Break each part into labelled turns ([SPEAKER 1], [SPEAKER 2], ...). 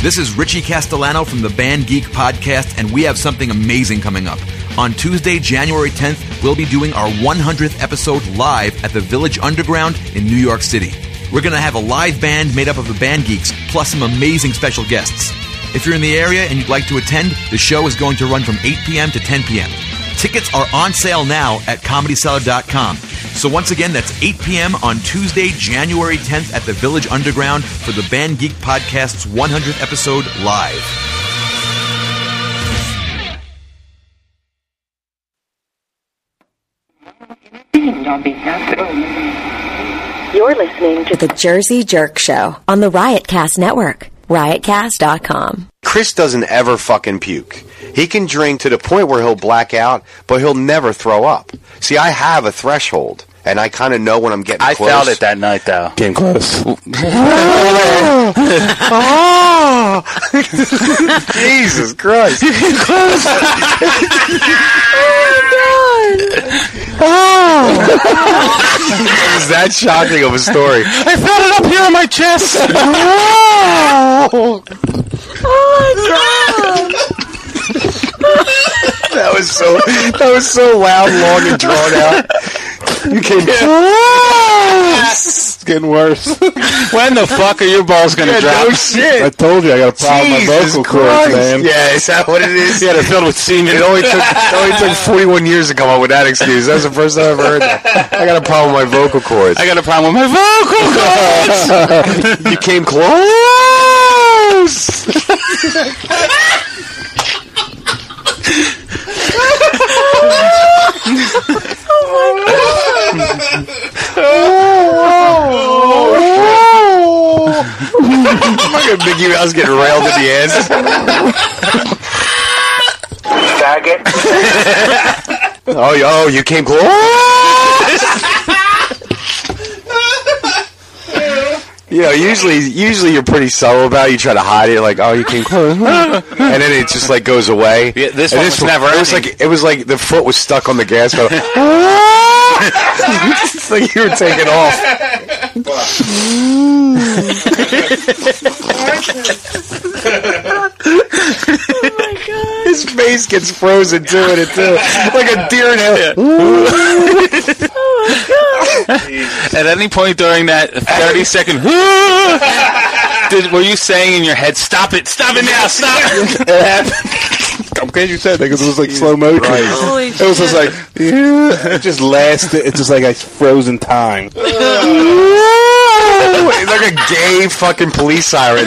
[SPEAKER 1] This is Richie Castellano from the Band Geek Podcast, and we have something amazing coming up. On Tuesday, January 10th, we'll be doing our 100th episode live at the Village Underground in New York City. We're going to have a live band made up of the Band Geeks, plus some amazing special guests. If you're in the area and you'd like to attend, the show is going to run from 8 p.m. to 10 p.m. Tickets are on sale now at comedyseller.com. So once again, that's 8 p.m. on Tuesday, January 10th at the Village Underground for the Band Geek Podcast's 100th episode live.
[SPEAKER 2] You're listening to the Jersey Jerk Show on the Riotcast Network, riotcast.com.
[SPEAKER 3] Chris doesn't ever fucking puke. He can drink to the point where he'll black out, but he'll never throw up. See, I have a threshold, and I kind of know when I'm getting
[SPEAKER 4] I
[SPEAKER 3] close.
[SPEAKER 4] found it that night though.
[SPEAKER 5] Came close.
[SPEAKER 3] Jesus Christ.
[SPEAKER 5] Oh,
[SPEAKER 3] This is that shocking of a story.
[SPEAKER 5] I felt it up here in my chest.
[SPEAKER 3] That was so that was so loud, long, and drawn out. You can
[SPEAKER 5] it's getting worse. when the fuck are your balls gonna
[SPEAKER 3] Yeah,
[SPEAKER 5] drop?
[SPEAKER 3] no shit.
[SPEAKER 5] I told you I got a problem with my
[SPEAKER 3] Jesus
[SPEAKER 5] vocal
[SPEAKER 3] Christ.
[SPEAKER 5] cords, man.
[SPEAKER 3] Yeah, is that what it is?
[SPEAKER 5] Yeah, they're filled with semen.
[SPEAKER 3] It only took it only took 41 years to come up with that excuse. That was the first time I ever heard that. I got a problem with my vocal cords.
[SPEAKER 5] I got a problem with my vocal cords.
[SPEAKER 3] you came close. I'm not gonna Mickey Mouse getting railed in the ass. Oh, you- oh, you came close. you know, usually, usually you're pretty subtle about. it. You try to hide it, like, oh, you came close, and then it just like goes away.
[SPEAKER 4] Yeah, this
[SPEAKER 3] And
[SPEAKER 4] one was never
[SPEAKER 3] It was
[SPEAKER 4] ending.
[SPEAKER 3] like it was like the foot was stuck on the gas pedal. it's like you were taking off. His face gets frozen doing it too, like a deer in hell.
[SPEAKER 5] At any point during that 30 second, did, were you saying in your head, "Stop it! Stop it now! Stop it!" I'm glad you said that because it was like slow motion.
[SPEAKER 6] Holy
[SPEAKER 5] It was just like yeah. it just lasted. It's just like I froze in time.
[SPEAKER 3] Wait, like a gay fucking police siren.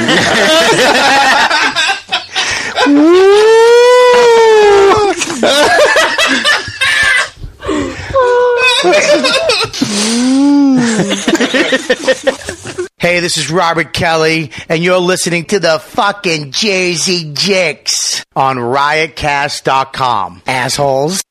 [SPEAKER 7] Hey, this is Robert Kelly, and you're listening to the fucking Jersey Jicks on riotcast.com. Assholes.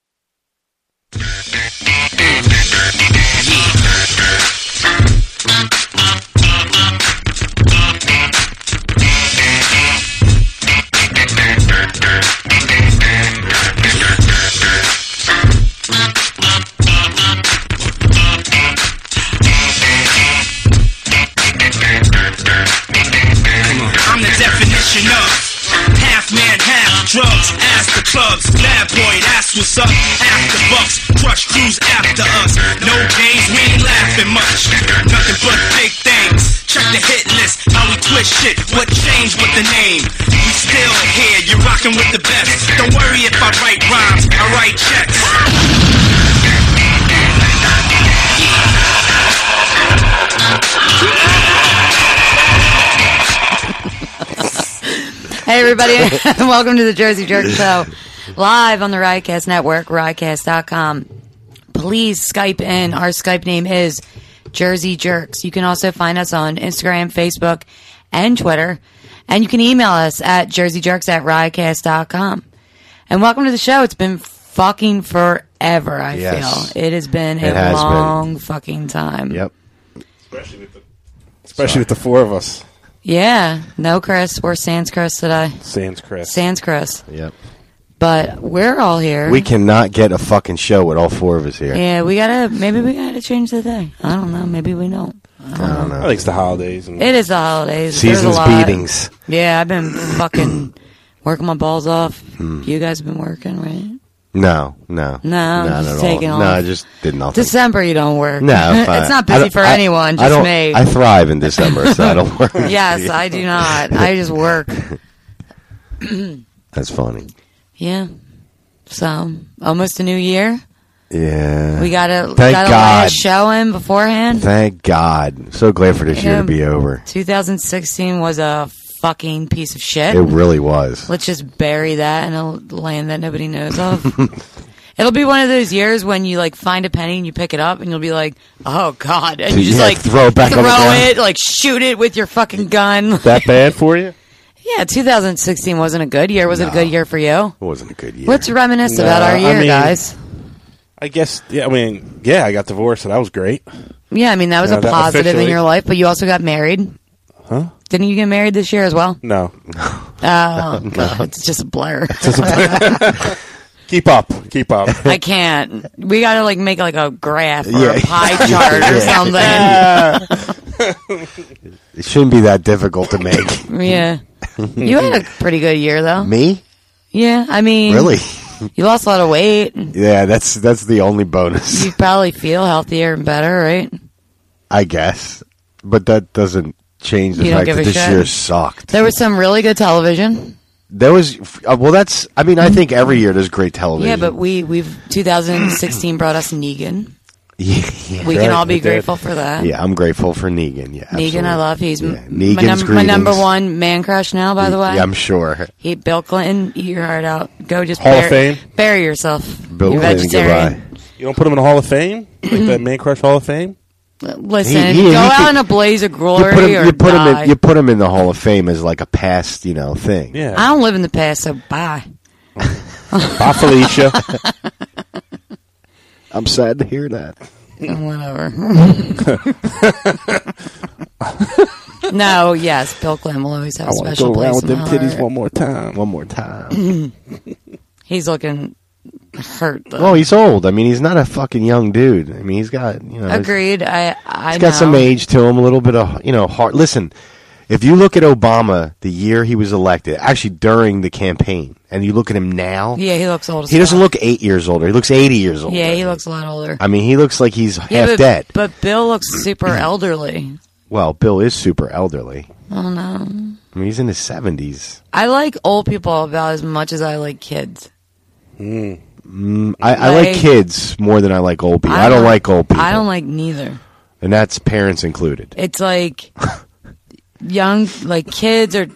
[SPEAKER 8] I'm the definition of half man, half drugs. Ask the clubs, bad boy, that's what's up. After bucks, crush crews after us. No games, we ain't laughing much. Nothing but big things. Check the hit list, how we twist shit. What changed with the name? We still here, you're rocking with the best. Don't worry if I write rhymes, I write checks.
[SPEAKER 6] Hey, everybody, welcome to the Jersey Jerk Show, live on the Riotcast Network, riotcast.com. Please Skype in. Our Skype name is Jersey Jerks. You can also find us on Instagram, Facebook, and Twitter. And you can email us at jerseyjerks at riotcast.com. And welcome to the show. It's been fucking forever, I
[SPEAKER 3] Yes.
[SPEAKER 6] feel. It has been
[SPEAKER 3] It
[SPEAKER 6] a
[SPEAKER 3] has been.
[SPEAKER 6] long fucking time.
[SPEAKER 3] Yep.
[SPEAKER 5] Especially with the four of us.
[SPEAKER 6] Yeah. No, Chris. We're Sans Chris today.
[SPEAKER 5] Sans Chris.
[SPEAKER 6] Sans Chris.
[SPEAKER 3] Yep.
[SPEAKER 6] But we're all here.
[SPEAKER 3] We cannot get a fucking show with all four of us here.
[SPEAKER 6] Yeah, we gotta. Maybe we gotta change the thing. I don't know. Maybe we don't.
[SPEAKER 3] I don't know.
[SPEAKER 5] I think it's the holidays. And
[SPEAKER 6] It is the holidays. There's a
[SPEAKER 3] Seasons
[SPEAKER 6] lot.
[SPEAKER 3] beatings.
[SPEAKER 6] Yeah, I've been fucking working my balls off.
[SPEAKER 3] Hmm.
[SPEAKER 6] You guys have been working, right?
[SPEAKER 3] No, no,
[SPEAKER 6] No,
[SPEAKER 3] not
[SPEAKER 6] just
[SPEAKER 3] at
[SPEAKER 6] taking
[SPEAKER 3] all.
[SPEAKER 6] off.
[SPEAKER 3] No, I just did nothing.
[SPEAKER 6] December, you don't work.
[SPEAKER 3] no, if I-
[SPEAKER 6] it's not
[SPEAKER 3] I
[SPEAKER 6] busy
[SPEAKER 3] don't-
[SPEAKER 6] for
[SPEAKER 3] I-
[SPEAKER 6] anyone.
[SPEAKER 3] I
[SPEAKER 6] Just
[SPEAKER 3] don't-
[SPEAKER 6] me.
[SPEAKER 3] I thrive in December, so I don't work.
[SPEAKER 6] yes, I do not. I just work.
[SPEAKER 3] That's funny.
[SPEAKER 6] Yeah. So almost a new year.
[SPEAKER 3] Yeah.
[SPEAKER 6] We gotta
[SPEAKER 3] Thank
[SPEAKER 6] gotta
[SPEAKER 3] God.
[SPEAKER 6] last show in beforehand.
[SPEAKER 3] Thank God. So glad for this year
[SPEAKER 6] Yeah.
[SPEAKER 3] to be over.
[SPEAKER 6] 2016 was a fucking piece of shit.
[SPEAKER 3] It really was.
[SPEAKER 6] Let's just bury that in a land that nobody knows of. It'll be one of those years when you like find a penny and you pick it up and you'll be like, "Oh God!" and you just
[SPEAKER 3] Yeah,
[SPEAKER 6] like
[SPEAKER 3] throw it back on the
[SPEAKER 6] throw
[SPEAKER 3] ground.
[SPEAKER 6] it, like shoot it with your fucking gun.
[SPEAKER 5] that bad for you?
[SPEAKER 6] yeah, 2016 wasn't a good year. Was it a good year for you?
[SPEAKER 3] It wasn't a good year.
[SPEAKER 6] Let's reminisce
[SPEAKER 5] No,
[SPEAKER 6] about our
[SPEAKER 5] I
[SPEAKER 6] year,
[SPEAKER 5] mean-
[SPEAKER 6] guys.
[SPEAKER 5] I guess. Yeah. I mean, yeah. I got divorced, so that was great.
[SPEAKER 6] Yeah, I mean that was
[SPEAKER 5] No,
[SPEAKER 6] a
[SPEAKER 5] that
[SPEAKER 6] positive in
[SPEAKER 5] officially-
[SPEAKER 6] your life, but you also got married. Huh? Didn't you get married this year as well?
[SPEAKER 5] No,
[SPEAKER 6] Oh, God, it's just a blur.
[SPEAKER 5] keep up, keep up.
[SPEAKER 6] I can't. We gotta like make like a graph or
[SPEAKER 3] Yeah.
[SPEAKER 6] a pie chart or something. Yeah.
[SPEAKER 3] it shouldn't be that difficult to make.
[SPEAKER 6] You had a pretty good year though.
[SPEAKER 3] Me?
[SPEAKER 6] Yeah, I mean,
[SPEAKER 3] Really?
[SPEAKER 6] you lost a lot of weight.
[SPEAKER 3] Yeah, that's that's the only bonus,
[SPEAKER 6] You probably feel healthier and better, right?
[SPEAKER 3] I guess. But that doesn't change the
[SPEAKER 6] You don't
[SPEAKER 3] fact
[SPEAKER 6] give
[SPEAKER 3] that
[SPEAKER 6] a
[SPEAKER 3] this
[SPEAKER 6] shit?
[SPEAKER 3] year sucked.
[SPEAKER 6] There was some really good television.
[SPEAKER 3] There was uh, well, that's. I mean, I think every year there's great television.
[SPEAKER 6] Yeah, but we we've 2016 brought us Negan.
[SPEAKER 3] yeah, yeah.
[SPEAKER 6] We can all be
[SPEAKER 5] we did.
[SPEAKER 6] grateful for that.
[SPEAKER 3] Yeah, I'm grateful for Negan. Yeah,
[SPEAKER 6] Negan, I love. He's
[SPEAKER 3] Yeah,
[SPEAKER 6] my,
[SPEAKER 3] Negan's
[SPEAKER 6] num- my number
[SPEAKER 3] greetings.
[SPEAKER 6] one man crush now. By the way,
[SPEAKER 3] Yeah, I'm sure.
[SPEAKER 6] He, Bill Clinton, eat your heart out. Go just
[SPEAKER 5] Hall of
[SPEAKER 6] bury,
[SPEAKER 5] Fame?
[SPEAKER 6] bury yourself.
[SPEAKER 3] Bill
[SPEAKER 6] You're
[SPEAKER 3] Clinton,
[SPEAKER 6] vegetarian.
[SPEAKER 3] goodbye.
[SPEAKER 5] You don't put him in the Hall of Fame, like that Man Crush Hall of Fame.
[SPEAKER 6] Listen,
[SPEAKER 3] He- he-
[SPEAKER 6] go
[SPEAKER 3] he
[SPEAKER 6] out
[SPEAKER 3] could-
[SPEAKER 6] in a blaze of
[SPEAKER 3] You
[SPEAKER 6] glory
[SPEAKER 3] put him.
[SPEAKER 6] or
[SPEAKER 3] You put him.
[SPEAKER 6] die.
[SPEAKER 3] In, you put him in the Hall of Fame as like a past, you know, thing.
[SPEAKER 5] Yeah,
[SPEAKER 6] I don't live in the past, so bye.
[SPEAKER 5] Bye, Felicia.
[SPEAKER 3] I'm sad to hear that.
[SPEAKER 6] Whatever. no, yes, Bill Clinton will always have a special place in my heart.
[SPEAKER 5] more time.
[SPEAKER 3] One more time.
[SPEAKER 6] He's looking hurt. Though.
[SPEAKER 3] well, he's old. I mean, he's not a fucking young dude. I mean, he's got you know. he's-
[SPEAKER 6] Agreed. I, I
[SPEAKER 3] He's got
[SPEAKER 6] know.
[SPEAKER 3] some age to him, a little bit of you know heart. Listen, if you look at Obama the year he was elected, actually during the campaign, and you look at him now,
[SPEAKER 6] Yeah, he looks old. As
[SPEAKER 3] he doesn't
[SPEAKER 6] fuck.
[SPEAKER 3] look eight years older. He looks eighty years older.
[SPEAKER 6] Yeah, he looks a lot older.
[SPEAKER 3] I mean, he looks like he's
[SPEAKER 6] yeah,
[SPEAKER 3] half
[SPEAKER 6] but,
[SPEAKER 3] dead.
[SPEAKER 6] But Bill looks super elderly.
[SPEAKER 3] Well, Bill is super elderly.
[SPEAKER 6] Oh no.
[SPEAKER 3] I mean, he's in his seventies.
[SPEAKER 6] I like old people about as much as I like kids.
[SPEAKER 3] I, I like
[SPEAKER 6] Like-
[SPEAKER 3] kids more than I like old people. I don't like old people,
[SPEAKER 6] I don't like neither.
[SPEAKER 3] and that's parents included.
[SPEAKER 6] It's like young, like kids are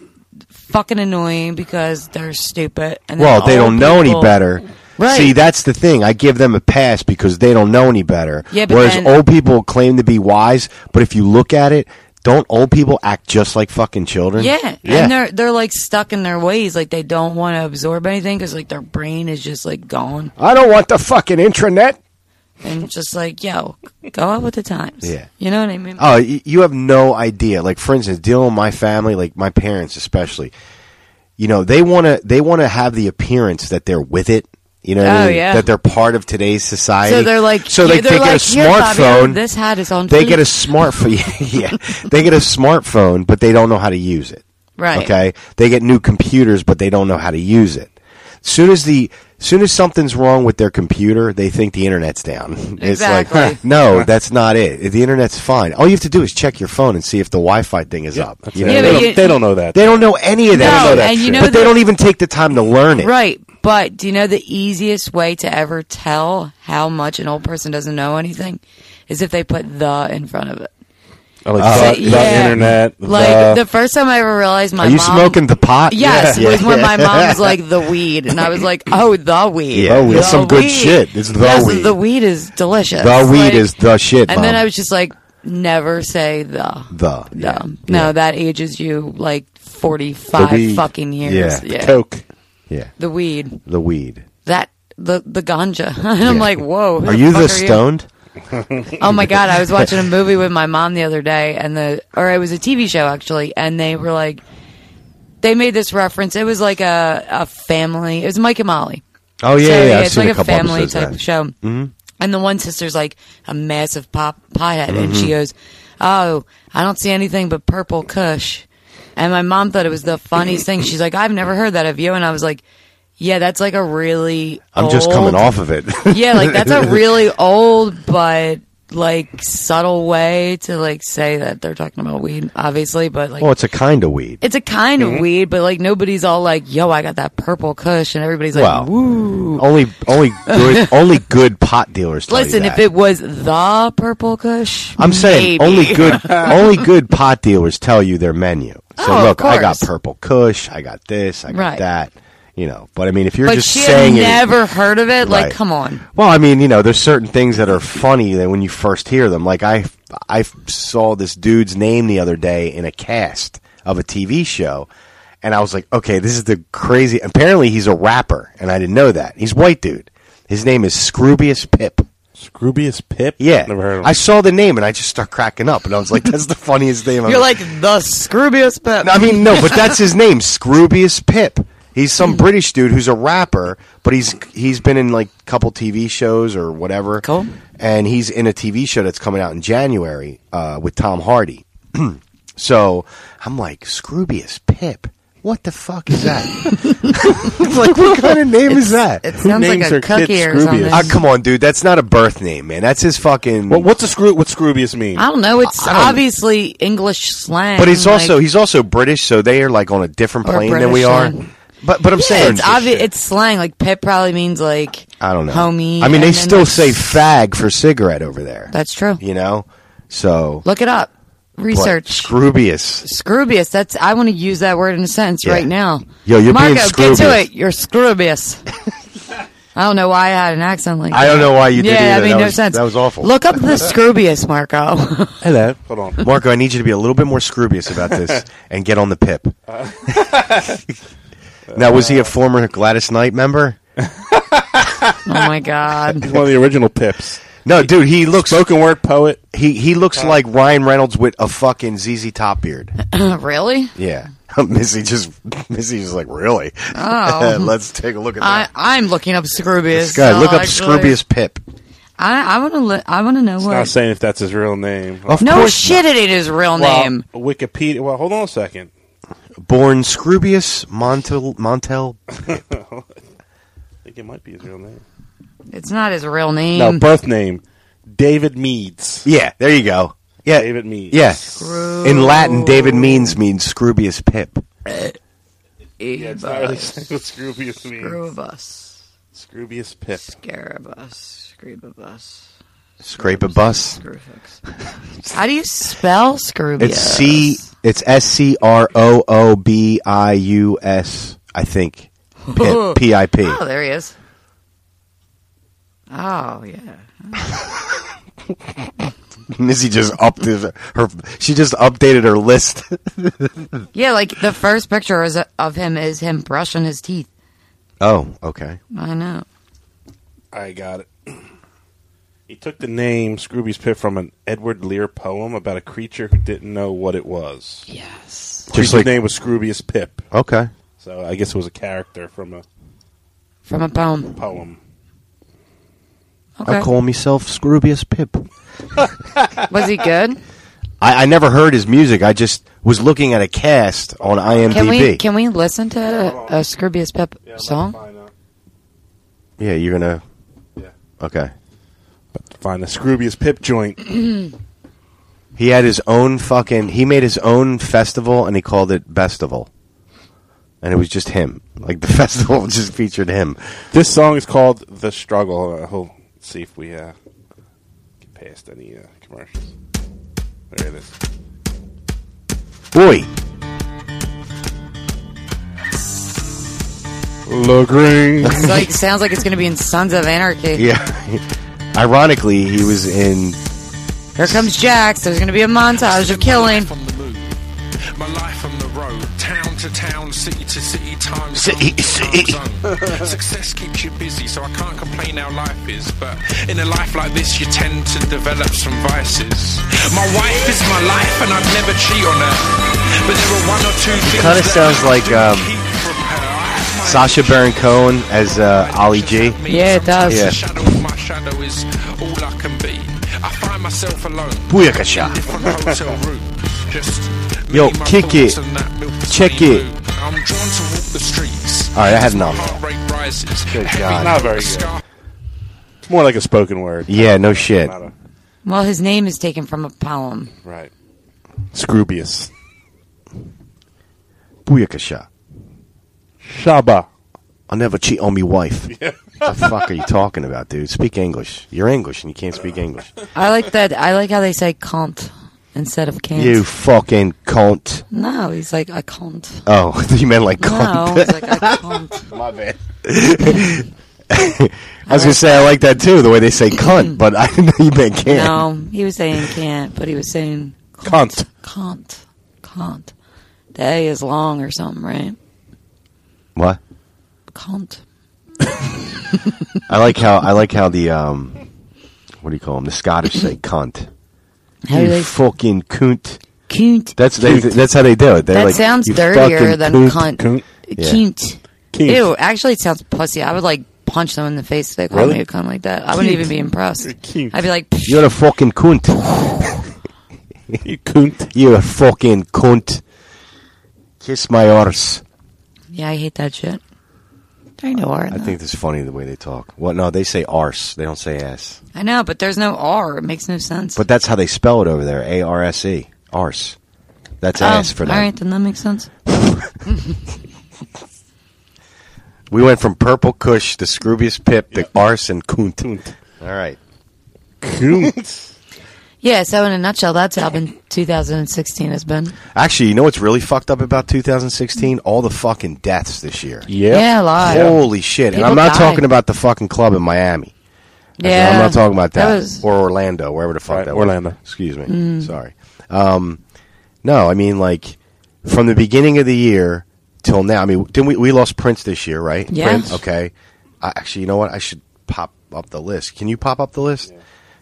[SPEAKER 6] fucking annoying because they're stupid. And then
[SPEAKER 3] Well, they
[SPEAKER 6] old
[SPEAKER 3] don't know any
[SPEAKER 6] people-
[SPEAKER 3] better.
[SPEAKER 6] Right.
[SPEAKER 3] See, that's the thing. I give them a pass because they don't know any better.
[SPEAKER 6] Yeah, but
[SPEAKER 3] Whereas
[SPEAKER 6] then-
[SPEAKER 3] old people claim to be wise, but if you look at it, don't old people act just like fucking children?
[SPEAKER 6] Yeah.
[SPEAKER 3] Yeah.
[SPEAKER 6] and they're they're like stuck in their ways. Like they don't want to absorb anything because like their brain is just like gone
[SPEAKER 3] I don't want the fucking intranet.
[SPEAKER 6] and just like yo, go out with the times.
[SPEAKER 3] Yeah.
[SPEAKER 6] you know what I mean.
[SPEAKER 3] Oh, y- you have no idea. Like for instance, dealing with my family, like my parents especially. You know, they want to they want to have the appearance that they're with it. You know, what I
[SPEAKER 6] Oh,
[SPEAKER 3] mean?
[SPEAKER 6] yeah.
[SPEAKER 3] that they're part of today's society.
[SPEAKER 6] so they're like,
[SPEAKER 3] so they,
[SPEAKER 6] they're
[SPEAKER 3] they
[SPEAKER 6] like,
[SPEAKER 3] get a
[SPEAKER 6] "Here, Bobby,
[SPEAKER 3] smartphone.
[SPEAKER 6] this hat is on.
[SPEAKER 3] they
[SPEAKER 6] fleek."
[SPEAKER 3] get a smartphone. yeah, they get a smartphone, but they don't know how to use it.
[SPEAKER 6] Right.
[SPEAKER 3] Okay. They get new computers, but they don't know how to use it. Soon as the soon as something's wrong with their computer, they think the internet's down. It's like,
[SPEAKER 6] Exactly.
[SPEAKER 3] huh, no, that's not it. The internet's fine. All you have to do is check your phone and see if the Wi-Fi thing is up. You know?
[SPEAKER 6] Yeah,
[SPEAKER 5] they,
[SPEAKER 6] but
[SPEAKER 5] don't,
[SPEAKER 6] you-
[SPEAKER 5] they don't know that.
[SPEAKER 3] They don't know any of that.
[SPEAKER 6] No, They don't know that and you shit. know
[SPEAKER 3] but they
[SPEAKER 6] that-
[SPEAKER 3] don't even take the time to learn it.
[SPEAKER 6] Right. But do you know the easiest way to ever tell how much an old person doesn't know anything is if they put the in front of it.
[SPEAKER 5] I like
[SPEAKER 6] Say-
[SPEAKER 3] uh,
[SPEAKER 5] the, the internet.
[SPEAKER 6] Like the,
[SPEAKER 5] the,
[SPEAKER 6] first time I ever realized my
[SPEAKER 3] Are you
[SPEAKER 6] mom-
[SPEAKER 3] smoking the pot?
[SPEAKER 6] Yes,
[SPEAKER 3] Yeah.
[SPEAKER 6] was when
[SPEAKER 3] Yeah.
[SPEAKER 6] my mom was like the weed, and I was like, oh, the weed.
[SPEAKER 3] Yeah,
[SPEAKER 6] The
[SPEAKER 3] that's some good
[SPEAKER 6] weed.
[SPEAKER 3] shit. It's the
[SPEAKER 6] Yes,
[SPEAKER 3] weed.
[SPEAKER 6] The weed is delicious.
[SPEAKER 3] The weed
[SPEAKER 6] Like-
[SPEAKER 3] is the shit.
[SPEAKER 6] And then
[SPEAKER 3] Mom.
[SPEAKER 6] I was just like, never say the.
[SPEAKER 3] the
[SPEAKER 6] the. No, that ages you like forty five
[SPEAKER 3] weed.
[SPEAKER 6] fucking years.
[SPEAKER 3] Yeah.
[SPEAKER 5] Coke.
[SPEAKER 3] yeah
[SPEAKER 6] The weed.
[SPEAKER 3] the weed.
[SPEAKER 6] That the the ganja. and I'm
[SPEAKER 3] Yeah.
[SPEAKER 6] like, whoa. who
[SPEAKER 3] Are you
[SPEAKER 6] fuck
[SPEAKER 3] the stoned?
[SPEAKER 6] Oh my god, I was watching a movie with my mom the other day and the or it was a TV show actually and they were like they made this reference. It was like a a family. It was Mike and Molly.
[SPEAKER 3] Oh yeah,
[SPEAKER 6] So,
[SPEAKER 3] yeah. I've
[SPEAKER 6] it's
[SPEAKER 3] seen
[SPEAKER 6] like
[SPEAKER 3] a couple
[SPEAKER 6] family
[SPEAKER 3] episodes of
[SPEAKER 6] type
[SPEAKER 3] that.
[SPEAKER 6] show. Mm-hmm. And the one sister's like a massive pop pothead and she goes, oh, I don't see anything but purple Kush. And my mom thought it was the funniest thing. She's like, I've never heard that of you. And I was like, yeah, that's like a really.
[SPEAKER 3] I'm just coming
[SPEAKER 6] old-
[SPEAKER 3] off of it.
[SPEAKER 6] Yeah, like that's a really old but like subtle way to like say that they're talking about weed, obviously, but like
[SPEAKER 3] well, mm-hmm. it's a kind of weed.
[SPEAKER 6] it's a kind of weed, but like nobody's all like, "Yo, I got that purple Kush," and everybody's like,
[SPEAKER 3] Well,
[SPEAKER 6] "Woo!"
[SPEAKER 3] Only, only good, only good pot dealers. Tell
[SPEAKER 6] Listen,
[SPEAKER 3] you
[SPEAKER 6] if
[SPEAKER 3] that.
[SPEAKER 6] it was the purple Kush,
[SPEAKER 3] I'm saying
[SPEAKER 6] maybe.
[SPEAKER 3] only good, only good pot dealers tell you their menu. So
[SPEAKER 6] Oh, of
[SPEAKER 3] look, I got
[SPEAKER 6] course.
[SPEAKER 3] purple Kush, I got this, I got
[SPEAKER 6] Right.
[SPEAKER 3] that. You know, but I mean, if you're
[SPEAKER 6] But
[SPEAKER 3] just
[SPEAKER 6] she had
[SPEAKER 3] saying it,
[SPEAKER 6] never heard of it. Like,
[SPEAKER 3] Right.
[SPEAKER 6] come on.
[SPEAKER 3] Well, I mean, you know, there's certain things that are funny that when you first hear them. Like I, I saw this dude's name the other day in a cast of a TV show, and I was like, okay, this is the crazy. Apparently, he's a rapper, and I didn't know that. He's a white dude. His name is Scroobius Pip.
[SPEAKER 4] Scroobius Pip?
[SPEAKER 3] Yeah,
[SPEAKER 4] Never heard of him.
[SPEAKER 3] I saw the name and I just start cracking up, and I was like, that's the funniest name. I've
[SPEAKER 6] You're like the scroobiest pep.
[SPEAKER 3] I mean, no, but that's his name, Scroobius Pip. He's
[SPEAKER 6] Hmm.
[SPEAKER 3] some British dude who's a rapper, but he's he's been in like a couple TV shows or whatever.
[SPEAKER 6] Cool.
[SPEAKER 3] And he's in a TV show that's coming out in January uh, with Tom Hardy. so I'm like, Scroobius Pip. What the fuck is that? It's like, what kind of name is that?
[SPEAKER 6] it sounds like
[SPEAKER 4] names
[SPEAKER 6] a
[SPEAKER 4] their kid
[SPEAKER 6] cookie or
[SPEAKER 4] Scroobius?
[SPEAKER 6] something.
[SPEAKER 3] Ah, come on, dude. That's not a birth name, man. That's his fucking.
[SPEAKER 4] Well, what's a screw? What Scroobius mean?
[SPEAKER 6] I don't know. It's
[SPEAKER 3] I don't-
[SPEAKER 6] obviously English slang,
[SPEAKER 3] But he's
[SPEAKER 6] like-
[SPEAKER 3] also he's also British, so they are like on a different
[SPEAKER 6] Or
[SPEAKER 3] plane than we
[SPEAKER 6] British
[SPEAKER 3] are.
[SPEAKER 6] and-
[SPEAKER 3] But but I'm
[SPEAKER 6] Yeah,
[SPEAKER 3] saying
[SPEAKER 6] it's obvious. It's slang. Like pip probably means like
[SPEAKER 3] I don't know,
[SPEAKER 6] homie.
[SPEAKER 3] I mean,
[SPEAKER 6] and
[SPEAKER 3] they
[SPEAKER 6] then,
[SPEAKER 3] still
[SPEAKER 6] like,
[SPEAKER 3] say fag for cigarette over there.
[SPEAKER 6] That's true.
[SPEAKER 3] you know, so
[SPEAKER 6] Look it up.
[SPEAKER 3] but
[SPEAKER 6] Research.
[SPEAKER 3] Scroobius.
[SPEAKER 6] Scroobius. That's I want to use that word in a sentence
[SPEAKER 3] Yeah.
[SPEAKER 6] right now.
[SPEAKER 3] Yo, you're
[SPEAKER 6] Marco,
[SPEAKER 3] being
[SPEAKER 6] get to
[SPEAKER 3] Scroobius.
[SPEAKER 6] it. You're Scroobius. I don't know why I had an accent like that.
[SPEAKER 3] I don't know why you did.
[SPEAKER 6] yeah,
[SPEAKER 3] either.
[SPEAKER 6] I mean,
[SPEAKER 3] that
[SPEAKER 6] no
[SPEAKER 3] was,
[SPEAKER 6] sense.
[SPEAKER 3] That was awful.
[SPEAKER 6] Look up the Scroobius, Marco. Oh,
[SPEAKER 4] Hello. Hold on.
[SPEAKER 3] Marco, I need you to be a little bit more Scroobius about this and get on the pip. now, was he a former Gladys Knight member?
[SPEAKER 6] oh my God.
[SPEAKER 4] He's one of the original Pips.
[SPEAKER 3] No, dude, he looks
[SPEAKER 4] Spoken word poet.
[SPEAKER 3] he he looks like Ryan Reynolds with a fucking ZZ Top beard.
[SPEAKER 6] really?
[SPEAKER 3] Yeah. Missy just Missy just like, really?
[SPEAKER 6] Oh.
[SPEAKER 3] Let's take a look at
[SPEAKER 6] I
[SPEAKER 3] that.
[SPEAKER 6] I'm looking up Scroobius.
[SPEAKER 3] this guy,
[SPEAKER 6] so
[SPEAKER 3] look up
[SPEAKER 6] actually-
[SPEAKER 3] Scroobius Pip.
[SPEAKER 6] I I want to li- I want to know
[SPEAKER 4] It's not
[SPEAKER 6] what.
[SPEAKER 4] saying if that's his real name.
[SPEAKER 3] Of
[SPEAKER 6] No
[SPEAKER 3] course
[SPEAKER 6] shit, it ain't his real
[SPEAKER 4] Well,
[SPEAKER 6] name.
[SPEAKER 4] Wikipedia. Well, hold on a second.
[SPEAKER 3] not. Born Scroobius Montel Montel
[SPEAKER 4] I think it might be his real name. Hmm.
[SPEAKER 6] It's not his real name.
[SPEAKER 4] No, birth name. David Meads.
[SPEAKER 3] Yeah, there you go. Yeah.
[SPEAKER 4] David Meads.
[SPEAKER 3] Yeah. In Latin, David means means Scroobius Pip.
[SPEAKER 4] Yeah, it's not really saying what Scroobius means.
[SPEAKER 6] Scrubus.
[SPEAKER 4] Scroobius Pip.
[SPEAKER 6] Scarabus. Scrabus.
[SPEAKER 3] Scrape a bus.
[SPEAKER 6] How do you spell Scroobius?
[SPEAKER 3] It's
[SPEAKER 6] E.
[SPEAKER 3] C it's S C R O O B I U S, I think. Pip P I P.
[SPEAKER 6] Oh, there he is. Oh yeah.
[SPEAKER 3] Missy just upped his, her she just updated her list.
[SPEAKER 6] Yeah, like the first picture is of him is him brushing his teeth.
[SPEAKER 3] oh, okay.
[SPEAKER 6] I know.
[SPEAKER 4] I got it. He took the name Scroobius Pip from an Edward Lear poem about a creature who didn't know what it was.
[SPEAKER 6] Yes.
[SPEAKER 3] Just
[SPEAKER 4] Creature's
[SPEAKER 3] like-
[SPEAKER 4] name was Scroobius Pip.
[SPEAKER 3] Okay.
[SPEAKER 4] So I guess it was a character from a
[SPEAKER 6] From a poem.
[SPEAKER 4] poem.
[SPEAKER 6] Okay.
[SPEAKER 3] I call myself Scroobius Pip.
[SPEAKER 6] Was he good?
[SPEAKER 3] I, I never heard his music. I just was looking at a cast on IMDb.
[SPEAKER 6] Can we can we listen to a, a Scroobius Pep song?
[SPEAKER 3] yeah, you're gonna.
[SPEAKER 4] Yeah.
[SPEAKER 3] Okay.
[SPEAKER 4] Find a Scroobius Pip joint.
[SPEAKER 3] He had his own fucking. He made his own festival, and he called it Festival. And it was just him. Like the festival just featured him.
[SPEAKER 4] This song is called "The Struggle." Uh, we'll see if we uh, get past any uh, commercials. There it is.
[SPEAKER 3] Boy,
[SPEAKER 4] Le Green.
[SPEAKER 6] It's like sounds like it's gonna be in Sons of Anarchy.
[SPEAKER 3] yeah. Ironically, he was in.
[SPEAKER 6] Here comes Jax. There's gonna be a montage of killing.
[SPEAKER 8] From the moon. My life on the road, town to town, city to city, time zone
[SPEAKER 3] City,
[SPEAKER 8] to
[SPEAKER 3] city.
[SPEAKER 8] time zone. Success keeps you busy, so I can't complain how life is. But in a life like this, you tend to develop some vices. My wife is my life, and I'd never cheat on her. But there are one or two things.
[SPEAKER 3] Kinda
[SPEAKER 8] that
[SPEAKER 3] sounds
[SPEAKER 8] I
[SPEAKER 3] like,
[SPEAKER 8] do
[SPEAKER 3] um,
[SPEAKER 8] keep from her. I have my
[SPEAKER 3] Sasha Baron Cohen as uh, Ollie G.
[SPEAKER 6] Yeah, it does.
[SPEAKER 3] Yeah.
[SPEAKER 8] the shadow of my shadow is all I can be.
[SPEAKER 9] I find myself alone.
[SPEAKER 3] Booyakasha.
[SPEAKER 9] Different hotel room. Just me,
[SPEAKER 3] Yo,
[SPEAKER 9] my
[SPEAKER 3] kick
[SPEAKER 9] thoughts
[SPEAKER 3] it.
[SPEAKER 9] and that milk
[SPEAKER 3] Check
[SPEAKER 9] sweet
[SPEAKER 3] it.
[SPEAKER 9] mood. I'm drawn to walk the streets.
[SPEAKER 3] All right, I had enough.
[SPEAKER 9] Heart rate rises.
[SPEAKER 3] Good
[SPEAKER 9] Heavy
[SPEAKER 3] God.
[SPEAKER 4] Not very
[SPEAKER 9] a
[SPEAKER 4] good.
[SPEAKER 9] scar-
[SPEAKER 4] It's more like a spoken word.
[SPEAKER 3] Yeah, no shit.
[SPEAKER 4] Not a-
[SPEAKER 6] Well, his name is taken from a poem.
[SPEAKER 4] right. Scroobius.
[SPEAKER 3] Booyakasha.
[SPEAKER 4] Shaba.
[SPEAKER 3] I'll never cheat on me wife. the fuck are you talking about, dude? Speak English. You're English and you can't speak English.
[SPEAKER 6] I like that. I like how they say "cunt" instead of "can't."
[SPEAKER 3] You fucking cunt.
[SPEAKER 6] No, he's like I can't.
[SPEAKER 3] Oh, you meant like cunt.
[SPEAKER 6] No, he's like I can't.
[SPEAKER 3] My bad. I was gonna say I like that too, the way they say cunt, but I didn't know you meant can't.
[SPEAKER 6] No, he was saying can't, but he was saying
[SPEAKER 4] Cunt.
[SPEAKER 6] can't, can't. The A is long or something, right?
[SPEAKER 3] What?
[SPEAKER 6] Can't.
[SPEAKER 3] I like how I like how the um, what do you call them? The Scottish say cunt.
[SPEAKER 6] How do
[SPEAKER 3] you
[SPEAKER 6] they
[SPEAKER 3] fucking cunt.
[SPEAKER 6] cunt?
[SPEAKER 3] That's they, that's how they do it. They're
[SPEAKER 6] That
[SPEAKER 3] like,
[SPEAKER 6] sounds
[SPEAKER 3] "You
[SPEAKER 6] dirtier
[SPEAKER 3] fucking
[SPEAKER 6] than
[SPEAKER 3] cunt."
[SPEAKER 6] cunt.
[SPEAKER 4] Coon.
[SPEAKER 3] Yeah.
[SPEAKER 6] Cunt.
[SPEAKER 4] Cunt.
[SPEAKER 6] Ew, actually, it sounds pussy. I would like punch them in the face if they called
[SPEAKER 4] Really?
[SPEAKER 6] me a cunt like that. I wouldn't even be impressed.
[SPEAKER 4] cunt.
[SPEAKER 6] I'd be like, "Psh,
[SPEAKER 3] You're a fucking cunt.
[SPEAKER 4] You coont.
[SPEAKER 3] You're a fucking cunt. Kiss my arse.
[SPEAKER 6] yeah, I hate that shit. There ain't no R. in
[SPEAKER 3] I
[SPEAKER 6] that.
[SPEAKER 3] think it's funny the way they talk. What? No, they say arse. They don't say ass.
[SPEAKER 6] I know, but there's no R. It makes no sense.
[SPEAKER 3] But that's how they spell it over there. A R S E. Arse. That's
[SPEAKER 6] Oh,
[SPEAKER 3] ass for them.
[SPEAKER 6] All right, then that makes sense.
[SPEAKER 3] We went from Purple Kush to Scroobius Pip to Arse and Kunt. All right.
[SPEAKER 4] Coont.
[SPEAKER 6] Yeah, so in a nutshell, that's how been 2016 has been.
[SPEAKER 3] Actually, you know what's really fucked up about 2016? All the fucking deaths this year.
[SPEAKER 6] Yeah, a lot.
[SPEAKER 3] Holy shit. and
[SPEAKER 6] People
[SPEAKER 3] I'm not
[SPEAKER 6] died.
[SPEAKER 3] talking about the fucking club in Miami.
[SPEAKER 6] Yeah,
[SPEAKER 3] I'm not talking about that.
[SPEAKER 6] was- Mm.
[SPEAKER 3] or Orlando, wherever the fuck
[SPEAKER 4] Right,
[SPEAKER 3] that was.
[SPEAKER 4] Orlando.
[SPEAKER 3] Excuse me. Sorry. Um, no, I mean, like, from the beginning of the year till now, I mean, didn't we, we lost Prince this year, right?
[SPEAKER 6] Yeah.
[SPEAKER 3] Prince. Okay. I, actually, you know what? I should pop up the list. Can you pop up the list?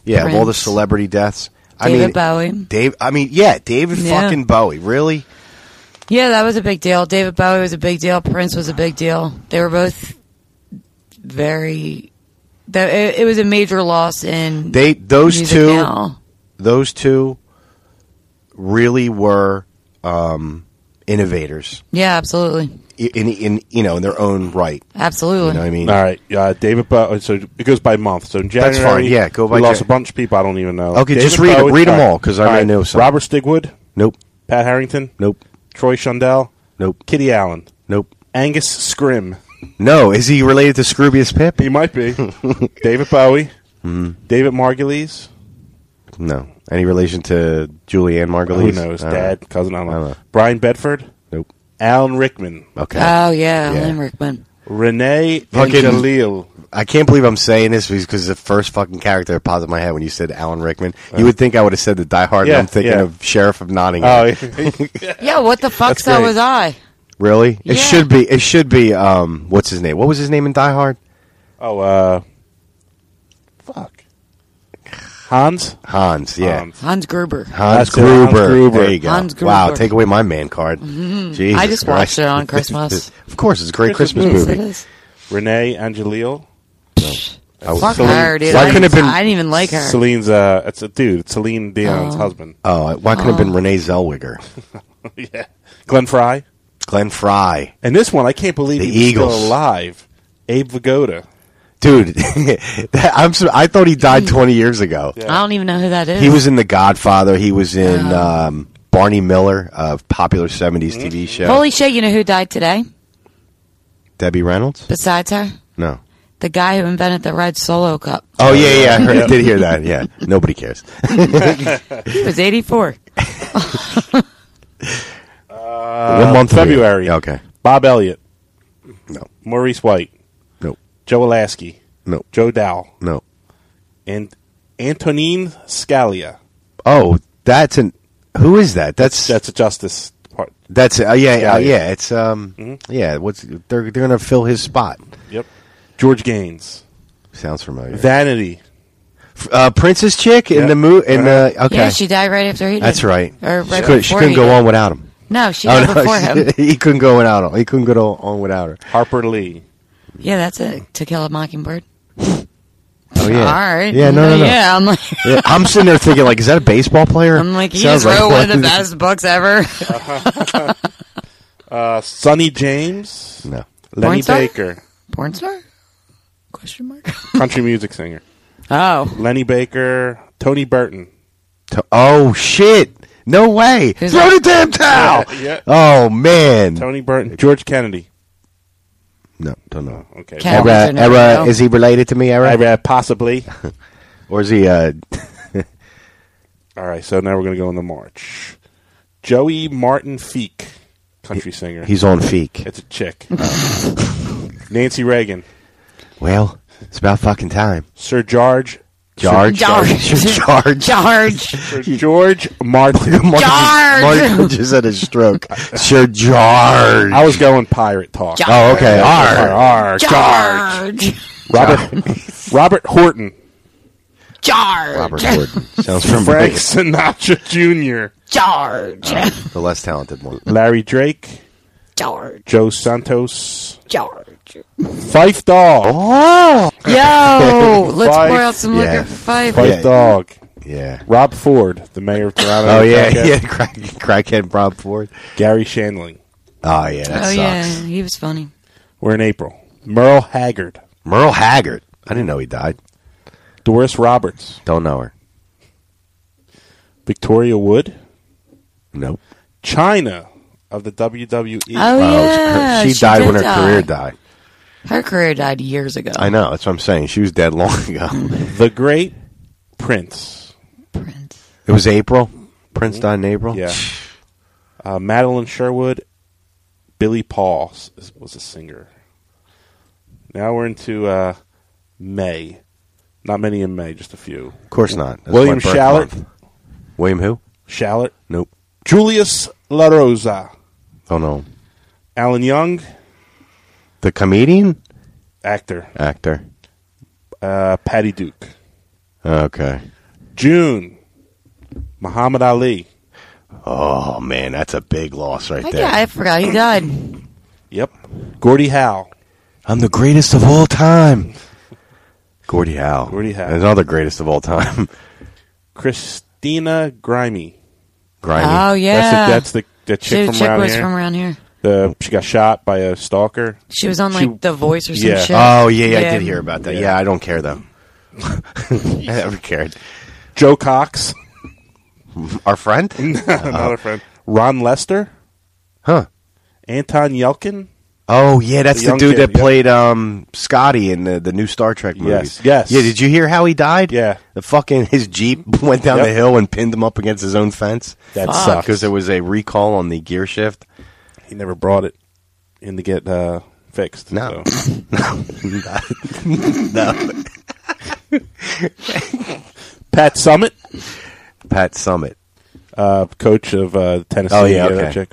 [SPEAKER 3] Yeah, of all the
[SPEAKER 6] Prince.
[SPEAKER 3] celebrity deaths.
[SPEAKER 6] David
[SPEAKER 3] I mean,
[SPEAKER 6] Bowie.
[SPEAKER 3] Dave, I mean, yeah, David
[SPEAKER 6] Yeah.
[SPEAKER 3] fucking Bowie. Really?
[SPEAKER 6] Yeah, that was a big deal. David Bowie was a big deal. Prince was a big deal. They were both very. That it, it was a major loss in
[SPEAKER 3] They those
[SPEAKER 6] music
[SPEAKER 3] two,
[SPEAKER 6] now.
[SPEAKER 3] those two, really were um, innovators
[SPEAKER 6] Yeah, absolutely,
[SPEAKER 3] i- in, in you know in their own right.
[SPEAKER 6] absolutely.
[SPEAKER 3] You know what I mean?
[SPEAKER 4] All right, uh, David. Bowie. So it goes by month. So in January,
[SPEAKER 3] That's fine, yeah, go by
[SPEAKER 4] We lost
[SPEAKER 3] Jan-
[SPEAKER 4] a bunch of people. I don't even know.
[SPEAKER 3] Okay, just read 'em- read 'em all, 'cause I
[SPEAKER 4] already
[SPEAKER 3] may know some.
[SPEAKER 4] Robert Stigwood,
[SPEAKER 3] Nope.
[SPEAKER 4] Pat Harrington,
[SPEAKER 3] Nope.
[SPEAKER 4] Troy Shundell,
[SPEAKER 3] Nope.
[SPEAKER 4] Kitty Allen,
[SPEAKER 3] Nope.
[SPEAKER 4] Angus Scrim.
[SPEAKER 3] No. Is he related to Scroobius Pip?
[SPEAKER 4] He might be David Bowie,
[SPEAKER 3] Mm-hmm.
[SPEAKER 4] David Margulies.
[SPEAKER 3] No. Any relation to Julianne Margulies?
[SPEAKER 4] Who knows?
[SPEAKER 3] Uh,
[SPEAKER 4] Dad, cousin. I don't know.
[SPEAKER 3] I don't know.
[SPEAKER 4] Brian Bedford,
[SPEAKER 3] Nope.
[SPEAKER 4] Alan Rickman,
[SPEAKER 3] Okay.
[SPEAKER 6] Oh yeah,
[SPEAKER 3] Yeah.
[SPEAKER 6] Alan Rickman.
[SPEAKER 4] Renee
[SPEAKER 3] Fucking-
[SPEAKER 4] Angelil.
[SPEAKER 3] I can't believe I'm saying this because the first fucking character that popped in my head when you said Alan Rickman, you would think I would have said the Die Hard.
[SPEAKER 4] Uh. Yeah,
[SPEAKER 3] and I'm thinking
[SPEAKER 4] yeah.
[SPEAKER 3] of Sheriff of Nottingham.
[SPEAKER 4] Oh, yeah.
[SPEAKER 6] Yeah, what the fuck?
[SPEAKER 4] That's
[SPEAKER 6] So
[SPEAKER 4] great.
[SPEAKER 6] was I.
[SPEAKER 3] Really? It
[SPEAKER 6] Yeah.
[SPEAKER 3] should be. It should be. Um, what's his name? What was his name in Die Hard?
[SPEAKER 4] oh, uh, fuck. Hans.
[SPEAKER 3] Hans. Yeah.
[SPEAKER 4] Um,
[SPEAKER 6] Hans Gruber.
[SPEAKER 3] Hans,
[SPEAKER 4] That's it, Hans
[SPEAKER 3] Gruber.
[SPEAKER 4] Gruber.
[SPEAKER 3] There you go.
[SPEAKER 6] Hans Gruber. Mm-hmm.
[SPEAKER 3] Wow, take away my man card. Jesus
[SPEAKER 6] I just
[SPEAKER 3] Christ.
[SPEAKER 6] watched it on Christmas.
[SPEAKER 3] of course, it's a great Christmas,
[SPEAKER 4] Christmas
[SPEAKER 6] Yes, it
[SPEAKER 3] movie.
[SPEAKER 6] is.
[SPEAKER 4] Renee Angelil.
[SPEAKER 3] I was-
[SPEAKER 6] Fuck
[SPEAKER 4] Celine-
[SPEAKER 6] her, dude.
[SPEAKER 3] Why
[SPEAKER 6] I,
[SPEAKER 3] couldn't
[SPEAKER 6] didn't,
[SPEAKER 3] it been-
[SPEAKER 6] I didn't even like her.
[SPEAKER 4] Celine's uh, it's a dude. It's Celine Dion's husband.
[SPEAKER 3] Oh, I- why couldn't it have been Renee Zellweger?
[SPEAKER 4] yeah, Glenn Fry.
[SPEAKER 3] Glenn Fry.
[SPEAKER 4] And this one, I can't believe
[SPEAKER 3] The
[SPEAKER 4] he's still
[SPEAKER 3] Eagles.
[SPEAKER 4] alive. Abe Vigoda.
[SPEAKER 3] Dude, that, I'm so, I thought he
[SPEAKER 6] Mm.
[SPEAKER 3] died 20 years ago.
[SPEAKER 6] I don't even know who that is.
[SPEAKER 3] He was in The Godfather. He was in um, Barney Miller, a popular 70s TV show.
[SPEAKER 6] Mm-hmm. Holy shit! You know who died today?
[SPEAKER 3] Debbie Reynolds?
[SPEAKER 6] Besides her,
[SPEAKER 3] No.
[SPEAKER 6] the guy who invented the red Solo cup.
[SPEAKER 3] Oh, yeah, yeah. I heard, did hear that. Yeah. Nobody cares.
[SPEAKER 6] Uh, He was 84.
[SPEAKER 3] One month later.
[SPEAKER 4] February.
[SPEAKER 3] Yeah, okay.
[SPEAKER 4] Bob Elliott.
[SPEAKER 3] No.
[SPEAKER 4] Maurice White.
[SPEAKER 3] Nope.
[SPEAKER 4] Joe Alasky.
[SPEAKER 3] Nope.
[SPEAKER 4] Joe Dow.
[SPEAKER 3] No.
[SPEAKER 4] And Antonine Scalia.
[SPEAKER 3] Oh, that's an. Who is that? That's
[SPEAKER 4] That's a justice part.
[SPEAKER 3] That's uh, yeah, yeah,
[SPEAKER 4] Yeah,
[SPEAKER 3] uh,
[SPEAKER 4] yeah.
[SPEAKER 3] yeah. It's um,
[SPEAKER 4] Mm-hmm.
[SPEAKER 3] yeah. What's they're they're gonna fill his spot?
[SPEAKER 4] Yep. George Gaines.
[SPEAKER 3] Sounds familiar.
[SPEAKER 4] Vanity.
[SPEAKER 3] uh, Princess chick in
[SPEAKER 4] Yeah. Uh-huh.
[SPEAKER 3] the movie. In the okay,
[SPEAKER 6] Yeah, she died right after he did.
[SPEAKER 3] that's right. Oh,
[SPEAKER 6] Or
[SPEAKER 3] she,
[SPEAKER 6] right
[SPEAKER 3] couldn't- she
[SPEAKER 6] before
[SPEAKER 3] couldn't
[SPEAKER 6] he
[SPEAKER 3] go
[SPEAKER 6] did.
[SPEAKER 3] on without him.
[SPEAKER 6] No, she died before him.
[SPEAKER 3] he couldn't go without him. He couldn't go on without her.
[SPEAKER 4] Harper Lee.
[SPEAKER 6] Yeah, that's it. To Kill a Mockingbird.
[SPEAKER 3] Oh, yeah.
[SPEAKER 6] All right.
[SPEAKER 3] Yeah, no, no, no.
[SPEAKER 6] Yeah, I'm like,
[SPEAKER 3] Yeah, I'm sitting there thinking, like, is that a baseball player?
[SPEAKER 6] I'm like, he
[SPEAKER 3] Sounds
[SPEAKER 6] just wrote
[SPEAKER 3] one.
[SPEAKER 6] one of the best books ever.
[SPEAKER 4] Uh, Sonny James,
[SPEAKER 3] No.
[SPEAKER 4] Lenny
[SPEAKER 6] Porn star?
[SPEAKER 4] Baker,
[SPEAKER 6] Porn star? Question mark.
[SPEAKER 4] country music singer.
[SPEAKER 6] Oh,
[SPEAKER 4] Lenny Baker, Tony Burton.
[SPEAKER 3] To- oh shit! No way!
[SPEAKER 6] Who's
[SPEAKER 3] Throw
[SPEAKER 6] that?
[SPEAKER 3] the damn towel!
[SPEAKER 4] Yeah, yeah.
[SPEAKER 3] Oh man!
[SPEAKER 4] Tony Burton, George Kennedy.
[SPEAKER 3] No, don't know.
[SPEAKER 4] Okay.
[SPEAKER 6] Ken-
[SPEAKER 3] Era,
[SPEAKER 6] Hamilton, I
[SPEAKER 3] era,
[SPEAKER 6] don't know.
[SPEAKER 3] is he related to me?
[SPEAKER 4] I
[SPEAKER 3] Era,
[SPEAKER 4] read possibly.
[SPEAKER 3] or is he? Uh,
[SPEAKER 4] All right, so now we're going to go into March. Joey Martin Feek, country singer.
[SPEAKER 3] he's on feek.
[SPEAKER 4] It's a chick. Nancy Reagan,
[SPEAKER 3] Well, it's about fucking time.
[SPEAKER 4] Sir George,
[SPEAKER 3] George,
[SPEAKER 6] George.
[SPEAKER 3] George,
[SPEAKER 6] George.
[SPEAKER 4] Sir George Martin.
[SPEAKER 3] Mark
[SPEAKER 6] George.
[SPEAKER 3] Just, Mark just had a stroke. Sure, George.
[SPEAKER 4] I was going pirate talk.
[SPEAKER 6] George.
[SPEAKER 3] oh, okay.
[SPEAKER 4] Arr,
[SPEAKER 3] R.
[SPEAKER 4] arr, George.
[SPEAKER 6] George.
[SPEAKER 4] Robert Robert Horton,
[SPEAKER 3] Robert
[SPEAKER 6] George.
[SPEAKER 3] Gordon sounds from
[SPEAKER 4] Frank Sinatra Jr.,
[SPEAKER 6] George.
[SPEAKER 3] the less talented one.
[SPEAKER 4] Larry Drake,
[SPEAKER 6] George.
[SPEAKER 4] Joe Santos,
[SPEAKER 6] George.
[SPEAKER 4] Fife Dog,
[SPEAKER 3] Oh,
[SPEAKER 6] Yo, let's
[SPEAKER 4] Fife.
[SPEAKER 6] pour out some liquor
[SPEAKER 3] Yeah.
[SPEAKER 6] for five.
[SPEAKER 4] Fife
[SPEAKER 3] Yeah.
[SPEAKER 4] Dog,
[SPEAKER 3] Yeah.
[SPEAKER 4] Rob Ford, the mayor of Toronto.
[SPEAKER 3] Oh yeah,
[SPEAKER 4] Crackhead,
[SPEAKER 3] yeah. Crack, crackhead Bob Ford.
[SPEAKER 4] Gary Shandling.
[SPEAKER 3] Oh yeah, that
[SPEAKER 6] oh
[SPEAKER 3] sucks.
[SPEAKER 6] yeah, he was funny.
[SPEAKER 4] We're in April. Merle Haggard,
[SPEAKER 3] Merle Haggard. I didn't know he died.
[SPEAKER 4] Doris Roberts,
[SPEAKER 3] Don't know her.
[SPEAKER 4] Victoria Wood,
[SPEAKER 3] Nope.
[SPEAKER 4] China of the E. WWE.
[SPEAKER 6] Oh yeah,
[SPEAKER 3] she, died
[SPEAKER 6] did
[SPEAKER 3] when her
[SPEAKER 6] die.
[SPEAKER 3] career died.
[SPEAKER 6] Her career died years ago.
[SPEAKER 3] I know. That's what I'm saying. She was dead long ago.
[SPEAKER 4] The Great Prince.
[SPEAKER 6] Prince.
[SPEAKER 3] it was April. Prince died in April.
[SPEAKER 4] Yeah. Uh, Madeline Sherwood. Billy Paul s- was a singer. Now we're into uh, May. Not many in May, just a few.
[SPEAKER 3] Of course not. That's
[SPEAKER 4] William
[SPEAKER 3] my birth
[SPEAKER 4] Shallot.
[SPEAKER 3] month. William who?
[SPEAKER 4] Shallot.
[SPEAKER 3] Nope.
[SPEAKER 4] Julius La Rosa.
[SPEAKER 3] Oh no.
[SPEAKER 4] Alan Young,
[SPEAKER 3] The comedian
[SPEAKER 4] actor.
[SPEAKER 3] actor.
[SPEAKER 4] Uh, Patty Duke.
[SPEAKER 3] Okay.
[SPEAKER 4] June. Muhammad Ali.
[SPEAKER 3] Oh man, that's a big loss right
[SPEAKER 6] I,
[SPEAKER 3] there.
[SPEAKER 6] I forgot he died.
[SPEAKER 4] Yep. Gordie Howe.
[SPEAKER 3] I'm the greatest of all time. Gordie Howe.
[SPEAKER 4] Gordie Howe.
[SPEAKER 3] Another greatest of all time.
[SPEAKER 4] Christina Grimy.
[SPEAKER 3] Grimy.
[SPEAKER 6] Oh yeah,
[SPEAKER 4] That's the, that's the, the
[SPEAKER 6] She,
[SPEAKER 4] chick from
[SPEAKER 6] chick
[SPEAKER 4] around
[SPEAKER 6] was
[SPEAKER 4] here.
[SPEAKER 6] from around here.
[SPEAKER 4] The, she got shot by a stalker.
[SPEAKER 6] She was on
[SPEAKER 4] She-
[SPEAKER 6] like The Voice or some
[SPEAKER 4] yeah.
[SPEAKER 6] shit.
[SPEAKER 3] oh yeah, yeah, I did hear about that.
[SPEAKER 4] Yeah.
[SPEAKER 3] Yeah, I don't care though. I never cared.
[SPEAKER 4] Joe Cox.
[SPEAKER 3] Our friend?
[SPEAKER 4] Another friend. Uh, Ron Lester.
[SPEAKER 3] Huh.
[SPEAKER 4] Anton Yelkin.
[SPEAKER 3] Oh yeah, that's
[SPEAKER 4] The
[SPEAKER 3] the,
[SPEAKER 4] young
[SPEAKER 3] dude
[SPEAKER 4] kid,
[SPEAKER 3] that
[SPEAKER 4] yeah.
[SPEAKER 3] played um, Scotty in the, the new Star Trek movies.
[SPEAKER 4] yes.
[SPEAKER 3] Yeah, did you hear how he died?
[SPEAKER 4] Yeah.
[SPEAKER 3] the fucking his jeep went down
[SPEAKER 4] Yep.
[SPEAKER 3] the hill and pinned him up against his own fence.
[SPEAKER 4] That Fuck. sucks.
[SPEAKER 3] because there was a recall on the gear shift.
[SPEAKER 4] He never brought it in to get uh, fixed.
[SPEAKER 3] No.
[SPEAKER 4] so.
[SPEAKER 3] No,
[SPEAKER 4] Pat Summit.
[SPEAKER 3] Pat Summit.
[SPEAKER 4] uh, coach of uh, Tennessee.
[SPEAKER 3] Oh, yeah,
[SPEAKER 4] that
[SPEAKER 3] okay.
[SPEAKER 4] chick.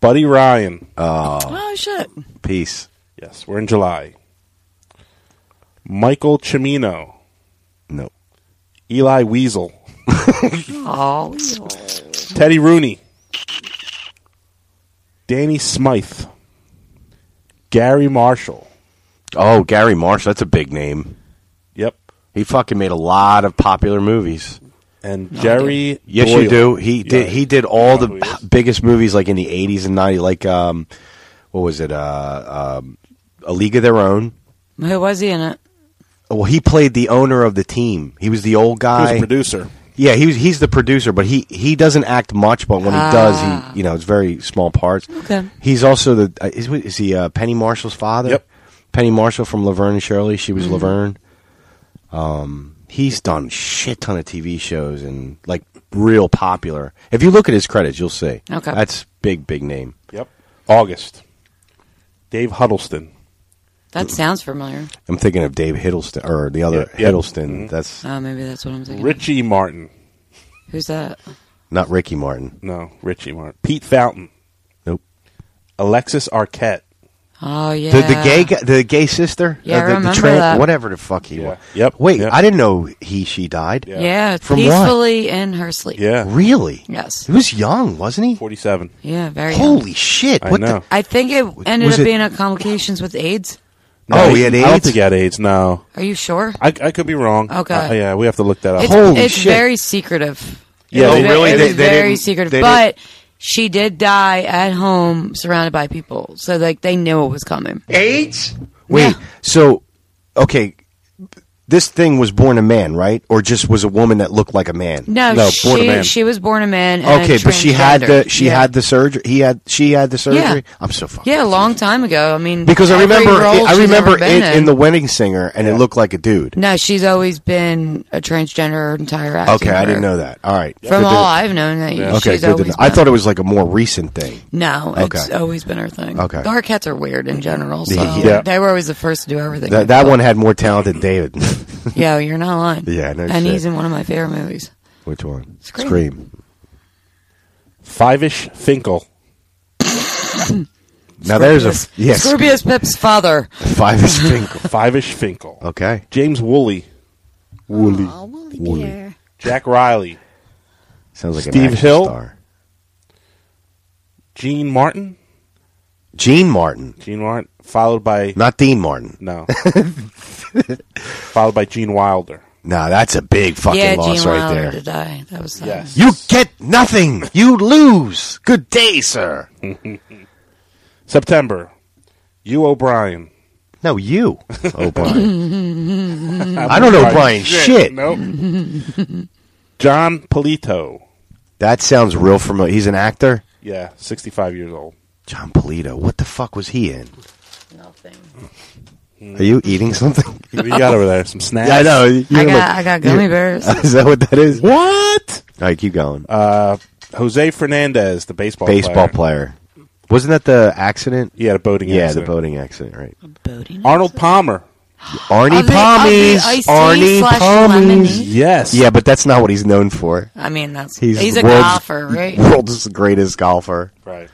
[SPEAKER 4] Buddy Ryan.
[SPEAKER 6] Oh shit.
[SPEAKER 3] Peace.
[SPEAKER 4] yes, we're in July. Michael Cimino.
[SPEAKER 3] No.
[SPEAKER 4] Eli Weasel.
[SPEAKER 6] Oh,
[SPEAKER 4] Teddy Rooney. Danny Smythe. Gary Marshall.
[SPEAKER 3] Oh, Gary Marsh. That's a big name.
[SPEAKER 4] Yep.
[SPEAKER 3] He fucking made a lot of popular movies.
[SPEAKER 4] And Jerry.
[SPEAKER 3] Yes,
[SPEAKER 4] Doyle.
[SPEAKER 3] you do. He did.
[SPEAKER 4] Yeah.
[SPEAKER 3] He did all
[SPEAKER 4] who
[SPEAKER 3] the
[SPEAKER 4] he is.
[SPEAKER 3] biggest movies, like in the eighties and nineties. Like, um, what was it? Uh, um, a League of Their Own.
[SPEAKER 6] who was he in it?
[SPEAKER 3] Well, he played the owner of the team. He was the old
[SPEAKER 4] He was
[SPEAKER 3] guy.
[SPEAKER 4] a producer.
[SPEAKER 3] yeah, he was, he's the producer, but he, he doesn't act much. But when he does, he you know it's very small parts.
[SPEAKER 6] Ah. Okay.
[SPEAKER 3] He's also the uh, is, is he uh, Penny Marshall's father?
[SPEAKER 4] Yep.
[SPEAKER 3] Penny Marshall from Laverne and Shirley. She
[SPEAKER 6] Mm-hmm.
[SPEAKER 3] was Laverne. Um, he's done shit ton of TV shows and like real popular. If you look at his credits, you'll see.
[SPEAKER 6] Okay.
[SPEAKER 3] that's big big name.
[SPEAKER 4] Yep. August. Dave Huddleston.
[SPEAKER 6] That sounds familiar.
[SPEAKER 3] I'm thinking of Dave Hiddleston or the other
[SPEAKER 4] Yeah, Mm-hmm. yeah.
[SPEAKER 3] Hiddleston. That's
[SPEAKER 6] Oh, maybe that's what I'm thinking.
[SPEAKER 4] Richie Martin.
[SPEAKER 6] Who's that?
[SPEAKER 3] not Ricky Martin.
[SPEAKER 4] No, Richie Martin. Pete Fountain.
[SPEAKER 3] Nope.
[SPEAKER 4] Alexis Arquette.
[SPEAKER 6] Oh yeah.
[SPEAKER 3] The, the gay gu- the gay sister,
[SPEAKER 6] Yeah, I
[SPEAKER 3] Uh, the, the
[SPEAKER 6] remember
[SPEAKER 3] tran-
[SPEAKER 6] that.
[SPEAKER 3] whatever the fuck he
[SPEAKER 4] Yeah.
[SPEAKER 3] was.
[SPEAKER 4] Yep.
[SPEAKER 3] Wait,
[SPEAKER 4] Yep.
[SPEAKER 3] I didn't know he she died.
[SPEAKER 4] Yeah.
[SPEAKER 6] Yeah,
[SPEAKER 3] From what?
[SPEAKER 6] peacefully in her sleep.
[SPEAKER 4] Yeah.
[SPEAKER 3] Really?
[SPEAKER 6] Yes.
[SPEAKER 3] He was young, wasn't he?
[SPEAKER 4] 47.
[SPEAKER 6] Yeah, very. young.
[SPEAKER 3] Holy shit!
[SPEAKER 4] I
[SPEAKER 3] what
[SPEAKER 4] know.
[SPEAKER 3] the?
[SPEAKER 6] I think it ended
[SPEAKER 3] was
[SPEAKER 6] up
[SPEAKER 3] it-
[SPEAKER 6] being a complications with AIDS.
[SPEAKER 3] Oh, he had
[SPEAKER 4] I don't
[SPEAKER 3] AIDS? Oh,
[SPEAKER 4] think he had AIDS. No,
[SPEAKER 6] Are you sure?
[SPEAKER 4] I, I could be wrong.
[SPEAKER 6] Okay.
[SPEAKER 4] Uh, yeah, we have to look that up.
[SPEAKER 6] It's,
[SPEAKER 3] Holy
[SPEAKER 6] it's
[SPEAKER 3] shit.
[SPEAKER 6] very secretive.
[SPEAKER 4] Yeah,
[SPEAKER 6] It was
[SPEAKER 4] they-
[SPEAKER 6] ve-
[SPEAKER 3] really,
[SPEAKER 6] It
[SPEAKER 3] they-
[SPEAKER 6] was
[SPEAKER 3] they
[SPEAKER 6] very
[SPEAKER 3] didn't-
[SPEAKER 6] secretive.
[SPEAKER 3] they
[SPEAKER 6] But she did die at home, surrounded by people. So like they knew it was coming.
[SPEAKER 7] AIDS?
[SPEAKER 3] Wait,
[SPEAKER 6] Yeah.
[SPEAKER 3] so okay, this thing was born a man, right? Or just was a woman that looked like a man?
[SPEAKER 6] No,
[SPEAKER 4] No,
[SPEAKER 6] she
[SPEAKER 4] born a man.
[SPEAKER 6] she was born a man. and
[SPEAKER 3] Okay, but she had the
[SPEAKER 6] transgendered.
[SPEAKER 3] she
[SPEAKER 6] Yeah.
[SPEAKER 3] had the surgery. He had she had the surgery.
[SPEAKER 6] Yeah.
[SPEAKER 3] I'm so fucking
[SPEAKER 6] yeah a long
[SPEAKER 3] confused.
[SPEAKER 6] time ago. I mean,
[SPEAKER 3] because I
[SPEAKER 6] every
[SPEAKER 3] remember
[SPEAKER 6] role
[SPEAKER 3] it, I
[SPEAKER 6] she's
[SPEAKER 3] remember
[SPEAKER 6] ever
[SPEAKER 3] it
[SPEAKER 6] been
[SPEAKER 3] in, the Wedding Singer, and it looked like a dude.
[SPEAKER 6] No, she's always been a transgender her entire acting
[SPEAKER 3] okay, I didn't
[SPEAKER 6] career.
[SPEAKER 3] know that. All right,
[SPEAKER 6] From
[SPEAKER 3] Good to-
[SPEAKER 6] all I've known, that you
[SPEAKER 3] okay,
[SPEAKER 6] she's
[SPEAKER 3] good to
[SPEAKER 6] always.
[SPEAKER 3] know. I
[SPEAKER 6] been-
[SPEAKER 3] thought it was like a more recent thing.
[SPEAKER 6] No, it's
[SPEAKER 3] Okay.
[SPEAKER 6] always been her thing.
[SPEAKER 3] Okay.
[SPEAKER 6] The Arquettes are weird in general, so
[SPEAKER 3] Yeah.
[SPEAKER 6] they were always the first to do everything.
[SPEAKER 3] That, that one had more talent than David.
[SPEAKER 6] Yo, you're not lying.
[SPEAKER 3] Yeah, no
[SPEAKER 6] And
[SPEAKER 3] shit.
[SPEAKER 6] he's in one of my favorite movies.
[SPEAKER 3] Which one?
[SPEAKER 6] Scream.
[SPEAKER 4] Five-ish Finkel.
[SPEAKER 3] Now there's a yes.
[SPEAKER 6] Scorpius Pip's father.
[SPEAKER 3] Five is Finkel.
[SPEAKER 4] Five-ish Finkel.
[SPEAKER 3] Okay.
[SPEAKER 4] James Woolley,
[SPEAKER 3] Wooly. Wooly.
[SPEAKER 4] Jack Riley,
[SPEAKER 3] Sounds like
[SPEAKER 4] Steve
[SPEAKER 3] an action
[SPEAKER 4] Hill?
[SPEAKER 3] star.
[SPEAKER 4] Gene Martin.
[SPEAKER 3] Gene Martin,
[SPEAKER 4] Gene Martin, followed by
[SPEAKER 3] not Dean Martin.
[SPEAKER 4] no, followed by Gene Wilder.
[SPEAKER 3] No, that's a big fucking
[SPEAKER 6] yeah,
[SPEAKER 3] loss
[SPEAKER 6] Gene
[SPEAKER 3] right
[SPEAKER 6] Wilder
[SPEAKER 3] there.
[SPEAKER 6] to die. That was sad.
[SPEAKER 4] Yes.
[SPEAKER 3] You get nothing. You lose. Good day, sir.
[SPEAKER 4] September. You O'Brien.
[SPEAKER 3] No, you, O'Brien. I don't know O'Brien shit.
[SPEAKER 4] Nope. John Polito.
[SPEAKER 3] That sounds real familiar. He's an actor.
[SPEAKER 4] Yeah, 65 years old.
[SPEAKER 3] John Polito. What the fuck was he in?
[SPEAKER 6] Nothing.
[SPEAKER 3] Are you eating something?
[SPEAKER 4] What do you got over there? Some snacks?
[SPEAKER 3] Yeah, I know. You
[SPEAKER 6] I
[SPEAKER 3] look-
[SPEAKER 6] got, I got gummy bears.
[SPEAKER 3] is that what Oh, that is? All
[SPEAKER 4] What?
[SPEAKER 3] right, keep going.
[SPEAKER 4] Uh, Jose Fernandez, the baseball
[SPEAKER 3] Baseball player.
[SPEAKER 4] player.
[SPEAKER 3] Wasn't that the accident?
[SPEAKER 4] He had a boating
[SPEAKER 3] Yeah,
[SPEAKER 4] accident.
[SPEAKER 3] the boating accident, right?
[SPEAKER 6] Boating.
[SPEAKER 4] Arnold Palmer.
[SPEAKER 3] Arnie
[SPEAKER 6] Of the- of the
[SPEAKER 3] Palmies.
[SPEAKER 6] iced tea
[SPEAKER 3] Arnie
[SPEAKER 6] slash
[SPEAKER 3] Palmies.
[SPEAKER 6] lemonade.
[SPEAKER 4] Yes.
[SPEAKER 3] Yeah, but that's not what he's known for.
[SPEAKER 6] I mean, that's
[SPEAKER 3] He's
[SPEAKER 6] he's, a
[SPEAKER 3] world's-
[SPEAKER 6] golfer, right?
[SPEAKER 3] World's greatest golfer.
[SPEAKER 4] Right.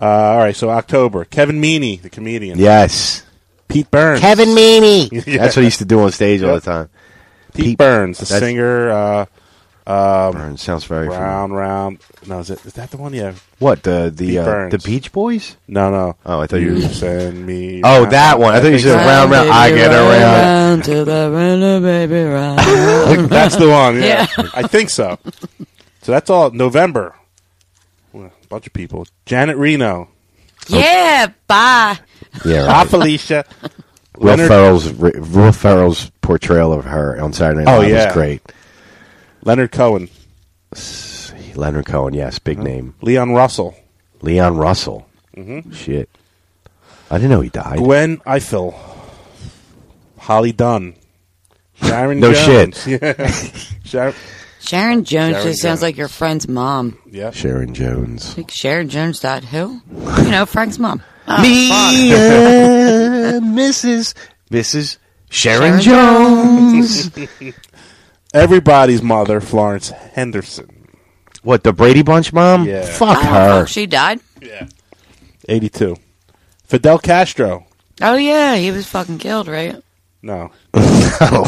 [SPEAKER 4] Uh, all right, so October. Kevin Meaney, the comedian.
[SPEAKER 3] Yes.
[SPEAKER 4] Pete Burns.
[SPEAKER 3] Meaney.
[SPEAKER 4] Yeah.
[SPEAKER 3] That's what he used to do on stage all the time.
[SPEAKER 4] Pete,
[SPEAKER 3] Pete-
[SPEAKER 4] Burns, the
[SPEAKER 3] that's-
[SPEAKER 4] singer. Uh,
[SPEAKER 3] Burns sounds very familiar.
[SPEAKER 4] round, round. No, is, it, is that the one? Yeah.
[SPEAKER 3] What the the
[SPEAKER 4] Pete
[SPEAKER 3] uh,
[SPEAKER 4] Burns.
[SPEAKER 3] the Beach Boys?
[SPEAKER 4] No, no.
[SPEAKER 3] Oh, I thought you were-
[SPEAKER 4] send me.
[SPEAKER 3] Oh,
[SPEAKER 4] round.
[SPEAKER 3] that one. I thought you said round round. I
[SPEAKER 6] baby,
[SPEAKER 3] get around.
[SPEAKER 6] round to the window, baby, round.
[SPEAKER 4] That's the one. Yeah. I think so. So that's all. November. Well, a bunch of people. Janet Reno.
[SPEAKER 6] yeah, bye.
[SPEAKER 3] Yeah,
[SPEAKER 4] Ah,
[SPEAKER 3] right.
[SPEAKER 4] Felicia.
[SPEAKER 3] Will
[SPEAKER 4] Leonard,
[SPEAKER 3] Ferrell's Will Ferrell's portrayal of her on Saturday Night
[SPEAKER 4] Oh,
[SPEAKER 3] Live
[SPEAKER 4] yeah.
[SPEAKER 3] was great.
[SPEAKER 4] Leonard Cohen.
[SPEAKER 3] Leonard Cohen, yes, big
[SPEAKER 4] Uh-huh.
[SPEAKER 3] name.
[SPEAKER 4] Leon Russell.
[SPEAKER 3] Leon Russell. Shit, I didn't know he died.
[SPEAKER 4] Mm-hmm. Gwen Eiffel. Holly Dunn. Sharon
[SPEAKER 3] No
[SPEAKER 4] Jones. shit. Yeah. Sharon,
[SPEAKER 6] Sharon Jones
[SPEAKER 4] Sharon
[SPEAKER 6] just sounds
[SPEAKER 4] Jones.
[SPEAKER 6] like your friend's mom.
[SPEAKER 4] yeah.
[SPEAKER 3] Sharon Jones.
[SPEAKER 6] Like Sharon Jones died. Who? You know, Frank's mom.
[SPEAKER 4] Ah,
[SPEAKER 6] Oh,
[SPEAKER 3] Me
[SPEAKER 6] fuck.
[SPEAKER 3] and Mrs. Mrs. Sharon,
[SPEAKER 6] Sharon
[SPEAKER 3] Jones.
[SPEAKER 4] Everybody's mother, Florence Henderson.
[SPEAKER 3] what the Brady Bunch mom?
[SPEAKER 4] Yeah.
[SPEAKER 3] Fuck
[SPEAKER 6] Oh,
[SPEAKER 3] her.
[SPEAKER 6] fuck, she died.
[SPEAKER 4] Yeah. 82. Fidel Castro.
[SPEAKER 6] Oh yeah, he was fucking killed, right?
[SPEAKER 4] No.
[SPEAKER 3] Oh,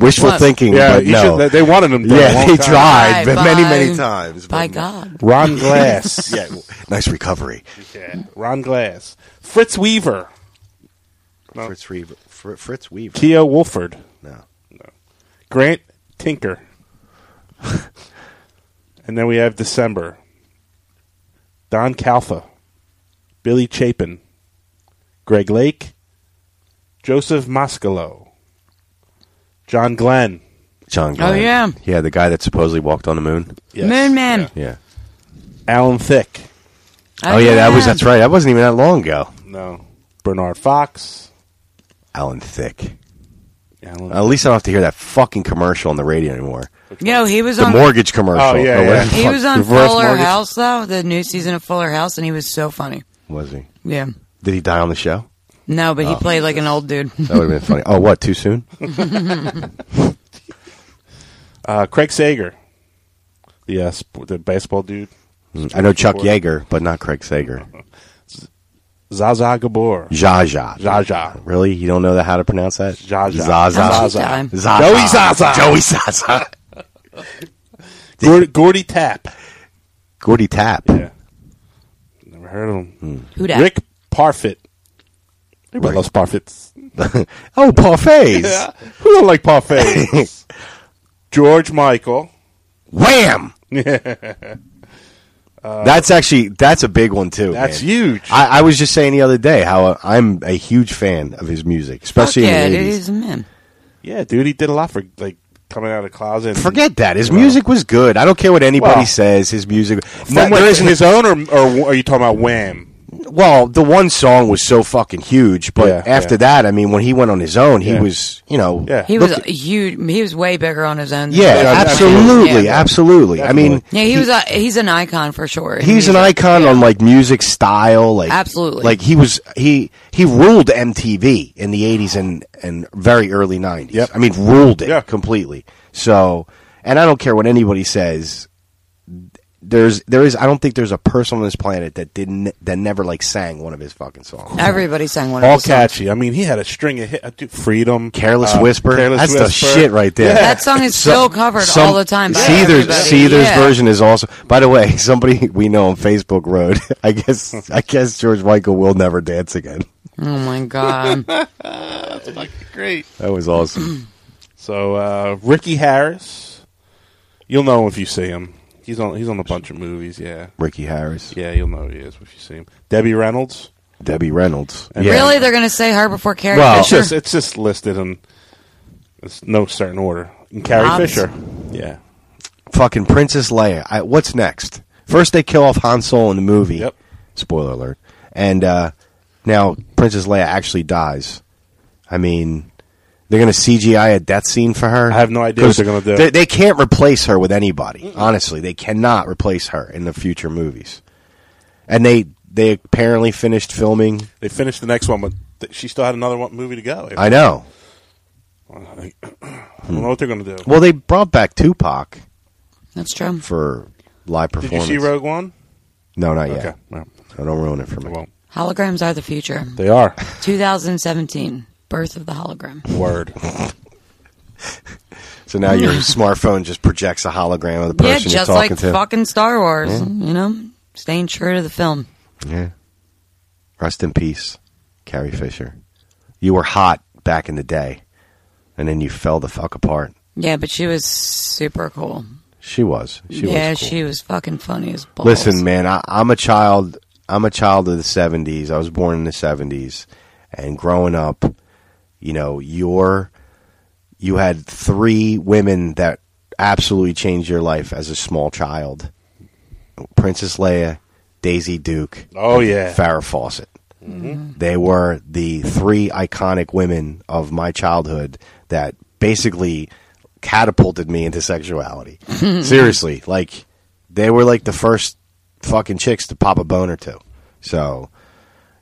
[SPEAKER 3] Wishful
[SPEAKER 6] What?
[SPEAKER 3] thinking.
[SPEAKER 4] Yeah,
[SPEAKER 3] but
[SPEAKER 4] you
[SPEAKER 3] no.
[SPEAKER 4] should- they- they wanted him. dead a
[SPEAKER 3] yeah,
[SPEAKER 4] long
[SPEAKER 3] they
[SPEAKER 4] time.
[SPEAKER 3] tried, but
[SPEAKER 6] Bye,
[SPEAKER 3] many,
[SPEAKER 6] bye.
[SPEAKER 3] many times.
[SPEAKER 6] By
[SPEAKER 3] but-
[SPEAKER 6] God.
[SPEAKER 4] Ron Glass. yeah,
[SPEAKER 3] Nice recovery.
[SPEAKER 4] yeah, Ron Glass. Fritz Weaver.
[SPEAKER 3] Fritz, Weaver. Fr- Fritz Weaver.
[SPEAKER 4] Theo Wolford.
[SPEAKER 3] No.
[SPEAKER 4] Grant Tinker. and then we have December. Don Calfa. Billy Chapin. Greg Lake. Joseph Moscolo. John Glenn.
[SPEAKER 3] John
[SPEAKER 6] Oh,
[SPEAKER 3] Glenn.
[SPEAKER 6] yeah.
[SPEAKER 3] Yeah, the guy that supposedly walked on the moon.
[SPEAKER 4] Yes.
[SPEAKER 6] Moon Man.
[SPEAKER 3] Yeah.
[SPEAKER 4] Alan Thicke.
[SPEAKER 3] Oh, yeah, that was, that's right. That wasn't even that long ago.
[SPEAKER 4] No. Bernard Fox.
[SPEAKER 3] Alan Thick.
[SPEAKER 4] Alan
[SPEAKER 3] At least I don't have to hear that fucking commercial on the radio anymore.
[SPEAKER 6] Yo, he was
[SPEAKER 3] The
[SPEAKER 6] on.
[SPEAKER 3] mortgage commercial.
[SPEAKER 4] Oh, yeah,
[SPEAKER 3] Or whatever
[SPEAKER 4] yeah.
[SPEAKER 3] the
[SPEAKER 6] he
[SPEAKER 3] fuck-
[SPEAKER 6] was on
[SPEAKER 3] reverse
[SPEAKER 6] Fuller
[SPEAKER 3] mortgage-
[SPEAKER 6] House though, the new season of Fuller House, and he was so funny.
[SPEAKER 3] Was he?
[SPEAKER 6] Yeah.
[SPEAKER 3] Did he die on the show?
[SPEAKER 6] No,
[SPEAKER 3] Oh.
[SPEAKER 6] but he played like an old dude.
[SPEAKER 3] That would have been funny. Oh, what? Too soon?
[SPEAKER 4] Uh, Craig Sager, the uh, sp- the baseball dude.
[SPEAKER 3] I know Chuck Yeager, but not Craig Sager.
[SPEAKER 4] Zaza Gabor.
[SPEAKER 3] Jaja.
[SPEAKER 4] Zaza.
[SPEAKER 3] Really? You don't know the, how to pronounce that?
[SPEAKER 4] Zsa Zsa.
[SPEAKER 6] How'd she
[SPEAKER 3] Zaza.
[SPEAKER 6] die?
[SPEAKER 3] Zaza.
[SPEAKER 4] Joey Zaza.
[SPEAKER 3] Joey Zaza.
[SPEAKER 4] Gordy, Gordy Tapp.
[SPEAKER 3] Gordy Tap.
[SPEAKER 4] Yeah. Never heard of him.
[SPEAKER 6] Who dat?
[SPEAKER 4] Rick Parfit. Everybody loves parfits.
[SPEAKER 3] Oh, parfaits.
[SPEAKER 4] Who don't like parfaits? George Michael.
[SPEAKER 3] Wham! Uh, that's actually that's a big one too.
[SPEAKER 4] That's
[SPEAKER 3] man.
[SPEAKER 4] huge.
[SPEAKER 3] I, I was just saying the other day how I'm a huge fan of his music, especially
[SPEAKER 6] yeah,
[SPEAKER 3] in
[SPEAKER 6] it
[SPEAKER 3] the 80s.
[SPEAKER 6] is a man.
[SPEAKER 4] yeah, dude, he did a lot for like coming out of the closet. and-
[SPEAKER 3] Forget that. His
[SPEAKER 4] Well,
[SPEAKER 3] music was good. I don't care what anybody
[SPEAKER 4] Well,
[SPEAKER 3] says. His music.
[SPEAKER 4] From
[SPEAKER 3] No,
[SPEAKER 4] when-
[SPEAKER 3] there isn't
[SPEAKER 4] his own, or, or are you talking about Wham?
[SPEAKER 3] Well, the one song was so fucking huge, but
[SPEAKER 4] Yeah,
[SPEAKER 3] after
[SPEAKER 4] yeah.
[SPEAKER 3] that, I mean, when he went on his own, he
[SPEAKER 4] Yeah.
[SPEAKER 3] was, you know,
[SPEAKER 4] Yeah.
[SPEAKER 6] He
[SPEAKER 3] Look
[SPEAKER 6] was
[SPEAKER 3] at-
[SPEAKER 6] a huge. He was way bigger on his own. than
[SPEAKER 3] yeah,
[SPEAKER 6] he was.
[SPEAKER 3] absolutely,
[SPEAKER 6] Yeah.
[SPEAKER 3] absolutely. I mean,
[SPEAKER 6] Yeah, he, was. A, he's an icon for sure. in
[SPEAKER 3] he's an
[SPEAKER 6] music.
[SPEAKER 3] icon
[SPEAKER 6] Yeah.
[SPEAKER 3] on like music style, like
[SPEAKER 6] Absolutely.
[SPEAKER 3] like he was he he ruled MTV in the eighties and and very early nineties.
[SPEAKER 4] Yep.
[SPEAKER 3] I mean, ruled it
[SPEAKER 4] Yeah.
[SPEAKER 3] completely. So, and I don't care what anybody says. There's there is I don't think there's a person on this planet that didn't that never like sang one of his fucking songs.
[SPEAKER 4] Uh,
[SPEAKER 6] Everybody sang one of
[SPEAKER 4] All
[SPEAKER 6] his songs.
[SPEAKER 4] catchy. I mean, he had a string of hit. uh, dude, Freedom,
[SPEAKER 3] Careless
[SPEAKER 4] uh,
[SPEAKER 3] Whisper.
[SPEAKER 4] Careless
[SPEAKER 3] That's the
[SPEAKER 4] Whisper.
[SPEAKER 3] shit right there.
[SPEAKER 6] That song is still covered all the time. By
[SPEAKER 3] Seether's,
[SPEAKER 6] everybody.
[SPEAKER 3] Seether's
[SPEAKER 6] yeah.
[SPEAKER 3] version is also. By the way, somebody we know on Facebook wrote, "I guess, I guess George Michael will never dance again."
[SPEAKER 6] Oh my god.
[SPEAKER 4] Great.
[SPEAKER 3] That was awesome.
[SPEAKER 4] So uh, Ricky Harris, you'll know if you see him. He's on. He's on a bunch of movies. Yeah,
[SPEAKER 3] Ricky Harris,
[SPEAKER 4] yeah, you'll know who he is if you see him. Debbie Reynolds.
[SPEAKER 3] Debbie Reynolds.
[SPEAKER 4] And-
[SPEAKER 6] Really, they're gonna say her before Carrie
[SPEAKER 3] Well,
[SPEAKER 4] It's
[SPEAKER 6] Fisher?
[SPEAKER 4] just it's just listed in it's no certain order. And Carrie
[SPEAKER 6] Hobbs.
[SPEAKER 4] Fisher. Yeah.
[SPEAKER 3] fucking Princess Leia. I, what's next? First, they kill off Han Solo in the movie.
[SPEAKER 4] Yep.
[SPEAKER 3] Spoiler alert. And uh, now Princess Leia actually dies. I mean, they're going to CGI a death scene for her.
[SPEAKER 4] I have no idea what they're gonna do.
[SPEAKER 3] They, they can't replace her with anybody. Honestly, they cannot replace her in the future movies. And they they apparently finished filming.
[SPEAKER 4] They finished the next one, but th- she still had another one, movie to go.
[SPEAKER 3] I know.
[SPEAKER 4] I don't know what they're gonna do.
[SPEAKER 3] Well, they brought back Tupac
[SPEAKER 6] That's true.
[SPEAKER 3] for live
[SPEAKER 4] Did you
[SPEAKER 3] performance.
[SPEAKER 4] see Rogue One?
[SPEAKER 3] No, not
[SPEAKER 4] Okay.
[SPEAKER 3] yet.
[SPEAKER 4] Well,
[SPEAKER 3] So don't ruin it for me.
[SPEAKER 4] well,
[SPEAKER 6] Holograms are the future.
[SPEAKER 4] they are.
[SPEAKER 6] 2017, birth of the hologram.
[SPEAKER 4] Word.
[SPEAKER 3] So now your smartphone just projects a hologram of the
[SPEAKER 6] Yeah,
[SPEAKER 3] person you're
[SPEAKER 6] just
[SPEAKER 3] talking
[SPEAKER 6] like
[SPEAKER 3] to.
[SPEAKER 6] fucking Star Wars. You know, staying true to the film.
[SPEAKER 3] yeah. Rest in peace, Carrie Fisher. You were hot back in the day, and then you fell the fuck apart.
[SPEAKER 6] Yeah, but she was super cool.
[SPEAKER 3] She was. She
[SPEAKER 6] yeah,
[SPEAKER 3] was. cool.
[SPEAKER 6] she was fucking funny as balls.
[SPEAKER 3] Listen, man, I, I'm a child. I'm a child of the '70s. I was born in the '70s, and growing up, you know, your you had three women that absolutely changed your life as a small child: Princess Leia, Daisy Duke,
[SPEAKER 4] Oh yeah. Mm-hmm.
[SPEAKER 3] Farrah Fawcett. They were the three iconic women of my childhood that basically catapulted me into sexuality. Seriously, like they were like the first fucking chicks to pop a boner to. So,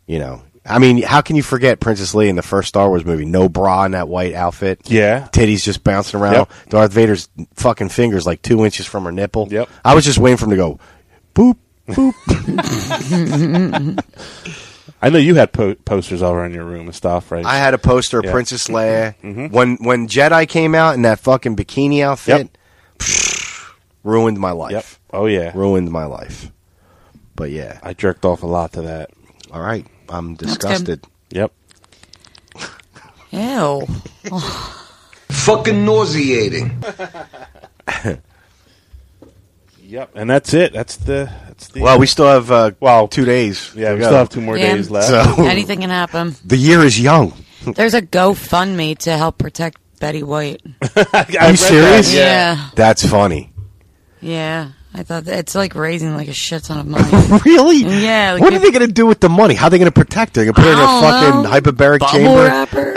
[SPEAKER 3] you know, I mean, how can you forget Princess Leia in the first Star Wars movie? No bra in that white outfit.
[SPEAKER 4] Yeah.
[SPEAKER 3] Titties just bouncing around.
[SPEAKER 4] Yep.
[SPEAKER 3] Darth Vader's fucking fingers like two inches from her nipple.
[SPEAKER 4] Yep.
[SPEAKER 3] I was just waiting for him to go boop, boop.
[SPEAKER 4] I know you had po- posters all around your room and stuff, right?
[SPEAKER 3] I had a poster of
[SPEAKER 4] Yeah. Mm-hmm.
[SPEAKER 3] Princess Leia when when Jedi came out in that fucking bikini outfit. ruined my
[SPEAKER 4] Yep.
[SPEAKER 3] life.
[SPEAKER 4] Oh yeah.
[SPEAKER 3] Ruined my life. But yeah,
[SPEAKER 4] I jerked off a lot to that.
[SPEAKER 3] all right. I'm
[SPEAKER 6] good.
[SPEAKER 3] disgusted.
[SPEAKER 4] Yep.
[SPEAKER 6] Ew.
[SPEAKER 10] Fucking nauseating.
[SPEAKER 4] Yep. And that's it. That's the. That's the.
[SPEAKER 3] Well, we still have uh, well two days.
[SPEAKER 4] Yeah,
[SPEAKER 3] to
[SPEAKER 4] we uh,
[SPEAKER 3] go.
[SPEAKER 4] still have two more
[SPEAKER 6] Yeah.
[SPEAKER 4] days left.
[SPEAKER 3] So
[SPEAKER 6] Anything can happen.
[SPEAKER 3] the year is young.
[SPEAKER 6] There's a GoFundMe to help protect Betty White.
[SPEAKER 3] Are you serious?
[SPEAKER 6] Yeah.
[SPEAKER 3] That's funny.
[SPEAKER 6] Yeah. I thought that it's like raising like a shit ton of money.
[SPEAKER 3] Really?
[SPEAKER 6] Yeah, like
[SPEAKER 3] what are
[SPEAKER 6] if-
[SPEAKER 3] they going to do with the money? How are they going to protect her? They're going to put her in a fucking hyperbaric
[SPEAKER 6] Bubble
[SPEAKER 3] chamber.
[SPEAKER 6] wrapper.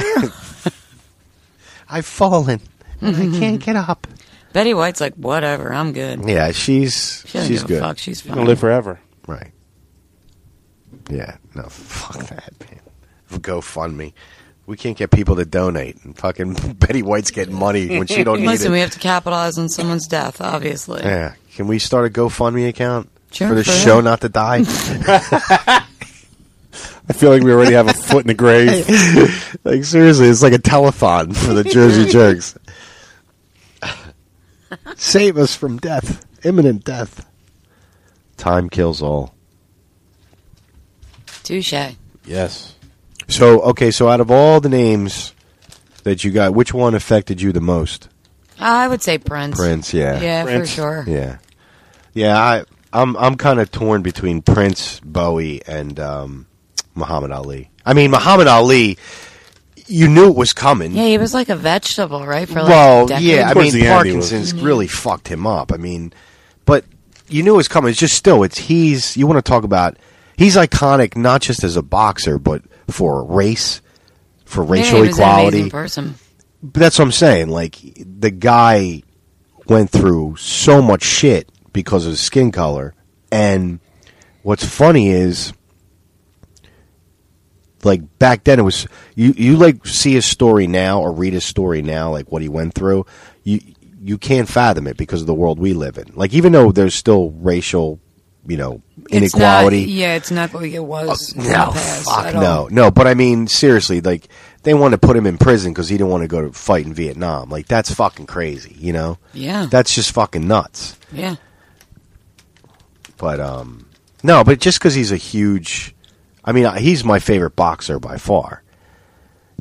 [SPEAKER 3] I've fallen. and I
[SPEAKER 6] Mm-hmm.
[SPEAKER 3] can't get up.
[SPEAKER 6] Betty White's like, whatever, I'm good.
[SPEAKER 3] Yeah, she's
[SPEAKER 6] She doesn't
[SPEAKER 3] she's
[SPEAKER 6] give
[SPEAKER 3] good.
[SPEAKER 6] a fuck. She's fine.
[SPEAKER 4] Gonna live forever.
[SPEAKER 3] Right. Yeah. No. Fuck that, man. GoFundMe. We can't get people to donate, and fucking Betty White's getting money when she don't need
[SPEAKER 6] Listen,
[SPEAKER 3] it.
[SPEAKER 6] we have to capitalize on someone's death, obviously.
[SPEAKER 3] yeah. Can we start a GoFundMe account
[SPEAKER 6] Sure,
[SPEAKER 3] for the
[SPEAKER 6] for
[SPEAKER 3] show
[SPEAKER 6] that.
[SPEAKER 3] not to die?
[SPEAKER 4] I feel like we already have a foot in the grave.
[SPEAKER 3] like seriously, it's like a telethon for the Jersey Jerks. Save us from death, imminent death. Time kills all.
[SPEAKER 6] Touche.
[SPEAKER 4] Yes.
[SPEAKER 3] So okay, so out of all the names that you got, which one affected you the most?
[SPEAKER 6] I would say Prince.
[SPEAKER 3] Prince, yeah.
[SPEAKER 6] Yeah,
[SPEAKER 4] Prince.
[SPEAKER 6] for sure.
[SPEAKER 3] Yeah, yeah. I I'm I'm kind of torn between Prince, Bowie, and um, Muhammad Ali. I mean, Muhammad Ali, you knew it was coming.
[SPEAKER 6] Yeah, he was like a vegetable, right? For like
[SPEAKER 3] well,
[SPEAKER 6] decades.
[SPEAKER 3] yeah. I
[SPEAKER 4] Towards
[SPEAKER 3] mean,
[SPEAKER 4] the end he was-
[SPEAKER 3] Parkinson's really fucked him up. I mean, but you knew it was coming. It's just still, it's he's. You want to talk about? He's iconic not just as a boxer, but for race, for
[SPEAKER 6] Yeah,
[SPEAKER 3] racial
[SPEAKER 6] he was An
[SPEAKER 3] equality.
[SPEAKER 6] amazing person.
[SPEAKER 3] But that's what I'm saying. Like the guy went through so much shit because of his skin color, and what's funny is, like back then it was you. You like see his story now or read his story now, like what he went through. You you can't fathom it because of the world we live in. Like even though there's still racial, you know,
[SPEAKER 6] It's not-
[SPEAKER 3] inequality.
[SPEAKER 6] yeah, it's not like it was. in the
[SPEAKER 3] Oh, No,
[SPEAKER 6] past
[SPEAKER 3] fuck
[SPEAKER 6] at all.
[SPEAKER 3] no, no. But I mean, seriously, like they want to put him in prison because he didn't want to go to fight in Vietnam. Like that's fucking crazy, you know?
[SPEAKER 6] Yeah.
[SPEAKER 3] That's just fucking nuts.
[SPEAKER 6] yeah.
[SPEAKER 3] But um, no, but just because he's a huge, I mean, he's my favorite boxer by far.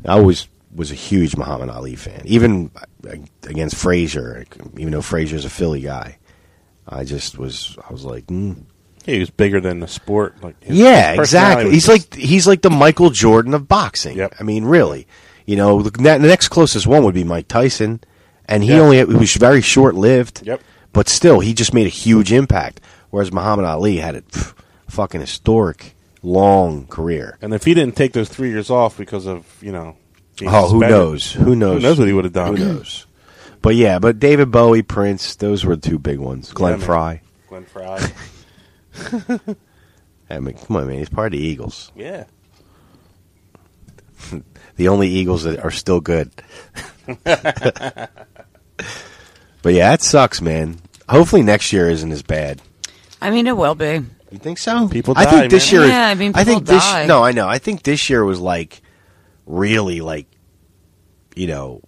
[SPEAKER 3] I always was a huge Muhammad Ali fan, even uh, against Frazier, even though Frazier's a Philly guy. I just was, I was like, mm,
[SPEAKER 4] Yeah, he was bigger than the sport. Like his
[SPEAKER 3] Yeah,
[SPEAKER 4] personality
[SPEAKER 3] exactly.
[SPEAKER 4] was
[SPEAKER 3] He's
[SPEAKER 4] just-
[SPEAKER 3] like he's like the Michael Jordan of boxing.
[SPEAKER 4] Yep.
[SPEAKER 3] I mean, really, you know, the, ne- the next closest one would be Mike Tyson, and he
[SPEAKER 4] Yeah.
[SPEAKER 3] only he was very short lived.
[SPEAKER 4] Yep.
[SPEAKER 3] But still, he just made a huge impact. Whereas Muhammad Ali had a pff, fucking historic long career.
[SPEAKER 4] and if he didn't take those three years off because of you know, being
[SPEAKER 3] Oh, who
[SPEAKER 4] suspended,
[SPEAKER 3] knows? Who knows?
[SPEAKER 4] Who knows what he would have done?
[SPEAKER 3] Who knows? But yeah, but David Bowie, Prince, those were the two big ones. Glenn
[SPEAKER 4] Yeah, man.
[SPEAKER 3] Fry.
[SPEAKER 4] Glenn Fry.
[SPEAKER 3] I mean, come on, man, he's part of the Eagles.
[SPEAKER 4] yeah.
[SPEAKER 3] the only Eagles that are still good. but yeah, that sucks, man. Hopefully next year isn't as bad.
[SPEAKER 6] I mean, it will be.
[SPEAKER 3] You think so?
[SPEAKER 4] People
[SPEAKER 3] I
[SPEAKER 4] die,
[SPEAKER 3] think this
[SPEAKER 4] man.
[SPEAKER 3] year.
[SPEAKER 6] Yeah, I mean,
[SPEAKER 3] I think
[SPEAKER 6] people
[SPEAKER 3] this.
[SPEAKER 6] die.
[SPEAKER 3] No, I know. I think this year was like really like, you know,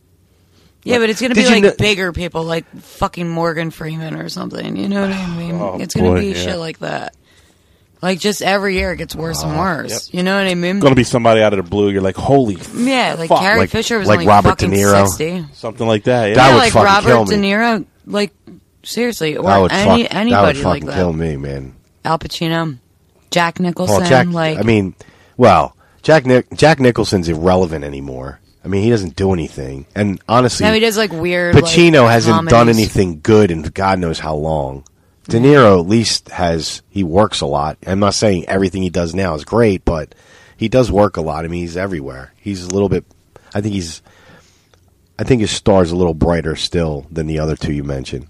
[SPEAKER 6] Yeah, but it's going to
[SPEAKER 3] Did
[SPEAKER 6] be
[SPEAKER 3] you kn-
[SPEAKER 6] like bigger people, like fucking Morgan Freeman or something. You know what I mean?
[SPEAKER 4] Oh,
[SPEAKER 6] it's going
[SPEAKER 4] boy,
[SPEAKER 6] to be
[SPEAKER 4] yeah.
[SPEAKER 6] shit like that. Like just every year it gets worse
[SPEAKER 3] Uh,
[SPEAKER 6] and worse. You know what I mean?
[SPEAKER 4] Going to be somebody out of the blue. You're like, holy, f-
[SPEAKER 6] yeah, like
[SPEAKER 4] fuck,
[SPEAKER 6] Carrie
[SPEAKER 3] like-
[SPEAKER 6] Fisher was
[SPEAKER 3] like
[SPEAKER 6] only
[SPEAKER 3] Robert De
[SPEAKER 6] fucking
[SPEAKER 3] Niro.
[SPEAKER 6] sixty.
[SPEAKER 4] something like that. Yeah.
[SPEAKER 3] That
[SPEAKER 6] yeah,
[SPEAKER 3] would
[SPEAKER 6] like
[SPEAKER 3] fucking
[SPEAKER 6] Robert
[SPEAKER 3] kill me.
[SPEAKER 6] De Niro, like seriously, or
[SPEAKER 3] that would
[SPEAKER 6] any
[SPEAKER 3] fuck,
[SPEAKER 6] anybody
[SPEAKER 3] that would
[SPEAKER 6] like
[SPEAKER 3] fucking
[SPEAKER 6] that.
[SPEAKER 3] kill me, man.
[SPEAKER 6] Al Pacino, Jack Nicholson,
[SPEAKER 3] Well, Jack.
[SPEAKER 6] like
[SPEAKER 3] I mean, well, Jack Nic- Jack Nicholson's irrelevant anymore. I mean, he doesn't do anything. And honestly,
[SPEAKER 6] now he does like weird. like,
[SPEAKER 3] Pacino hasn't done
[SPEAKER 6] comedies.
[SPEAKER 3] anything good in God knows how long. De Niro at least has he works a lot. I'm not saying everything he does now is great, but he does work a lot. I mean, he's everywhere. He's a little bit. I think he's. I think his star's a little brighter still than the other two you mentioned.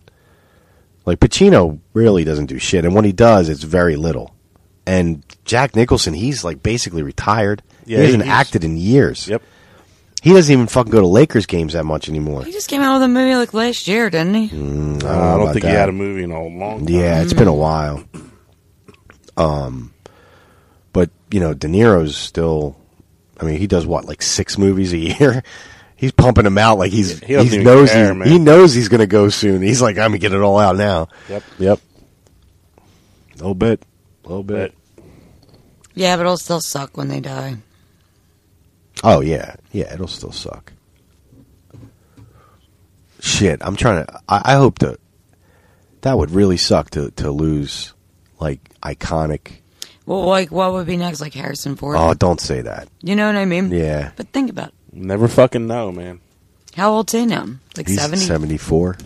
[SPEAKER 3] Like Pacino really doesn't do shit, and when he does, it's very little. And Jack Nicholson, he's like basically retired.
[SPEAKER 4] Yeah,
[SPEAKER 3] he hasn't
[SPEAKER 4] he's-
[SPEAKER 3] acted in years.
[SPEAKER 4] Yep.
[SPEAKER 3] He doesn't even fucking go to Lakers games that much anymore.
[SPEAKER 6] He just came out with a movie like last year, didn't he?
[SPEAKER 3] Mm,
[SPEAKER 4] I don't,
[SPEAKER 3] know about
[SPEAKER 4] think
[SPEAKER 3] that.
[SPEAKER 4] he had a movie in a long time.
[SPEAKER 3] Yeah, it's been a while. Um, but you know, De Niro's still. I mean, he does what like six movies a year. He's pumping them out like he's
[SPEAKER 4] He
[SPEAKER 3] he,
[SPEAKER 4] doesn't even
[SPEAKER 3] knows
[SPEAKER 4] care,
[SPEAKER 3] he,
[SPEAKER 4] man.
[SPEAKER 3] he knows he's gonna go soon. He's like, I'm gonna get it all out now.
[SPEAKER 4] Yep.
[SPEAKER 3] Yep. A little bit, a little bit.
[SPEAKER 4] But
[SPEAKER 6] Yeah, but it'll still suck when they die.
[SPEAKER 3] Oh yeah, yeah. It'll still suck. Shit, I'm trying to. I, I hope to. That would really suck to to lose like iconic.
[SPEAKER 6] Well, like what would be next? Like Harrison Ford.
[SPEAKER 3] Oh, don't say that.
[SPEAKER 6] you know what I mean?
[SPEAKER 3] Yeah.
[SPEAKER 6] But think about it.
[SPEAKER 4] never fucking know, man.
[SPEAKER 6] how old's he now? Like
[SPEAKER 3] He's
[SPEAKER 6] seventy.
[SPEAKER 3] 74,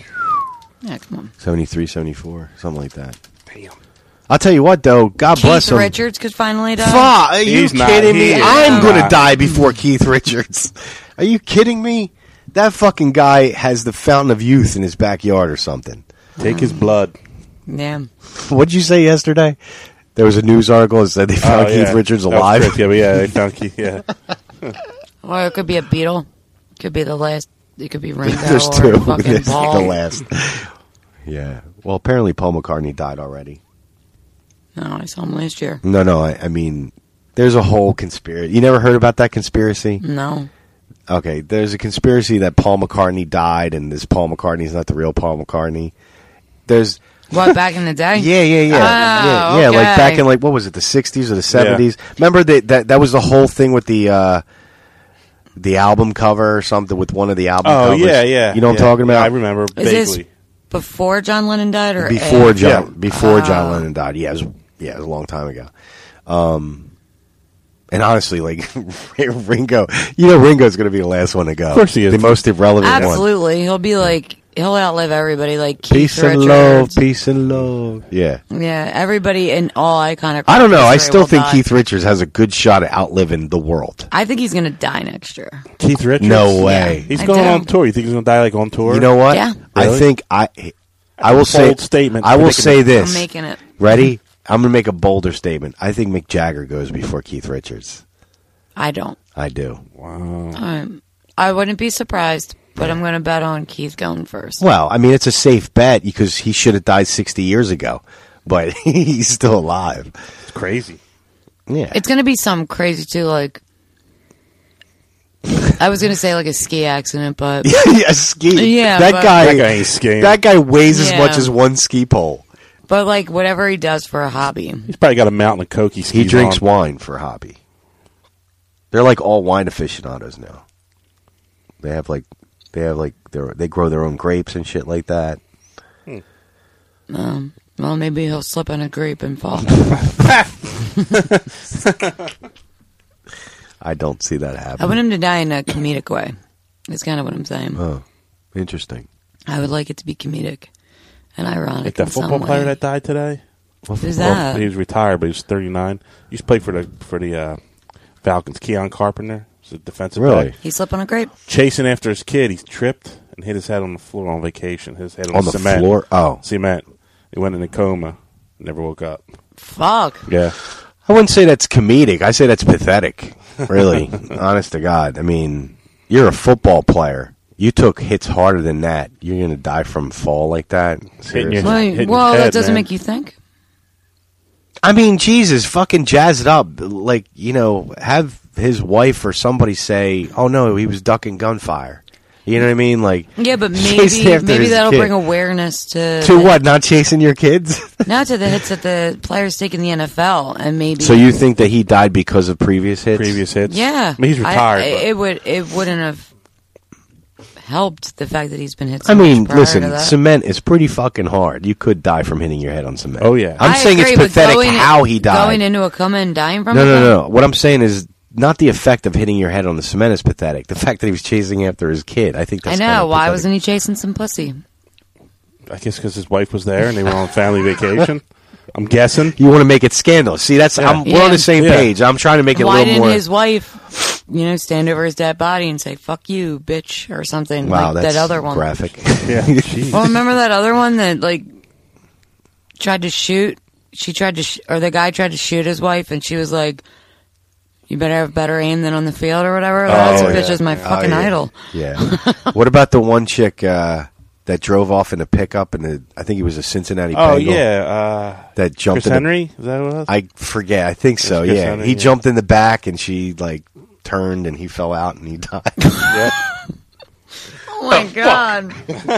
[SPEAKER 6] Yeah, come on.
[SPEAKER 3] 73, 74, something like that. I'll tell you what, though. God bless
[SPEAKER 6] Keith
[SPEAKER 3] him.
[SPEAKER 6] Richards could finally die.
[SPEAKER 3] Fuck, are you
[SPEAKER 4] He's not-
[SPEAKER 3] kidding me?
[SPEAKER 4] he is
[SPEAKER 3] I'm going to
[SPEAKER 4] not.
[SPEAKER 3] die before Keith Richards. Are you kidding me? That fucking guy has the fountain of youth in his backyard or something.
[SPEAKER 4] Take his blood.
[SPEAKER 6] Yeah.
[SPEAKER 3] What'd you say yesterday? There was a news article that said they found
[SPEAKER 4] Oh,
[SPEAKER 3] Keith
[SPEAKER 4] yeah.
[SPEAKER 3] Richards
[SPEAKER 4] That was
[SPEAKER 3] alive.
[SPEAKER 4] correct. Yeah, but yeah, they found Keith. Yeah, Oh,
[SPEAKER 6] Or it could be a Beatle. Could be the last. It could be Ringo.
[SPEAKER 3] There's
[SPEAKER 6] or
[SPEAKER 3] two.
[SPEAKER 6] Fucking
[SPEAKER 3] This is the
[SPEAKER 6] Paul.
[SPEAKER 3] last. Yeah. Well, apparently Paul McCartney died already.
[SPEAKER 6] No, I saw him last year.
[SPEAKER 3] No, no. I, I mean, there's a whole conspiracy. You never heard about that conspiracy?
[SPEAKER 6] No.
[SPEAKER 3] Okay, there's a conspiracy that Paul McCartney died, and this Paul McCartney is not the real Paul McCartney. There's
[SPEAKER 6] What back in the day?
[SPEAKER 3] Yeah, yeah, yeah,
[SPEAKER 6] Oh,
[SPEAKER 3] yeah, yeah. Like
[SPEAKER 6] okay.
[SPEAKER 3] back in like what was it, the '60s or the '70s? Remember that that that was the whole thing with the uh, the album cover or something with one of the album.
[SPEAKER 4] Oh
[SPEAKER 3] covers.
[SPEAKER 4] yeah, yeah.
[SPEAKER 3] You know what
[SPEAKER 4] yeah.
[SPEAKER 3] I'm talking about?
[SPEAKER 4] I remember
[SPEAKER 6] Is this
[SPEAKER 4] vaguely.
[SPEAKER 6] before John Lennon died or
[SPEAKER 3] before
[SPEAKER 6] after?
[SPEAKER 3] John before John Lennon died. Yeah, it was, yeah, it was a long time ago. Um, and honestly, like Ringo, you know, Ringo's going to be the last one to go. Of
[SPEAKER 4] course he is.
[SPEAKER 3] the most irrelevant one.
[SPEAKER 6] Absolutely, he'll be like he'll outlive everybody. Like Keith
[SPEAKER 3] Peace and
[SPEAKER 6] Richards.
[SPEAKER 3] love, peace and love. Yeah,
[SPEAKER 6] Yeah, everybody in all iconic.
[SPEAKER 3] I don't know. I
[SPEAKER 6] history
[SPEAKER 3] still
[SPEAKER 6] will
[SPEAKER 3] think
[SPEAKER 6] die.
[SPEAKER 3] Keith Richards has a good shot at outliving the world.
[SPEAKER 6] I think he's gonna die next year.
[SPEAKER 4] Keith Richards.
[SPEAKER 3] No way.
[SPEAKER 4] He's
[SPEAKER 6] I
[SPEAKER 4] going
[SPEAKER 6] do.
[SPEAKER 4] on tour. You think he's going to die like on tour?
[SPEAKER 3] You know what?
[SPEAKER 6] Yeah.
[SPEAKER 3] I
[SPEAKER 4] Really?
[SPEAKER 3] think I. I will
[SPEAKER 4] Bold
[SPEAKER 3] say
[SPEAKER 4] statement.
[SPEAKER 3] I will
[SPEAKER 4] Predicament.
[SPEAKER 3] say this.
[SPEAKER 6] I'm making it.
[SPEAKER 3] Ready? I'm going to make a bolder statement. I think Mick Jagger goes before Keith Richards.
[SPEAKER 6] I don't.
[SPEAKER 3] I do.
[SPEAKER 6] I'm, I wouldn't be surprised, but I'm gonna bet on Keith going first.
[SPEAKER 3] Well, I mean, it's a safe bet because he should have died 60 years ago, but he's still alive.
[SPEAKER 4] It's crazy.
[SPEAKER 3] Yeah.
[SPEAKER 6] It's gonna be some crazy too. Like I was gonna say, like a ski accident, but
[SPEAKER 3] yeah, ski.
[SPEAKER 6] Yeah,
[SPEAKER 3] that
[SPEAKER 6] but-
[SPEAKER 3] guy.
[SPEAKER 4] That guy ain't skiing.
[SPEAKER 3] That guy weighs as
[SPEAKER 6] Yeah.
[SPEAKER 3] much as one ski pole.
[SPEAKER 6] but like whatever he does for a hobby,
[SPEAKER 4] He's probably got a mountain of coke. He,
[SPEAKER 3] He
[SPEAKER 4] skis
[SPEAKER 3] drinks
[SPEAKER 4] on.
[SPEAKER 3] wine for a hobby. They're like all wine aficionados now. They have like they have like their they grow their own grapes and shit like that.
[SPEAKER 6] well, maybe he'll slip on a grape and fall.
[SPEAKER 3] I don't see that happen.
[SPEAKER 6] I want him to die in a comedic way. That's kind of what I'm saying.
[SPEAKER 3] oh, interesting.
[SPEAKER 6] I would like it to be comedic and ironic.
[SPEAKER 4] Like that
[SPEAKER 6] in some
[SPEAKER 4] football player
[SPEAKER 6] way.
[SPEAKER 4] that died today.
[SPEAKER 6] Who's
[SPEAKER 4] Well,
[SPEAKER 6] that?
[SPEAKER 4] he was retired, but he was 39. He used to play for the for the uh, Falcons. Keon Carpenter was a defensive
[SPEAKER 3] Really?
[SPEAKER 4] back.
[SPEAKER 6] He slipped on a grape.
[SPEAKER 4] Chasing after his kid, he tripped and hit his head on the floor on vacation. Hit His head on,
[SPEAKER 3] On the
[SPEAKER 4] cement.
[SPEAKER 3] floor? Oh.
[SPEAKER 4] cement. He went in a coma. Never woke up.
[SPEAKER 6] Fuck.
[SPEAKER 4] Yeah,
[SPEAKER 3] I wouldn't say that's comedic. I say that's pathetic. Really, honest to God. I mean, you're a football player. You took hits harder than that. You're gonna die from a fall like that.
[SPEAKER 4] hitting your,
[SPEAKER 3] Seriously.
[SPEAKER 6] Well,
[SPEAKER 4] hitting
[SPEAKER 6] well
[SPEAKER 4] your head,
[SPEAKER 6] that doesn't
[SPEAKER 4] man.
[SPEAKER 6] make you think.
[SPEAKER 3] I mean, Jesus, fucking jazz it up. Like you know, have his wife or somebody say, "Oh no, he was ducking gunfire." You know what I mean? Like
[SPEAKER 6] Yeah, but
[SPEAKER 3] Chase
[SPEAKER 6] maybe
[SPEAKER 3] after
[SPEAKER 6] maybe
[SPEAKER 3] his
[SPEAKER 6] that'll
[SPEAKER 3] kid.
[SPEAKER 6] bring awareness to
[SPEAKER 3] to what? Not chasing your kids.
[SPEAKER 6] Not to the hits that the players take in the NFL, and maybe
[SPEAKER 3] so you think that he died because of previous hits?
[SPEAKER 4] previous hits.
[SPEAKER 6] yeah.
[SPEAKER 4] I mean, he's
[SPEAKER 6] I-
[SPEAKER 4] retired.
[SPEAKER 6] I-
[SPEAKER 4] but-
[SPEAKER 6] it would it wouldn't have helped the fact that he's been hit. So
[SPEAKER 3] I mean,
[SPEAKER 6] much prior to
[SPEAKER 3] listen,
[SPEAKER 6] that.
[SPEAKER 3] cement is pretty fucking hard. You could die from hitting your head on cement.
[SPEAKER 4] Oh, yeah.
[SPEAKER 3] I'm
[SPEAKER 6] I
[SPEAKER 3] saying
[SPEAKER 6] agree,
[SPEAKER 3] it's
[SPEAKER 6] but
[SPEAKER 3] pathetic
[SPEAKER 6] going-
[SPEAKER 3] how he died.
[SPEAKER 6] Going into a coma and dying from
[SPEAKER 3] no,
[SPEAKER 6] it,
[SPEAKER 3] no,
[SPEAKER 6] though?
[SPEAKER 3] no, What I'm saying is not the effect of hitting your head on the cement is pathetic. The fact that he was chasing after his kid, I think
[SPEAKER 6] I
[SPEAKER 3] that's
[SPEAKER 6] know. Why wasn't
[SPEAKER 3] he?
[SPEAKER 6] he chasing some pussy?
[SPEAKER 4] I guess because his wife was there and they were on family vacation. I'm guessing.
[SPEAKER 3] You want to make it scandalous. See, that's I'm, we're on
[SPEAKER 6] Yeah.
[SPEAKER 3] the same
[SPEAKER 4] Yeah.
[SPEAKER 3] page. I'm trying to make it a
[SPEAKER 6] Why
[SPEAKER 3] little
[SPEAKER 6] didn't
[SPEAKER 3] more.
[SPEAKER 6] his wife, you know, stand over his dead body and say "fuck you, bitch" or something
[SPEAKER 3] wow,
[SPEAKER 6] like
[SPEAKER 3] that's
[SPEAKER 6] that other one?
[SPEAKER 3] graphic.
[SPEAKER 4] Yeah,
[SPEAKER 6] Well, remember that other one that like tried to shoot. She tried to, sh- or the guy tried to shoot his wife, and she was like, "You better have better aim than on the field or whatever." That's
[SPEAKER 3] yeah.
[SPEAKER 6] bitch is my
[SPEAKER 3] Oh,
[SPEAKER 6] fucking
[SPEAKER 3] yeah.
[SPEAKER 6] idol.
[SPEAKER 3] Yeah. what about the one chick uh, that drove off in a pickup and the, I think he was a Cincinnati
[SPEAKER 4] oh
[SPEAKER 3] Bengal
[SPEAKER 4] yeah, uh,
[SPEAKER 3] that jumped
[SPEAKER 4] Chris
[SPEAKER 3] in the-
[SPEAKER 4] Henry. Is that what it was?
[SPEAKER 3] I forget. I think so.
[SPEAKER 4] Chris
[SPEAKER 3] Yeah,
[SPEAKER 4] Henry,
[SPEAKER 3] he
[SPEAKER 4] yeah.
[SPEAKER 3] jumped in the back, and she like turned, and he fell out, and he died.
[SPEAKER 4] yeah.
[SPEAKER 6] Oh my god!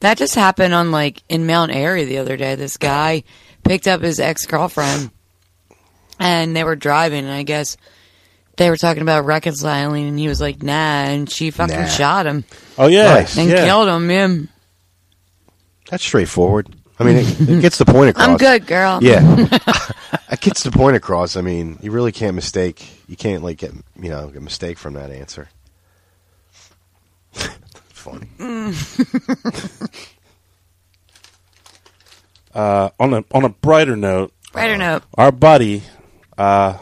[SPEAKER 6] that just happened on like in Mount Airy the other day. This guy picked up his ex girlfriend, and they were driving, and I guess they were talking about reconciling, and he was like, "Nah," and she fucking
[SPEAKER 3] Nah.
[SPEAKER 6] shot him
[SPEAKER 4] Oh yeah,
[SPEAKER 3] Nice.
[SPEAKER 6] and
[SPEAKER 4] yeah.
[SPEAKER 6] killed him. Yeah.
[SPEAKER 3] That's straightforward. I mean, it, it gets the point across.
[SPEAKER 6] I'm good, girl.
[SPEAKER 3] Yeah, it gets the point across. I mean, you really can't mistake. You can't like get you know get mistake from that answer. Funny.
[SPEAKER 4] Uh, on a on a brighter note,
[SPEAKER 6] Right or no?
[SPEAKER 4] our buddy uh,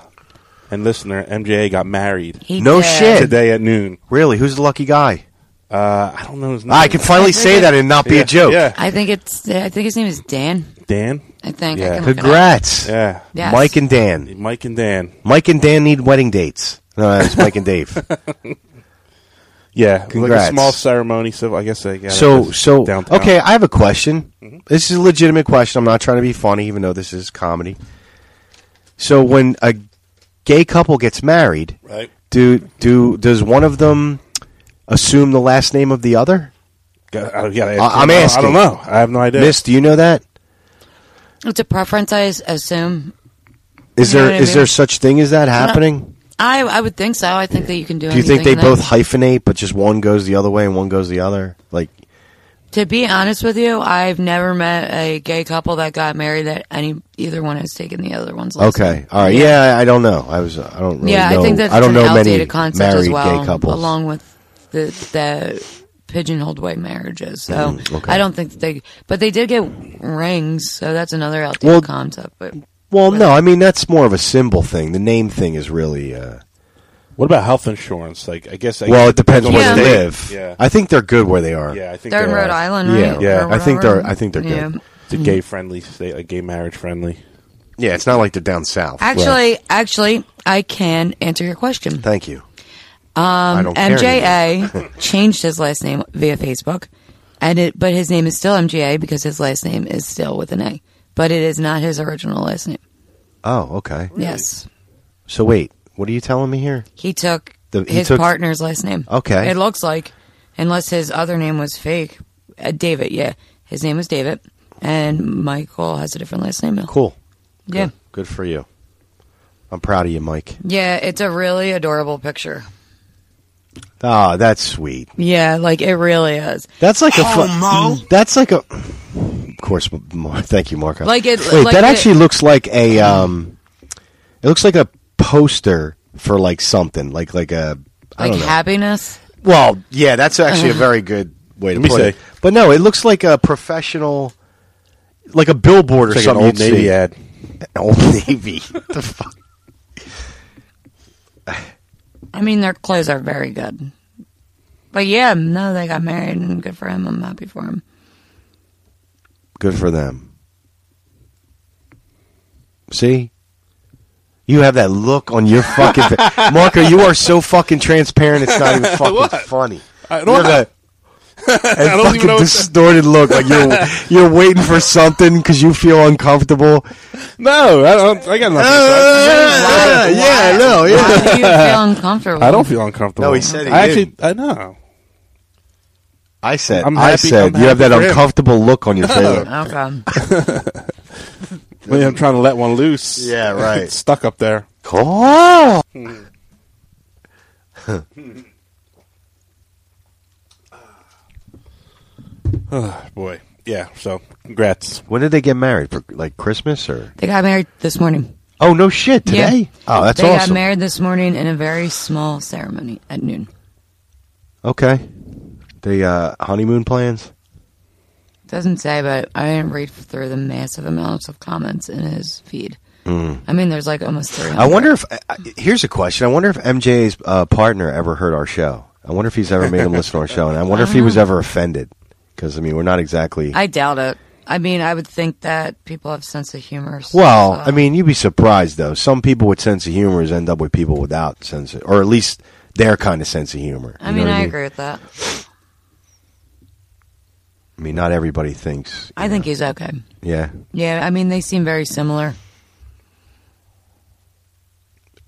[SPEAKER 4] and listener MJA got married
[SPEAKER 6] He
[SPEAKER 3] No
[SPEAKER 6] did.
[SPEAKER 3] shit.
[SPEAKER 4] today at noon.
[SPEAKER 3] Really, who's the lucky guy?
[SPEAKER 4] Uh, I don't know his name.
[SPEAKER 3] I can finally say that and not be
[SPEAKER 4] yeah,
[SPEAKER 3] a joke.
[SPEAKER 4] Yeah,
[SPEAKER 6] I think it's. I think his name is Dan.
[SPEAKER 4] Dan.
[SPEAKER 6] I think.
[SPEAKER 4] Yeah.
[SPEAKER 6] I can look it up.
[SPEAKER 3] Congrats,
[SPEAKER 4] Yeah,
[SPEAKER 6] Yes.
[SPEAKER 3] Mike and Dan.
[SPEAKER 4] Mike and Dan.
[SPEAKER 3] Mike and Dan need wedding dates. No, it's Mike and Dave.
[SPEAKER 4] Yeah, like
[SPEAKER 3] Congrats.
[SPEAKER 4] a small ceremony. So I guess they got
[SPEAKER 3] So so
[SPEAKER 4] downtown. Mm-hmm.
[SPEAKER 3] okay, I have a question. This is a legitimate question. I'm not trying to be funny, even though this is comedy. So when a gay couple gets married,
[SPEAKER 4] right.
[SPEAKER 3] do do does one of them assume the last name of the other?
[SPEAKER 4] Uh, yeah, I-
[SPEAKER 3] I- I'm asking.
[SPEAKER 4] I don't know. I have no idea.
[SPEAKER 3] Miss, do you know that?
[SPEAKER 6] It's a preference, I s- assume.
[SPEAKER 3] Is
[SPEAKER 6] You know
[SPEAKER 3] there
[SPEAKER 6] what I
[SPEAKER 3] is there
[SPEAKER 6] mean?
[SPEAKER 3] such thing as that happening?
[SPEAKER 6] I I would think so. I think that you can do.
[SPEAKER 3] Do you think
[SPEAKER 6] anything
[SPEAKER 3] they
[SPEAKER 6] in that.
[SPEAKER 3] both hyphenate, but just one goes the other way and one goes the other? Like,
[SPEAKER 6] To be honest with you, I've never met a gay couple that got married that any either one has taken the other one's. last name.
[SPEAKER 3] okay, all right, yeah, I don't know. I was, I don't really
[SPEAKER 6] yeah,
[SPEAKER 3] know.
[SPEAKER 6] I think that's
[SPEAKER 3] I don't
[SPEAKER 6] an
[SPEAKER 3] know
[SPEAKER 6] outdated
[SPEAKER 3] many
[SPEAKER 6] concept
[SPEAKER 3] married
[SPEAKER 6] as well,
[SPEAKER 3] gay couples.
[SPEAKER 6] along with the the pigeonholed white marriages. So
[SPEAKER 3] Mm, okay.
[SPEAKER 6] I don't think that they, but they did get rings, so that's another outdated
[SPEAKER 3] Well-
[SPEAKER 6] concept. But
[SPEAKER 3] well, no, I mean that's more of a symbol thing. The name thing is really. Uh,
[SPEAKER 4] What about health insurance? Like, I guess. I
[SPEAKER 3] well, it depends where
[SPEAKER 6] Yeah.
[SPEAKER 3] they
[SPEAKER 6] Yeah.
[SPEAKER 3] live.
[SPEAKER 4] Yeah.
[SPEAKER 3] I think they're good where they are.
[SPEAKER 4] yeah, I think
[SPEAKER 6] they're in
[SPEAKER 4] uh,
[SPEAKER 6] Rhode Island, right?
[SPEAKER 3] yeah,
[SPEAKER 6] Or
[SPEAKER 4] yeah.
[SPEAKER 3] I think
[SPEAKER 6] whatever.
[SPEAKER 3] they're, I think they're
[SPEAKER 6] Yeah.
[SPEAKER 3] good.
[SPEAKER 4] It's a gay friendly state, like gay marriage friendly.
[SPEAKER 3] Yeah, it's not like they're down south.
[SPEAKER 6] Actually, actually, I can answer your question.
[SPEAKER 3] Thank you. Um, I don't care anymore.
[SPEAKER 6] MJA changed his last name via Facebook, and it but his name is still MJA because his last name is still with an A, but it is not his original last name.
[SPEAKER 3] Oh, okay.
[SPEAKER 6] Yes,
[SPEAKER 3] So wait, what are you telling me here?
[SPEAKER 6] he took
[SPEAKER 3] The- he
[SPEAKER 6] his
[SPEAKER 3] took-
[SPEAKER 6] partner's last name.
[SPEAKER 3] Okay.
[SPEAKER 6] it looks like unless his other name was fake, uh, David. Yeah, his name was David, and Michael has a different last name now.
[SPEAKER 3] Cool.
[SPEAKER 6] Yeah,
[SPEAKER 3] Good for you. I'm proud of you, Mike.
[SPEAKER 6] yeah, it's a really adorable picture.
[SPEAKER 3] Oh, that's sweet.
[SPEAKER 6] Yeah, like it really is.
[SPEAKER 3] That's like a
[SPEAKER 10] Oh,
[SPEAKER 3] fu-
[SPEAKER 10] Mo.
[SPEAKER 3] That's like a. Of course, Mar- thank you, Marco.
[SPEAKER 6] Like it-
[SPEAKER 3] Wait,
[SPEAKER 6] like
[SPEAKER 3] that
[SPEAKER 6] the-
[SPEAKER 3] actually looks like a. Um, it looks like a poster for like something like like a. I
[SPEAKER 6] Like Uh-huh.
[SPEAKER 3] don't know.
[SPEAKER 6] happiness.
[SPEAKER 3] Well, yeah, that's actually a very good way to
[SPEAKER 4] Let me
[SPEAKER 3] put it.
[SPEAKER 4] see.
[SPEAKER 3] But no, it looks like a professional, like a billboard
[SPEAKER 4] It's like
[SPEAKER 3] or
[SPEAKER 4] an
[SPEAKER 3] something.
[SPEAKER 4] old
[SPEAKER 3] you'd
[SPEAKER 4] Navy
[SPEAKER 3] see.
[SPEAKER 4] ad.
[SPEAKER 3] Old Navy. the fuck?
[SPEAKER 6] I mean, their clothes are very good. But yeah, no, they got married, and good for him. I'm happy for him.
[SPEAKER 3] Good for them. See? You have that look on your fucking face. Marco, you are so fucking transparent, it's not even fucking funny.
[SPEAKER 4] I don't
[SPEAKER 3] You have
[SPEAKER 4] know.
[SPEAKER 3] that- that
[SPEAKER 4] don't even
[SPEAKER 3] fucking
[SPEAKER 4] know what to-
[SPEAKER 3] distorted look. Like you're, you're waiting for something because you feel uncomfortable.
[SPEAKER 4] No, I don't. I got nothing. to say.
[SPEAKER 3] yeah, yeah, no, yeah.
[SPEAKER 6] Why do you feel uncomfortable?
[SPEAKER 4] I don't feel uncomfortable.
[SPEAKER 3] No, he said he
[SPEAKER 4] I actually, I know.
[SPEAKER 3] I said,
[SPEAKER 4] I'm
[SPEAKER 3] I
[SPEAKER 4] happy-
[SPEAKER 3] said,
[SPEAKER 4] I'm
[SPEAKER 3] you have
[SPEAKER 4] happy
[SPEAKER 3] that
[SPEAKER 4] for him.
[SPEAKER 3] uncomfortable look on your face.
[SPEAKER 6] Okay.
[SPEAKER 4] Maybe I'm trying to let one loose.
[SPEAKER 3] Yeah, right.
[SPEAKER 4] It's stuck up there.
[SPEAKER 3] Cool.
[SPEAKER 4] Boy, yeah. So, congrats.
[SPEAKER 3] When did they get married? For like Christmas or?
[SPEAKER 6] They got married this morning.
[SPEAKER 3] Oh no, shit!
[SPEAKER 6] Yeah.
[SPEAKER 3] Today? Oh, that's
[SPEAKER 6] they
[SPEAKER 3] awesome.
[SPEAKER 6] got married this morning in a very small ceremony at noon.
[SPEAKER 3] Okay. The uh, honeymoon plans.
[SPEAKER 6] Doesn't say, but I didn't read through the massive amounts of comments in his feed. I mean, there's like almost three.
[SPEAKER 3] Hmm. I wonder if I- I- here's a question. I wonder if MJ's uh, partner ever heard our show. I wonder if he's ever made him listen to our show, and I wonder if he was ever offended. Because I mean, we're not exactly.
[SPEAKER 6] Uh-huh. I doubt it. I mean, I would think that people have sense of humor. so-
[SPEAKER 3] well, I mean, you'd be surprised though. Some people with sense of humor end up with people without sense, of, or at least their kind of sense of humor.
[SPEAKER 6] I
[SPEAKER 3] You know
[SPEAKER 6] mean,
[SPEAKER 3] what
[SPEAKER 6] I agree with that.
[SPEAKER 3] I mean, not everybody thinks.
[SPEAKER 6] I think he's okay.
[SPEAKER 3] Yeah.
[SPEAKER 6] Yeah, I mean, they seem very similar.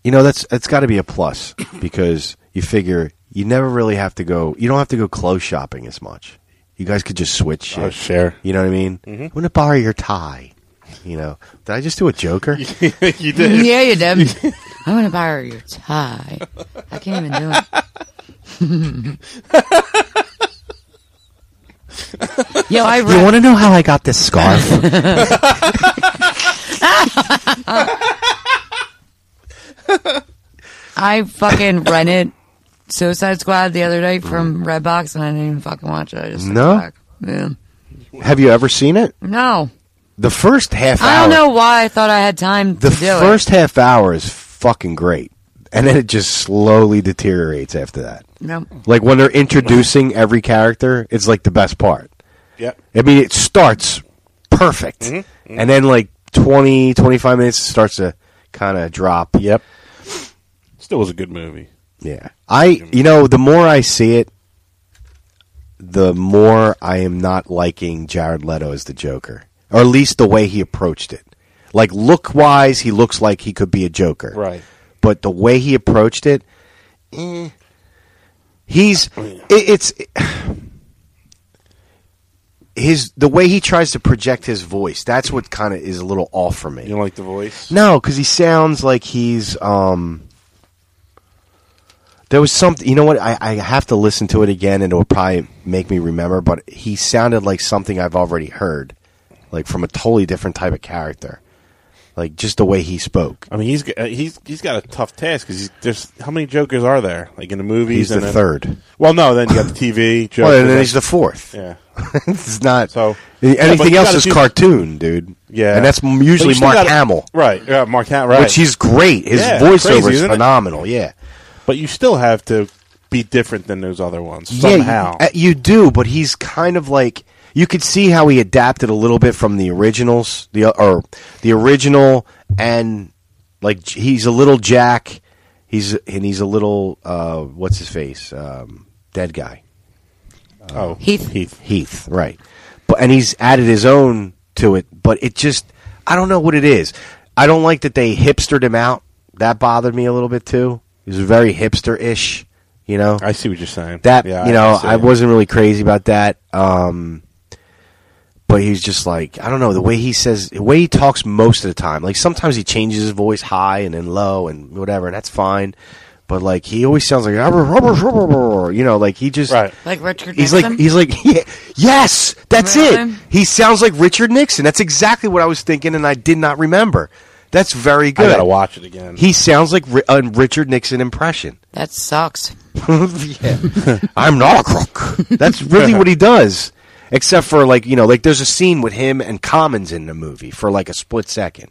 [SPEAKER 3] You know, that's that's got to be a plus because you figure you never really have to go. You don't have to go clothes shopping as much. You guys could just switch. Shit.
[SPEAKER 4] Oh, share.
[SPEAKER 3] You know what I mean? I'm gonna borrow your tie. You know? Did I just do a Joker?
[SPEAKER 4] you did.
[SPEAKER 6] Yeah, you did. I'm gonna borrow your tie. I can't even do it. Yo, I
[SPEAKER 3] you
[SPEAKER 6] read.
[SPEAKER 3] want to know how I got this scarf?
[SPEAKER 6] I fucking rented Suicide Squad the other day from Redbox, and I didn't even fucking watch it. I just
[SPEAKER 3] Mm.
[SPEAKER 6] took it
[SPEAKER 3] No?
[SPEAKER 6] back. Yeah.
[SPEAKER 3] have you ever seen it?
[SPEAKER 6] no.
[SPEAKER 3] The first half hour.
[SPEAKER 6] I don't know why I thought I had time
[SPEAKER 3] The
[SPEAKER 6] to Oh, do
[SPEAKER 3] first half hour is fucking great, and then it just slowly deteriorates after that.
[SPEAKER 6] it. No.
[SPEAKER 3] Like when they're introducing every character, it's like the best part.
[SPEAKER 4] Yep.
[SPEAKER 3] I mean, it starts perfect. And then, like, 20, 25 minutes, it starts to kind of drop.
[SPEAKER 4] Yep. Still was a good movie.
[SPEAKER 3] Yeah. I, you know, the more I see it, the more I am not liking Jared Leto as the Joker, or at least the way he approached it. Like, look wise, he looks like he could be a Joker.
[SPEAKER 4] Right.
[SPEAKER 3] But the way he approached it, eh, He's it, it's his the way he tries to project his voice. That's what kind of is a little off for me.
[SPEAKER 4] You don't like the voice?
[SPEAKER 3] No, because he sounds like he's. um There was something. You know what? I, I have to listen to it again, and it will probably make me remember. But he sounded like something I've already heard, like from a totally different type of character, like just the way he spoke.
[SPEAKER 4] I mean, he's g- uh, he's he's got a tough task because there's how many Jokers are there? Like in the movies,
[SPEAKER 3] He's
[SPEAKER 4] and
[SPEAKER 3] the
[SPEAKER 4] then-
[SPEAKER 3] third.
[SPEAKER 4] Well, no, then you got the TV. Joker,
[SPEAKER 3] Well, and then he's the fourth.
[SPEAKER 4] yeah.
[SPEAKER 3] it's not
[SPEAKER 4] So- Yeah, but
[SPEAKER 3] anything
[SPEAKER 4] you
[SPEAKER 3] else
[SPEAKER 4] gotta
[SPEAKER 3] is
[SPEAKER 4] do-
[SPEAKER 3] cartoon, dude.
[SPEAKER 4] Yeah,
[SPEAKER 3] and that's m-
[SPEAKER 4] But you
[SPEAKER 3] usually
[SPEAKER 4] still
[SPEAKER 3] Mark
[SPEAKER 4] gotta-
[SPEAKER 3] Hamill,
[SPEAKER 4] right? Yeah, Mark Hamill, right?
[SPEAKER 3] which he's great. His
[SPEAKER 4] Yeah,
[SPEAKER 3] voiceover
[SPEAKER 4] crazy,
[SPEAKER 3] is
[SPEAKER 4] isn't it?
[SPEAKER 3] phenomenal. Yeah,
[SPEAKER 4] but you still have to be different than those other ones somehow.
[SPEAKER 3] Yeah, you, uh, you do, but he's kind of like you could see how he adapted a little bit from the originals, the uh, or the original, and like j- he's a little Jack, he's and he's a little uh, what's his face, um, dead guy.
[SPEAKER 4] oh,
[SPEAKER 6] Heath.
[SPEAKER 3] Heath, right? But and he's added his own to it, but it just I don't know what it is. I don't like that they hipstered him out. That bothered me a little bit too. He was very hipster-ish, you know.
[SPEAKER 4] I see what you're saying.
[SPEAKER 3] that
[SPEAKER 4] Yeah,
[SPEAKER 3] you know,
[SPEAKER 4] see
[SPEAKER 3] I
[SPEAKER 4] it.
[SPEAKER 3] wasn't really crazy about that. Um, but he's just like I don't know the way he says, the way he talks most of the time. Like sometimes he changes his voice high and then low and whatever, and that's fine. But like he always sounds like you know, like he just
[SPEAKER 4] right.
[SPEAKER 6] Like Richard
[SPEAKER 3] He's
[SPEAKER 6] Nixon?
[SPEAKER 3] like he's like yeah, yes, that's
[SPEAKER 6] Really?
[SPEAKER 3] it. He sounds like Richard Nixon. That's exactly what I was thinking, and I did not remember. That's very
[SPEAKER 4] I
[SPEAKER 3] good.
[SPEAKER 4] gotta watch it again.
[SPEAKER 3] He sounds like Ri- a Richard Nixon impression.
[SPEAKER 6] that sucks.
[SPEAKER 3] Yeah. I'm not a crook. That's really what he does. Except for like you know, like there's a scene with him and Commons in the movie for like a split second,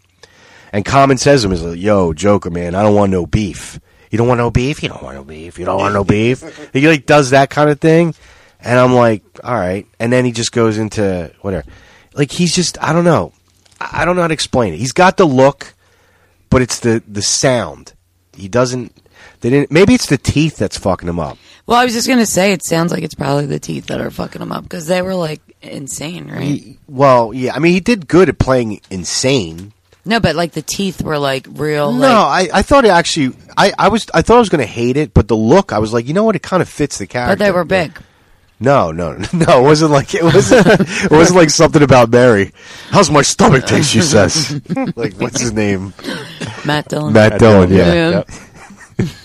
[SPEAKER 3] and Common says to him, "Is like, yo, Joker man, I don't want no beef. You don't want no beef. You don't want no beef. You don't want no beef." He like does that kind of thing, and I'm like, all right. And then he just goes into whatever. Like he's just, I don't know, I I don't know how to explain it. He's got the look, but it's the the sound. He doesn't. They didn't. Maybe it's the teeth that's fucking him up.
[SPEAKER 6] Well, I was just gonna say it sounds like it's probably the teeth that are fucking him up because they were like insane, right?
[SPEAKER 3] He- well, yeah. I mean, he did good at playing insane.
[SPEAKER 6] no, but like the teeth were like real.
[SPEAKER 3] No,
[SPEAKER 6] like,
[SPEAKER 3] I, I thought it actually. I, I was. I thought I was going to hate it, but the look, I was like, you know what? It kind of fits the character.
[SPEAKER 6] but they were big.
[SPEAKER 3] No, no, no. It wasn't like it wasn't. it wasn't like something about Mary. How's my stomach taste? She says. like, what's his name?
[SPEAKER 6] Matt Dillon.
[SPEAKER 3] Matt Dillon. Yeah.
[SPEAKER 6] Yeah.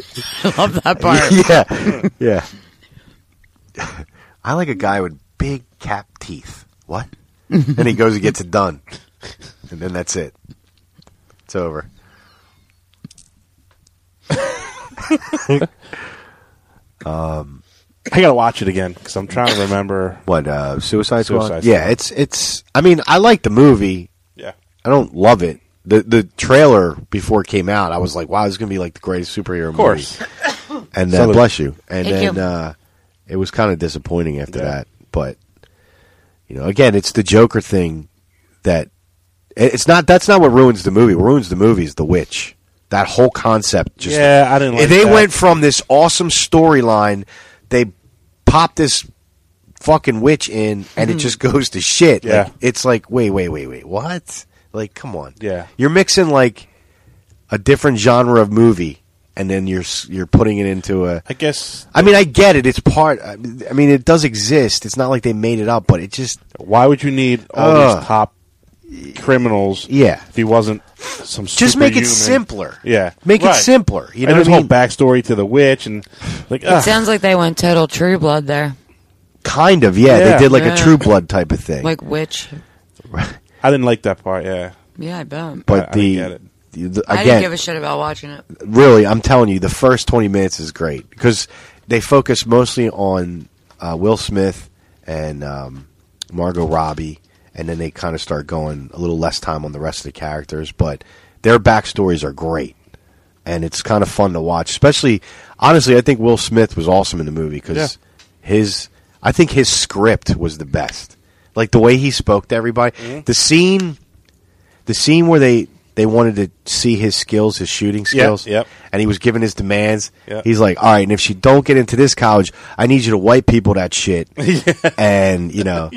[SPEAKER 6] I love that part.
[SPEAKER 3] Yeah. Yeah. I like a guy with big cap teeth. What? and he goes and gets it done, and then that's it. It's over.
[SPEAKER 4] I gotta watch it again because I'm trying to remember.
[SPEAKER 3] What uh, Suicide Squad?
[SPEAKER 4] Suicide
[SPEAKER 3] yeah,
[SPEAKER 4] Squad.
[SPEAKER 3] it's it's. I mean, I like the movie.
[SPEAKER 4] Yeah,
[SPEAKER 3] I don't love it. the The trailer before it came out, I was like, "Wow, this is gonna be like the greatest superhero
[SPEAKER 4] of course.
[SPEAKER 3] movie." And
[SPEAKER 4] So
[SPEAKER 3] then,
[SPEAKER 4] the-
[SPEAKER 3] bless you. And
[SPEAKER 6] Thank
[SPEAKER 3] then
[SPEAKER 6] you.
[SPEAKER 3] Uh, it was kind of disappointing after
[SPEAKER 4] Yeah.
[SPEAKER 3] that. But you know, again, it's the Joker thing that it- it's not. That's not what ruins the movie. What ruins the movie is the witch. That whole concept. Just
[SPEAKER 4] Yeah, I didn't like
[SPEAKER 3] they
[SPEAKER 4] that.
[SPEAKER 3] went from this awesome storyline. They popped this fucking witch in and it just goes to shit.
[SPEAKER 4] Hmm. Yeah.
[SPEAKER 3] Like, it's like, wait, wait, wait, wait, what? Like, come on.
[SPEAKER 4] Yeah.
[SPEAKER 3] You're mixing like a different genre of movie and then you're s- you're putting it into a
[SPEAKER 4] I guess
[SPEAKER 3] I mean, I get it. It's part I mean, it does exist. It's not like they made it up, but it just
[SPEAKER 4] why would you need all
[SPEAKER 3] Ugh.
[SPEAKER 4] these top criminals?
[SPEAKER 3] Uh, Yeah.
[SPEAKER 4] if he wasn't some
[SPEAKER 3] just make it
[SPEAKER 4] superhuman-
[SPEAKER 3] simpler.
[SPEAKER 4] Yeah,
[SPEAKER 3] Make
[SPEAKER 4] Right.
[SPEAKER 3] it simpler. You know
[SPEAKER 4] and
[SPEAKER 3] what
[SPEAKER 4] his
[SPEAKER 3] I mean?
[SPEAKER 4] whole backstory to the witch and like
[SPEAKER 6] It
[SPEAKER 4] ugh.
[SPEAKER 6] sounds like they went total True Blood there,
[SPEAKER 3] kind of, yeah.
[SPEAKER 4] Yeah.
[SPEAKER 3] They did like
[SPEAKER 6] Yeah.
[SPEAKER 3] a true blood type of thing.
[SPEAKER 6] like witch.
[SPEAKER 4] I didn't like that part. Yeah,
[SPEAKER 6] Yeah, I bet.
[SPEAKER 3] but
[SPEAKER 4] I- I
[SPEAKER 3] the,
[SPEAKER 4] get it.
[SPEAKER 3] the- the-
[SPEAKER 6] I
[SPEAKER 3] again,
[SPEAKER 6] didn't give a shit about watching it.
[SPEAKER 3] really, I'm telling you, the first 20 minutes is great because they focus mostly on uh, Will Smith and um, Margot Robbie, and then they kind of start going a little less time on the rest of the characters, but their backstories are great. And it's kind of fun to watch, especially honestly. I think Will Smith was awesome in the movie because
[SPEAKER 4] Yeah.
[SPEAKER 3] his, I think his script was the best. Like the way he spoke to everybody, the scene the scene where they they wanted to see his skills, his shooting skills,
[SPEAKER 4] yep.
[SPEAKER 3] and he was giving his demands.
[SPEAKER 4] Yep.
[SPEAKER 3] He's like, "All right, and if she don't get into this college, I need you to white people that shit." And you know,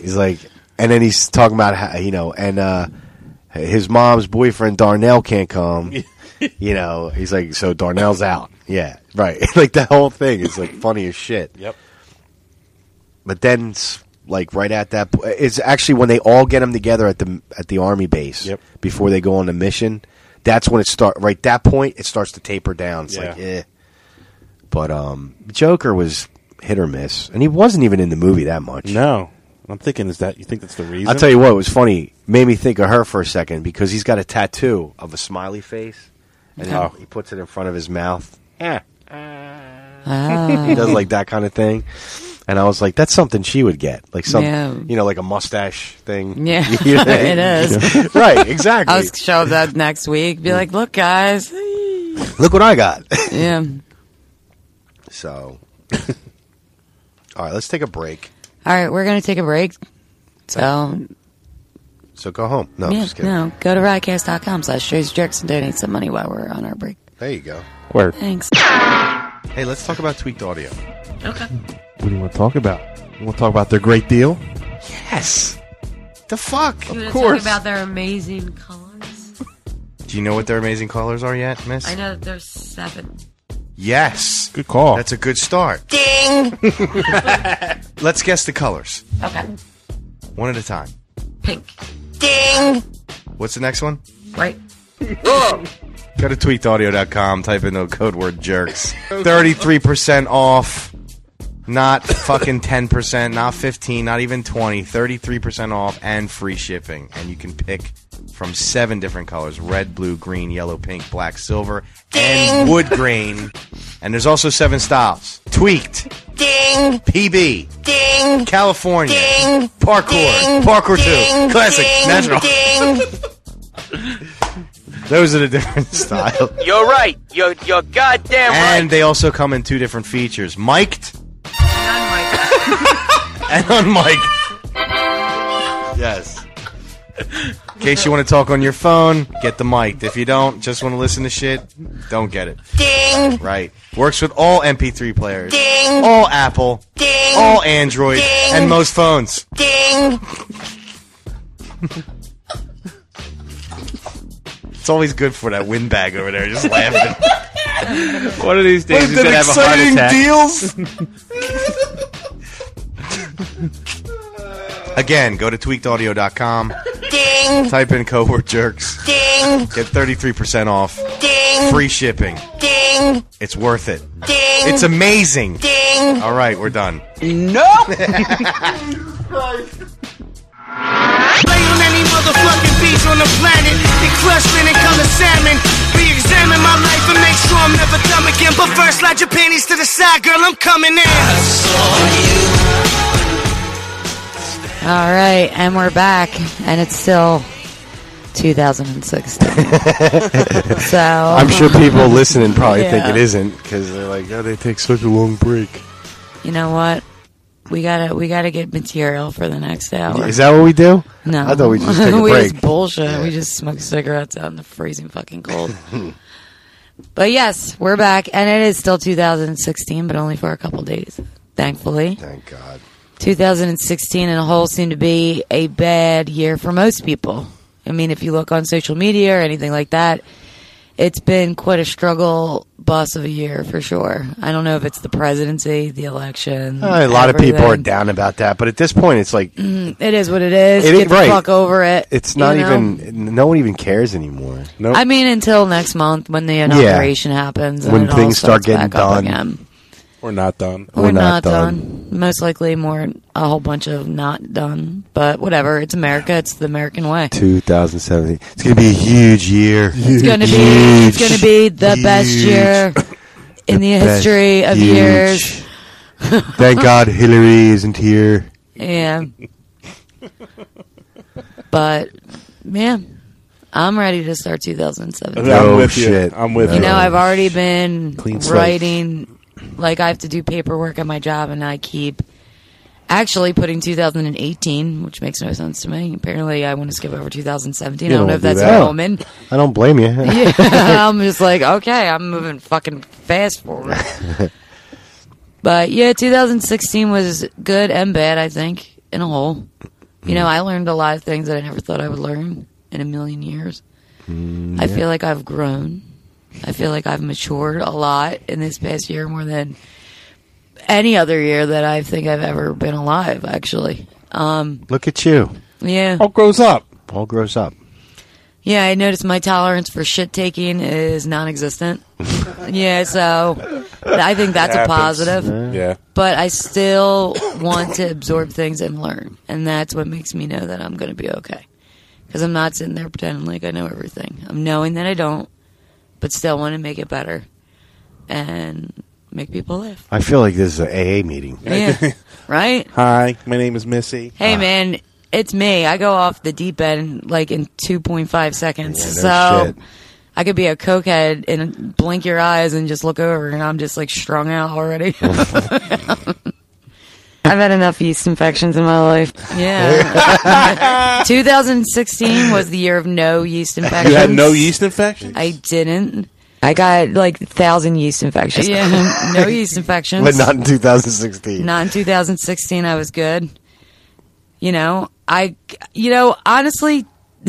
[SPEAKER 3] he's like, and then he's talking about how you know, and uh, his mom's boyfriend Darnell can't come. you know, he's like, so Darnell's out. Yeah, right. like the whole thing is like funny as shit.
[SPEAKER 4] Yep.
[SPEAKER 3] But then, s- like right at that, po- it's actually when they all get them together at the at the army base
[SPEAKER 4] Yep.
[SPEAKER 3] before they go on a mission. That's when it start. Right that point, it starts to taper down. It's like,
[SPEAKER 4] Yeah.
[SPEAKER 3] eh. But um, Joker was hit or miss, and he wasn't even in the movie that much.
[SPEAKER 4] No, I'm thinking is that you think that's the reason?
[SPEAKER 3] I'll tell you what, it was funny. Made me think of her for a second because he's got a tattoo of a smiley face, and then
[SPEAKER 4] Oh.
[SPEAKER 3] he puts it in front of his mouth.
[SPEAKER 6] Ah.
[SPEAKER 3] He does like that kind of thing. And I was like, that's something she would get, like some,
[SPEAKER 6] Yeah.
[SPEAKER 3] you know, like a mustache thing.
[SPEAKER 6] Yeah,
[SPEAKER 3] You know what I
[SPEAKER 6] it is.
[SPEAKER 3] mean? right, exactly.
[SPEAKER 6] I was show up that next week. Be like, look, guys.
[SPEAKER 3] Look what I got.
[SPEAKER 6] Yeah.
[SPEAKER 3] so, all right, let's take a break.
[SPEAKER 6] All right, we're gonna take a break. So
[SPEAKER 3] So go home. No, I'm
[SPEAKER 6] yeah,
[SPEAKER 3] just kidding.
[SPEAKER 6] no, go to riotcast.com slash Jersey Jerks and donate some money while we're on our break.
[SPEAKER 3] There you go.
[SPEAKER 4] Word.
[SPEAKER 6] Thanks.
[SPEAKER 3] Hey, let's talk about tweaked audio.
[SPEAKER 4] What do you want to talk about?
[SPEAKER 3] You want to talk about their great deal? Yes. The fuck? Of course.
[SPEAKER 6] their amazing colors.
[SPEAKER 3] Do you know what their amazing colors are yet, miss?
[SPEAKER 6] know that there's seven.
[SPEAKER 3] Yes.
[SPEAKER 4] Good call.
[SPEAKER 3] That's a good start. Ding! Let's guess the colors.
[SPEAKER 6] Okay.
[SPEAKER 3] One at a time.
[SPEAKER 6] Pink.
[SPEAKER 3] What's the next one?
[SPEAKER 6] White.
[SPEAKER 3] Go to tweakedaudio.com, type in the code word jerks. 33% off. Not fucking 10%, not 15, not even 20. 33% off and free shipping. And you can pick from seven different colors red, blue, green, yellow, pink, black, silver, and wood grain. And there's also seven styles tweaked, ding, PB, ding, California, ding, parkour, parkour 2, classic, national. Those are the different styles.
[SPEAKER 11] You're right. You're, you're goddamn
[SPEAKER 3] And they also come in two different features mic'd and unmic'd. yes. In case you want to talk on your phone, get the mic'd. If you don't, just want to listen to shit, don't get it. Ding! Right. Works with all MP3 players. Ding! All Apple. Ding! All Android. And most phones. Ding! it's always good for that windbag over there, just laughing.
[SPEAKER 5] One of these days he's gonna have a heart attack.
[SPEAKER 3] deals. Again, go to tweakedaudio.com. Ding. Type in covert jerks. Ding. Get 33% off. Ding. Free shipping. Ding. It's worth it. Ding. It's amazing. Ding. All right, we're done.
[SPEAKER 8] Play on any motherfucking beach on the planet. They crush men and color salmon. Re-examine my life and make sure I'm never dumb again. But first, slide your panties to the side, girl. I'm coming in.
[SPEAKER 6] All right, and we're back, and it's still 2016. so
[SPEAKER 3] I'm sure people listening probably think
[SPEAKER 6] think it
[SPEAKER 3] it isn't because they're like, oh, they take such a long break.
[SPEAKER 6] you know what? We gotta we gotta get material for the next hour.
[SPEAKER 3] Is that what we do?
[SPEAKER 6] No,
[SPEAKER 3] I thought we just take a
[SPEAKER 6] we
[SPEAKER 3] break.
[SPEAKER 6] just bullshit. We just smoke cigarettes out in the freezing fucking cold. but yes, we're back, and it is still 2016, but only for a couple days, thankfully.
[SPEAKER 3] Thank God.
[SPEAKER 6] 2016 in a whole seemed to be a bad year for most people. I mean, if you look on social media or anything like that, it's been quite a struggle bus of a year for sure. I don't know if it's the presidency, the election.
[SPEAKER 3] Uh, a lot of people are
[SPEAKER 6] everything.
[SPEAKER 3] down about that, but at this point, it's like
[SPEAKER 6] It is what it is.
[SPEAKER 3] It is-
[SPEAKER 6] Get the
[SPEAKER 3] right.
[SPEAKER 6] fuck over it.
[SPEAKER 3] It's
[SPEAKER 6] you
[SPEAKER 3] not
[SPEAKER 6] know?
[SPEAKER 3] even. No one even cares anymore.
[SPEAKER 4] Nope.
[SPEAKER 6] I mean, until next month when the inauguration happens, and
[SPEAKER 3] When
[SPEAKER 6] it all
[SPEAKER 3] things start
[SPEAKER 6] starts
[SPEAKER 3] getting
[SPEAKER 6] back up
[SPEAKER 3] done.
[SPEAKER 6] again.
[SPEAKER 4] We're not done.
[SPEAKER 3] Oh.
[SPEAKER 6] We're, not, done. Most likely, more a whole bunch of not done. But whatever. It's America. It's the American way.
[SPEAKER 3] 2017. It's going to be a huge year.
[SPEAKER 6] It's gonna be. It's gonna be the best year in the, history of years.
[SPEAKER 3] Thank God Hillary isn't here.
[SPEAKER 6] Yeah. but yeah, I'm ready to start 2017.
[SPEAKER 3] No
[SPEAKER 4] I'm with
[SPEAKER 3] Oh, shit.
[SPEAKER 4] you. I'm with
[SPEAKER 3] No.
[SPEAKER 4] you.
[SPEAKER 6] You know, I've already been
[SPEAKER 4] Clean slate.
[SPEAKER 6] writing, like, I have to do paperwork at my job, and I keep actually putting 2018, which makes no sense to me. Apparently, I want to skip over 2017. I
[SPEAKER 3] You
[SPEAKER 6] don't
[SPEAKER 3] don't
[SPEAKER 6] know if
[SPEAKER 3] do
[SPEAKER 6] that's
[SPEAKER 3] that.
[SPEAKER 6] a woman.
[SPEAKER 3] I don't blame you.
[SPEAKER 6] Yeah, I'm just like, okay, I'm moving fucking fast forward. but yeah, 2016 was good and bad, I think, in a whole. You know, I learned a lot of things that I never thought I would learn in a million years. I feel like I've grown. I feel like I've matured a lot in this past year more than any other year that I think I've ever been alive, actually. Um,
[SPEAKER 3] Look at you.
[SPEAKER 6] yeah.
[SPEAKER 4] All grows up.
[SPEAKER 3] All grows up.
[SPEAKER 6] Yeah, I noticed my tolerance for shit taking is non existent. yeah, so I think that's a
[SPEAKER 4] Happens.
[SPEAKER 6] positive.
[SPEAKER 4] Yeah.
[SPEAKER 6] But I still want to absorb things and learn. And that's what makes me know that I'm going to be okay. Because I'm not sitting there pretending like I know everything. I'm knowing that I don't, but still want to make it better and make people laugh.
[SPEAKER 3] I feel like this is a AA meeting.
[SPEAKER 6] Yeah. right?
[SPEAKER 4] Hi, my name is Missy.
[SPEAKER 3] Ah.
[SPEAKER 6] Hey, man, it's me. I go off the deep end like in 2.5 seconds.
[SPEAKER 3] Yeah, no
[SPEAKER 6] so
[SPEAKER 3] shit.
[SPEAKER 6] I could be a cokehead and blink your eyes and just look over, and I'm just like strung out already. I've had enough yeast infections in my life. Yeah. 2016 was the year of no yeast infections.
[SPEAKER 4] You had no yeast infection?
[SPEAKER 6] I didn't. I got like a thousand yeast infections. Yeah, no yeast infections.
[SPEAKER 3] But not in 2016.
[SPEAKER 6] Not in 2016. I was good. You know, I, you know, honestly,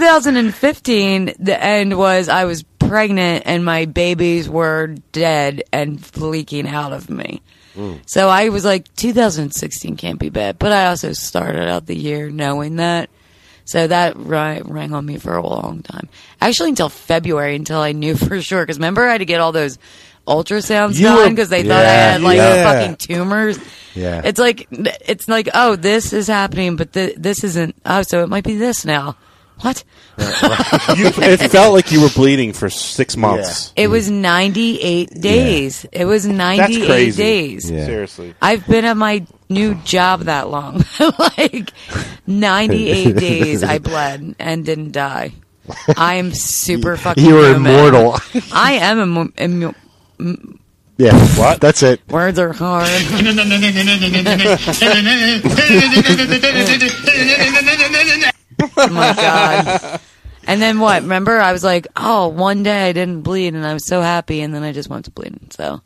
[SPEAKER 6] 2015, the end was I was pregnant and my babies were dead and leaking out of me. So I was like, 2016 can't be bad. But I also started out the year knowing that. So that ri- rang on me for a long time. Actually, until February, until I knew for sure. Because remember, I had to get all those ultrasounds
[SPEAKER 4] You were-
[SPEAKER 6] done because they thought I
[SPEAKER 3] Yeah,
[SPEAKER 6] had like
[SPEAKER 4] yeah.
[SPEAKER 6] fucking tumors.
[SPEAKER 3] Yeah.
[SPEAKER 6] It's like it's like oh this is happening, but th- this isn't. Oh, so it might be this now. What?
[SPEAKER 4] You, it felt like you were bleeding for six months.
[SPEAKER 6] It was ninety eight days. It was
[SPEAKER 4] Mm. That's
[SPEAKER 6] ninety eight
[SPEAKER 4] crazy.
[SPEAKER 6] days.
[SPEAKER 3] Yeah.
[SPEAKER 4] Seriously.
[SPEAKER 6] I've been at my new job that long, like ninety eight days. I bled and didn't die. I am super fucking.
[SPEAKER 3] you were
[SPEAKER 6] human.
[SPEAKER 3] immortal.
[SPEAKER 6] I am immo- immu-
[SPEAKER 3] yeah. What? That's it.
[SPEAKER 6] Words are hard. Oh my god. And then what? Remember, I was like, oh, one day I didn't bleed, and I was so happy, and then I just went to bleeding. So,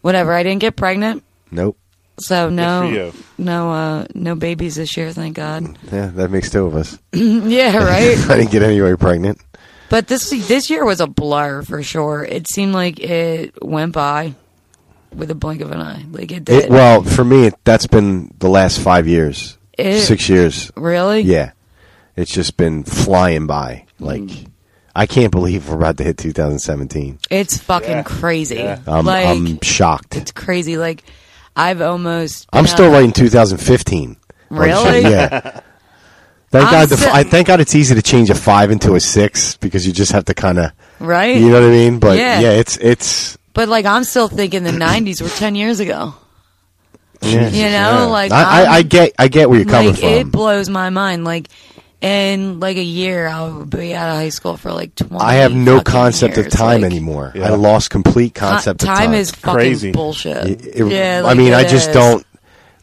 [SPEAKER 6] whatever. I didn't get pregnant,
[SPEAKER 3] Nope.
[SPEAKER 6] so
[SPEAKER 4] for
[SPEAKER 6] no,
[SPEAKER 4] you.
[SPEAKER 6] no, uh, no babies this year, thank God.
[SPEAKER 3] Yeah, that makes two of us.
[SPEAKER 6] yeah, right.
[SPEAKER 3] I didn't get anywhere pregnant.
[SPEAKER 6] But this this year was a blur for sure. It seemed like it went by with a blink of an eye. Like it did.
[SPEAKER 3] It, well, for me, that's been the last five years,
[SPEAKER 6] It-
[SPEAKER 3] six years.
[SPEAKER 6] really?
[SPEAKER 3] Yeah, it's just been flying by. Like,
[SPEAKER 6] Mm.
[SPEAKER 3] I can't believe we're about to hit 2017.
[SPEAKER 6] It's fucking crazy.
[SPEAKER 3] I'm,
[SPEAKER 6] Like
[SPEAKER 3] I'm shocked.
[SPEAKER 6] it's crazy. Like I've almost.
[SPEAKER 3] I'm
[SPEAKER 6] been
[SPEAKER 3] still
[SPEAKER 6] out-
[SPEAKER 3] writing 2015. Like,
[SPEAKER 6] Really?
[SPEAKER 3] yeah. Thank
[SPEAKER 6] I'm
[SPEAKER 3] God. The,
[SPEAKER 6] still-
[SPEAKER 3] I thank God it's easy to change a five into a six because you just have to kind of,
[SPEAKER 6] right.
[SPEAKER 3] you know what I mean. But
[SPEAKER 6] Yeah.
[SPEAKER 3] yeah, it's it's.
[SPEAKER 6] But like I'm still thinking the '90s were 10 years ago.
[SPEAKER 3] Yeah.
[SPEAKER 6] You know, like
[SPEAKER 3] I, I, I
[SPEAKER 6] I'm-
[SPEAKER 3] get I get where you're coming
[SPEAKER 6] like
[SPEAKER 3] from.
[SPEAKER 6] it blows my mind. Like in like a year, I'll be out of high school for like 20.
[SPEAKER 3] I have no
[SPEAKER 6] fucking
[SPEAKER 3] concept
[SPEAKER 6] years.
[SPEAKER 3] of time
[SPEAKER 6] Like,
[SPEAKER 3] anymore.
[SPEAKER 4] Yeah.
[SPEAKER 3] I lost complete
[SPEAKER 6] ti-
[SPEAKER 3] concept
[SPEAKER 6] time,
[SPEAKER 3] of time.
[SPEAKER 6] is fucking
[SPEAKER 4] Crazy.
[SPEAKER 6] bullshit.
[SPEAKER 3] It-
[SPEAKER 6] yeah,
[SPEAKER 3] I
[SPEAKER 6] like,
[SPEAKER 3] mean,
[SPEAKER 6] it
[SPEAKER 3] I just
[SPEAKER 6] is.
[SPEAKER 3] don't.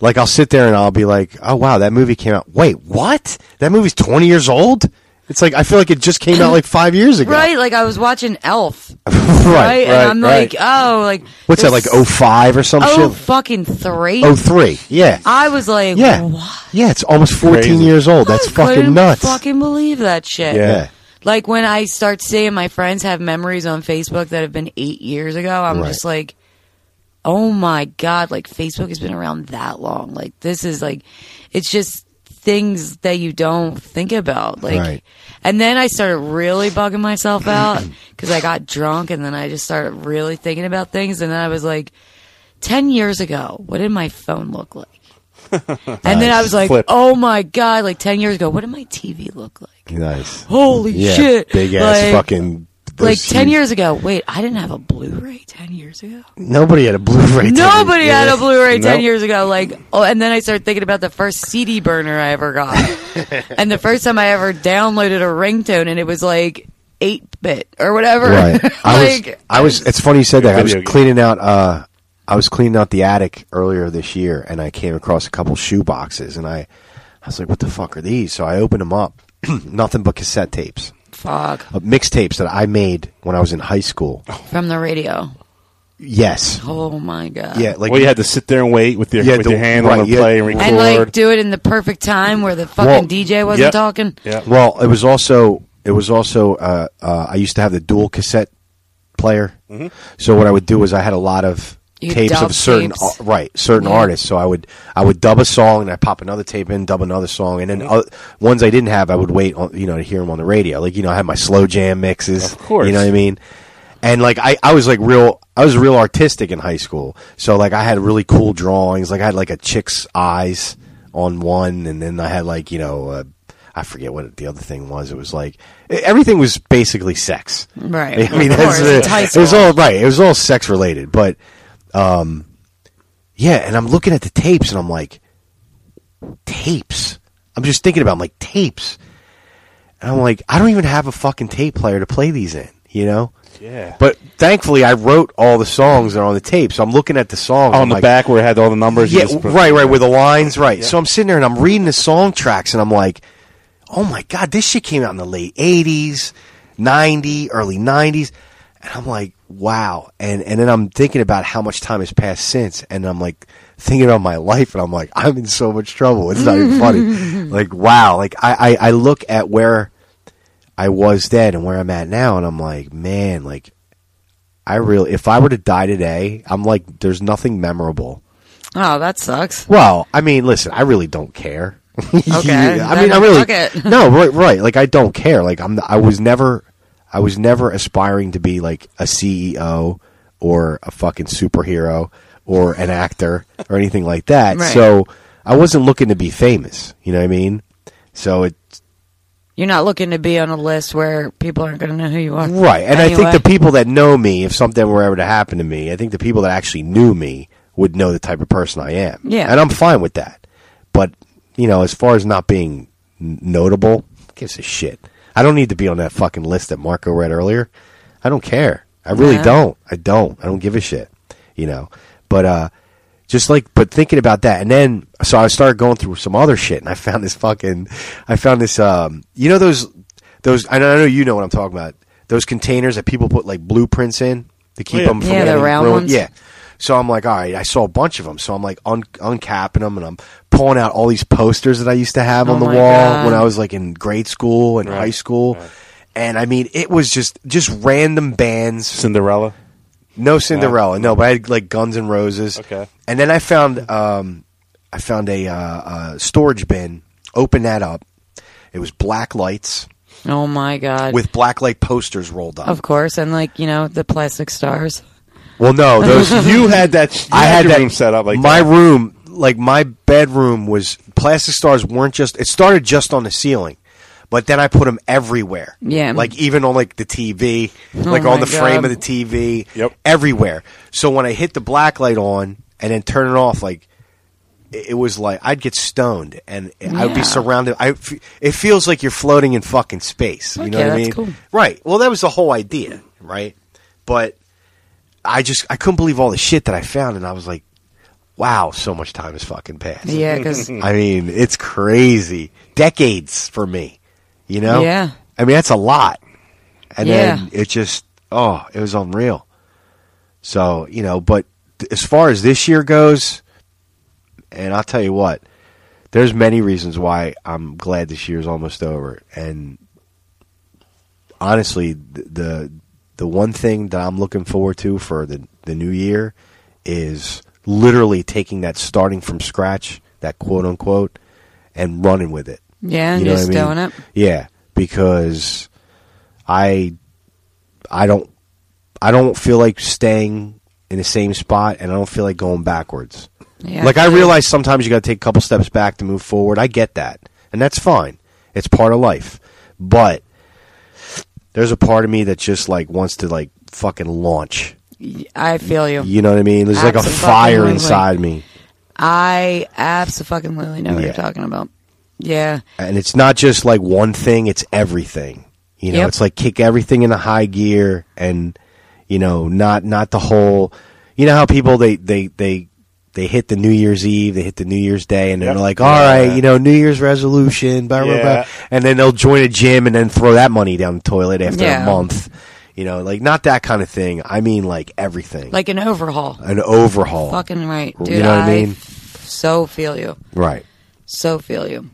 [SPEAKER 3] Like, I'll sit there and I'll be like, "Oh wow, that movie came out. Wait, what? That movie's twenty years old." It's like I feel like it just came out like five years ago.
[SPEAKER 6] Right, like I was watching Elf,
[SPEAKER 3] right,
[SPEAKER 6] right?
[SPEAKER 3] right.
[SPEAKER 6] and I'm
[SPEAKER 3] right.
[SPEAKER 6] like, oh, like
[SPEAKER 3] what's that?
[SPEAKER 6] there's
[SPEAKER 3] Like 05 or some
[SPEAKER 6] oh,
[SPEAKER 3] shit.
[SPEAKER 6] fucking three.
[SPEAKER 3] Oh three. Yeah.
[SPEAKER 6] I was like,
[SPEAKER 3] yeah.
[SPEAKER 6] what?
[SPEAKER 3] Yeah. It's almost fourteen
[SPEAKER 4] Crazy.
[SPEAKER 3] years old. That's
[SPEAKER 6] I couldn't
[SPEAKER 3] fucking nuts.
[SPEAKER 6] Fucking believe that shit.
[SPEAKER 4] Yeah.
[SPEAKER 3] yeah.
[SPEAKER 6] Like when I start seeing my friends have memories on Facebook that have been eight years ago, I'm
[SPEAKER 3] Right.
[SPEAKER 6] just like, oh my God, like Facebook has been around that long. Like this is like, it's just things that you don't think about. Like,
[SPEAKER 3] Right.
[SPEAKER 6] and then I started really bugging myself out because I got drunk and then I just started really thinking about things. And then I was like, 10 years ago, what did my phone look like? And then I was like,
[SPEAKER 4] Flip.
[SPEAKER 6] oh my God, like 10 years ago, what did my TV look like?
[SPEAKER 3] Nice.
[SPEAKER 6] holy
[SPEAKER 3] Yeah.
[SPEAKER 6] shit
[SPEAKER 3] Big ass
[SPEAKER 6] like,
[SPEAKER 3] fucking.
[SPEAKER 6] like
[SPEAKER 3] those
[SPEAKER 6] 10
[SPEAKER 3] huge-
[SPEAKER 6] years ago wait i didn't have a blu-ray 10 years ago
[SPEAKER 3] Nobody had a Blu-ray.
[SPEAKER 6] nobody had a blu-ray 10
[SPEAKER 4] Nope.
[SPEAKER 6] years ago like oh and then i started thinking about the first cd burner i ever got and the first time i ever downloaded a ringtone and it was like 8-bit or whatever
[SPEAKER 3] Right. I was.
[SPEAKER 6] like
[SPEAKER 3] I was. It's funny you said that. I was
[SPEAKER 4] Video game.
[SPEAKER 3] cleaning out. Uh, I was cleaning out the attic earlier this year, and I came across a couple shoe boxes, and I, I was like, "What the fuck are these?" So I opened them up. Nothing but cassette tapes,
[SPEAKER 6] fuck
[SPEAKER 3] uh, mixtapes that I made when I was in high school.
[SPEAKER 4] Oh.
[SPEAKER 6] from the radio
[SPEAKER 3] Yes.
[SPEAKER 6] oh my god
[SPEAKER 3] Yeah. Like.
[SPEAKER 4] well, you had to sit there and wait with your
[SPEAKER 3] Yeah,
[SPEAKER 4] with
[SPEAKER 3] the-
[SPEAKER 4] your hand
[SPEAKER 3] right,
[SPEAKER 4] on the
[SPEAKER 3] yeah.
[SPEAKER 4] play and record.
[SPEAKER 6] and like do it in the perfect time where the fucking
[SPEAKER 3] Well,
[SPEAKER 6] dj wasn't
[SPEAKER 4] yep.
[SPEAKER 6] talking
[SPEAKER 4] yeah.
[SPEAKER 3] Well, it was also It was also uh, uh, I used to have the dual cassette player. So what I would do is I had a lot of
[SPEAKER 12] You
[SPEAKER 3] tapes
[SPEAKER 12] dub
[SPEAKER 3] of certain
[SPEAKER 12] tapes.
[SPEAKER 3] ar- right certain
[SPEAKER 12] Yeah.
[SPEAKER 3] artists. So I would I would dub a song and I pop another tape in, dub another song, and then oth- ones I didn't have I would wait on you know to hear them on the radio. Like you know I had my slow jam mixes. Of
[SPEAKER 4] course.
[SPEAKER 3] you know what I mean. And like I, I was like real I was real artistic in high school. So like I had really cool drawings. Like I had like a chick's eyes on one, and then I had like you know. Uh, I forget what the other thing was. It was like e-, everything was basically sex.
[SPEAKER 6] Right.
[SPEAKER 3] I mean,
[SPEAKER 6] Of
[SPEAKER 3] that's,
[SPEAKER 6] course, it's high
[SPEAKER 3] it was
[SPEAKER 6] school.
[SPEAKER 3] all right. It was all sex related, but um, yeah. And I'm looking at the tapes, and I'm like, tapes. I'm just thinking about 'em, like tapes, and I'm like, I don't even have a fucking tape player to play these in, you know.
[SPEAKER 4] Yeah.
[SPEAKER 3] But thankfully, I wrote all the songs that are on the tape, so I'm looking at the songs
[SPEAKER 4] On
[SPEAKER 3] I'm
[SPEAKER 4] the
[SPEAKER 3] like,
[SPEAKER 4] back where it had all the numbers. you
[SPEAKER 3] yeah,
[SPEAKER 4] just put-
[SPEAKER 3] right, right, with the lines, right. So I'm sitting there and I'm reading the song tracks and I'm like, oh my God, this shit came out in the late 80s, 90, early 90s. And I'm like, wow. And, and then I'm thinking about how much time has passed since. And I'm like, thinking about my life and I'm like, I'm in so much trouble. It's not even funny. Like, wow. Like, I, I, I look at where I was then and where I'm at now and I'm like, man, like, I really, if I were to die today, I'm like, there's nothing memorable
[SPEAKER 6] Oh, that sucks.
[SPEAKER 3] well, I mean, listen, I really don't care. okay. I mean, I
[SPEAKER 6] then
[SPEAKER 3] really
[SPEAKER 6] fuck it.
[SPEAKER 3] no, right, right. Like I don't care. Like I'm, I was never, I was never aspiring to be like a CEO or a fucking superhero or an actor or anything like that.
[SPEAKER 6] Right.
[SPEAKER 3] So I wasn't looking to be famous. You know what I mean? So it
[SPEAKER 6] You're not looking to be on a list where people aren't going to know who you are.
[SPEAKER 3] right, and I
[SPEAKER 6] Anyway.
[SPEAKER 3] think the people that know me, if something were ever to happen to me, I think the people that actually knew me would know the type of person I am.
[SPEAKER 6] Yeah.
[SPEAKER 3] and I'm fine with that. But you know, as far as not being n- notable, who gives a shit. I don't need to be on that fucking list that Marco read earlier. I don't care. I really
[SPEAKER 12] Yeah.
[SPEAKER 3] don't. I don't. I don't give a shit. You know. But uh just like but thinking about that and then so I started going through some other shit and I found this fucking I found this um you know those those I know, I know you know what I'm talking about. Those containers that people put like blueprints in to keep
[SPEAKER 6] Oh, Yeah.
[SPEAKER 3] them from
[SPEAKER 6] Yeah, the
[SPEAKER 3] getting
[SPEAKER 6] round
[SPEAKER 3] ruined.
[SPEAKER 6] ones.
[SPEAKER 3] Yeah. So I'm like, all right, I saw a bunch of them. So I'm like un- uncapping them and I'm pulling out all these posters that I used to have
[SPEAKER 12] Oh
[SPEAKER 3] on the
[SPEAKER 12] my
[SPEAKER 3] wall
[SPEAKER 12] God.
[SPEAKER 3] when I was like in grade school and high school. And I mean, it was just just random bands.
[SPEAKER 4] Cinderella?
[SPEAKER 3] No Cinderella. No, but I had like Guns N' Roses. Okay. And then I found um I found a uh, uh, storage bin, opened that up. It was black lights
[SPEAKER 6] Oh my god.
[SPEAKER 3] with black light posters rolled up.
[SPEAKER 6] of course, and like you know the plastic stars.
[SPEAKER 3] Well, no, those
[SPEAKER 6] You
[SPEAKER 4] had that.
[SPEAKER 3] I
[SPEAKER 4] had
[SPEAKER 3] had
[SPEAKER 4] your
[SPEAKER 3] that
[SPEAKER 4] room set up like
[SPEAKER 3] my
[SPEAKER 4] that.
[SPEAKER 3] room, like my bedroom was plastic stars weren't just. It started just on the ceiling, but then I put them everywhere.
[SPEAKER 12] Yeah.
[SPEAKER 3] like even on like the TV,
[SPEAKER 12] Oh
[SPEAKER 3] like
[SPEAKER 12] my
[SPEAKER 3] on the frame
[SPEAKER 12] God.
[SPEAKER 3] of the TV. Yep, everywhere. So when I hit the black light on and then turn it off, like it it was like I'd get stoned and I would be
[SPEAKER 12] Yeah.
[SPEAKER 3] surrounded. I f- it feels like you're floating in fucking space. You
[SPEAKER 12] Fuck
[SPEAKER 3] know
[SPEAKER 12] yeah,
[SPEAKER 3] what I
[SPEAKER 12] that's
[SPEAKER 3] mean?
[SPEAKER 12] cool.
[SPEAKER 3] Right. Well, that was the whole idea, right? But I just I couldn't believe all the shit that I found, and I was like, wow, so much time has fucking passed.
[SPEAKER 12] Yeah, 'cause-
[SPEAKER 3] I mean, it's crazy. Decades for me, you know.
[SPEAKER 12] Yeah.
[SPEAKER 3] I mean, that's a lot. And
[SPEAKER 12] Yeah.
[SPEAKER 3] then it just oh, it was unreal. So you know, but th- as far as this year goes, and I'll tell you what, there's many reasons why I'm glad this year's almost over. And honestly, th- the the one thing that I'm looking forward to for the the new year is literally taking that starting from scratch, that quote unquote, and running with it.
[SPEAKER 6] Yeah, and
[SPEAKER 3] You know
[SPEAKER 6] just
[SPEAKER 3] what I mean?
[SPEAKER 6] doing it.
[SPEAKER 3] Yeah, because I I don't I don't feel like staying in the same spot, and I don't feel like going backwards.
[SPEAKER 12] Yeah.
[SPEAKER 3] like I realize sometimes you got to take a couple steps back to move forward. I get that, and that's fine. It's part of life. But there's a part of me that just like wants to like fucking launch.
[SPEAKER 6] I feel you.
[SPEAKER 3] You know what I mean? There's like a
[SPEAKER 6] Absolutely.
[SPEAKER 3] fire inside me.
[SPEAKER 6] I absolutely know what
[SPEAKER 3] Yeah.
[SPEAKER 6] you're talking about. Yeah.
[SPEAKER 3] and it's not just like one thing it's everything you know
[SPEAKER 6] Yep.
[SPEAKER 3] it's like kick everything into high gear and you know not not the whole you know how people they they they they hit the new year's eve they hit the new year's day and
[SPEAKER 12] Yep.
[SPEAKER 3] they're like all right,
[SPEAKER 12] Yeah.
[SPEAKER 3] you know new year's resolution blah, blah,
[SPEAKER 12] Yeah.
[SPEAKER 3] blah. and then they'll join a gym and then throw that money down the toilet after
[SPEAKER 6] Yeah.
[SPEAKER 3] a month you know like not that kind of thing i mean like everything
[SPEAKER 6] Like an overhaul.
[SPEAKER 3] an overhaul
[SPEAKER 6] Fucking right,
[SPEAKER 3] Uh, You
[SPEAKER 6] dude.
[SPEAKER 3] know what I
[SPEAKER 6] I
[SPEAKER 3] mean?
[SPEAKER 6] f- so feel you.
[SPEAKER 3] right
[SPEAKER 6] So feel you.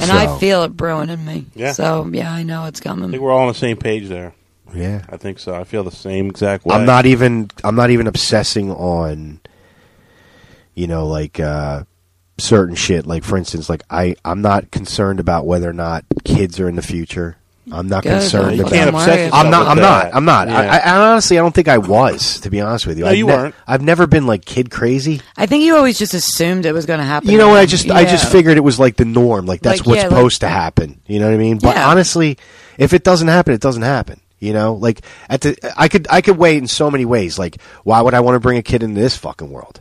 [SPEAKER 6] And
[SPEAKER 4] So-
[SPEAKER 6] I feel it brewing in me.
[SPEAKER 4] Yeah.
[SPEAKER 6] So yeah, I know it's
[SPEAKER 4] I think
[SPEAKER 6] coming.
[SPEAKER 4] we're all on the same page there.
[SPEAKER 3] Yeah.
[SPEAKER 4] I think so. I feel the same exact way.
[SPEAKER 3] I'm not even I'm not even obsessing on you know like uh certain shit like for instance like I I'm not concerned about whether or not kids are in the future. I'm not
[SPEAKER 4] Good,
[SPEAKER 3] concerned
[SPEAKER 4] you
[SPEAKER 3] about
[SPEAKER 4] can't obsess yourself
[SPEAKER 3] I'm not
[SPEAKER 4] with
[SPEAKER 3] I'm
[SPEAKER 4] that.
[SPEAKER 3] not I'm not. I, I,
[SPEAKER 4] Yeah.
[SPEAKER 3] I honestly I don't think I was to be honest with you.
[SPEAKER 4] No,
[SPEAKER 3] I've
[SPEAKER 4] you weren't.
[SPEAKER 3] I've never been like kid crazy.
[SPEAKER 6] I think you always just assumed it was going to happen.
[SPEAKER 3] You know what I just I
[SPEAKER 6] Yeah.
[SPEAKER 3] just figured it was like the norm like that's
[SPEAKER 6] Like,
[SPEAKER 3] what's
[SPEAKER 6] yeah, like-
[SPEAKER 3] supposed to happen. You know what I mean? But
[SPEAKER 6] Yeah.
[SPEAKER 3] honestly, if it doesn't happen, it doesn't happen. You know, like at the I could I could weigh it in so many ways. Like, why would I want to bring a kid into this fucking world?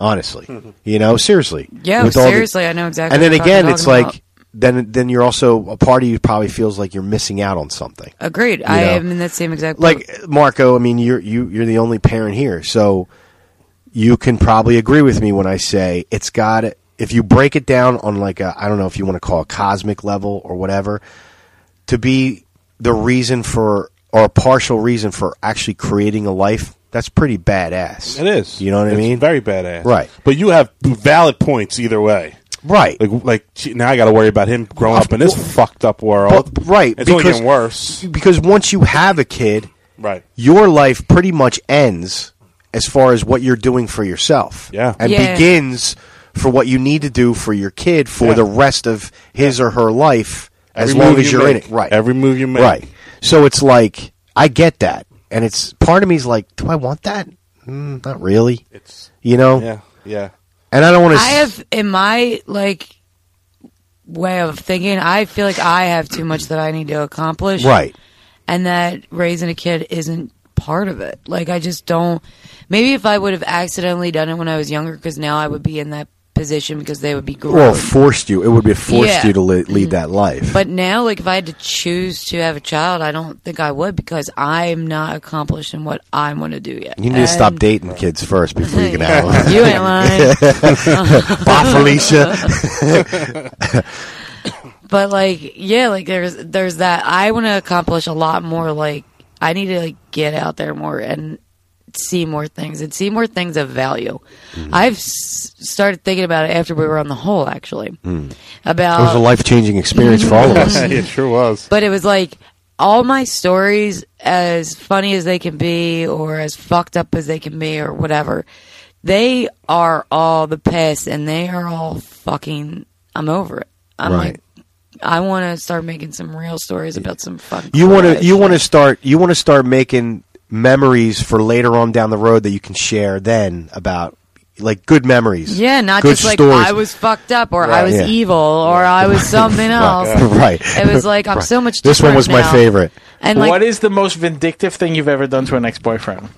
[SPEAKER 3] Honestly, you know, seriously.
[SPEAKER 6] Yeah,
[SPEAKER 3] With all the-
[SPEAKER 6] seriously, I know exactly.
[SPEAKER 3] and
[SPEAKER 6] what
[SPEAKER 3] then
[SPEAKER 6] you're fucking
[SPEAKER 3] again, it's
[SPEAKER 6] talking
[SPEAKER 3] like
[SPEAKER 6] about.
[SPEAKER 3] then then you're also a part of you probably feels like you're missing out on something.
[SPEAKER 6] agreed.
[SPEAKER 3] you
[SPEAKER 6] I
[SPEAKER 3] know.
[SPEAKER 6] am in that same exact. boat.
[SPEAKER 3] Like Marco, I mean, you're you you're the only parent here, so you can probably agree with me when I say it's got. If you break it down on like a, I don't know if you want to call it cosmic level or whatever, to be the reason for or a partial reason for actually creating a life, that's pretty badass.
[SPEAKER 4] It is.
[SPEAKER 3] You know what I
[SPEAKER 4] It's
[SPEAKER 3] mean?
[SPEAKER 4] Very badass.
[SPEAKER 3] Right.
[SPEAKER 4] But you have valid points either way.
[SPEAKER 3] Right.
[SPEAKER 4] Like like gee, now I got to worry about him growing up in this fucked up world.
[SPEAKER 3] But- right,
[SPEAKER 4] It's only
[SPEAKER 3] because-
[SPEAKER 4] getting worse.
[SPEAKER 3] Because once you have a kid,
[SPEAKER 4] Right.
[SPEAKER 3] your life pretty much ends as far as what you're doing for yourself.
[SPEAKER 4] Yeah.
[SPEAKER 3] And
[SPEAKER 4] Yeah.
[SPEAKER 3] begins for what you need to do for your kid for
[SPEAKER 4] Yeah.
[SPEAKER 3] the rest of his or her life as
[SPEAKER 4] Every
[SPEAKER 3] long
[SPEAKER 4] move
[SPEAKER 3] as
[SPEAKER 4] you
[SPEAKER 3] you're
[SPEAKER 4] make.
[SPEAKER 3] in it. Right.
[SPEAKER 4] Every move you make.
[SPEAKER 3] Right. So it's like I get that. And it's part of me's like, do I want that? Mm, not really. It's you know?
[SPEAKER 4] Yeah. Yeah.
[SPEAKER 3] And I don't want to
[SPEAKER 6] I have in my like way of thinking, I feel like I have too much that I need to accomplish.
[SPEAKER 3] Right.
[SPEAKER 6] And that raising a kid isn't part of it. Like I just don't maybe if I would have accidentally done it when I was younger cuz now I would be in that position because they would be grown.
[SPEAKER 3] well, forced you. It would be forced
[SPEAKER 6] Yeah. Mm.
[SPEAKER 3] you to li- lead that life.
[SPEAKER 6] But now, like, if I had to choose to have a child, I don't think I would because I'm not accomplished in what I want to do yet.
[SPEAKER 3] You need to stop
[SPEAKER 6] And-
[SPEAKER 3] dating kids first before you can have them.
[SPEAKER 6] um, You ain't lying.
[SPEAKER 3] Bye, Felicia.
[SPEAKER 6] But like, yeah, like there's there's that. I want to accomplish a lot more. Like, I need to like get out there more and see more things and see more things of value.
[SPEAKER 3] Mm-hmm.
[SPEAKER 6] I've s- started thinking about it after we were on the hole, actually, about
[SPEAKER 3] Mm. it was a life changing experience for all of us.
[SPEAKER 4] it sure was.
[SPEAKER 6] But it was like all my stories, as funny as they can be, or as fucked up as they can be, or whatever, they are all the past and they are all fucking. I'm over it. I'm
[SPEAKER 3] Right.
[SPEAKER 6] like, I want to start making some real stories about some fucking.
[SPEAKER 3] You want to
[SPEAKER 6] crap.
[SPEAKER 3] you want to start you want to start making memories for later on down the road that you can share then about like good memories.
[SPEAKER 6] Yeah, not
[SPEAKER 3] good
[SPEAKER 6] just like
[SPEAKER 3] stories.
[SPEAKER 6] I was fucked up or I
[SPEAKER 3] Right.
[SPEAKER 6] was
[SPEAKER 3] Yeah.
[SPEAKER 6] evil or I was something else.
[SPEAKER 3] Right.
[SPEAKER 6] It was like I'm
[SPEAKER 3] Right.
[SPEAKER 6] so much.
[SPEAKER 3] This one
[SPEAKER 6] different
[SPEAKER 3] was my
[SPEAKER 6] now.
[SPEAKER 3] favorite.
[SPEAKER 6] And like,
[SPEAKER 12] what is the most vindictive thing you've ever done to an ex-boyfriend?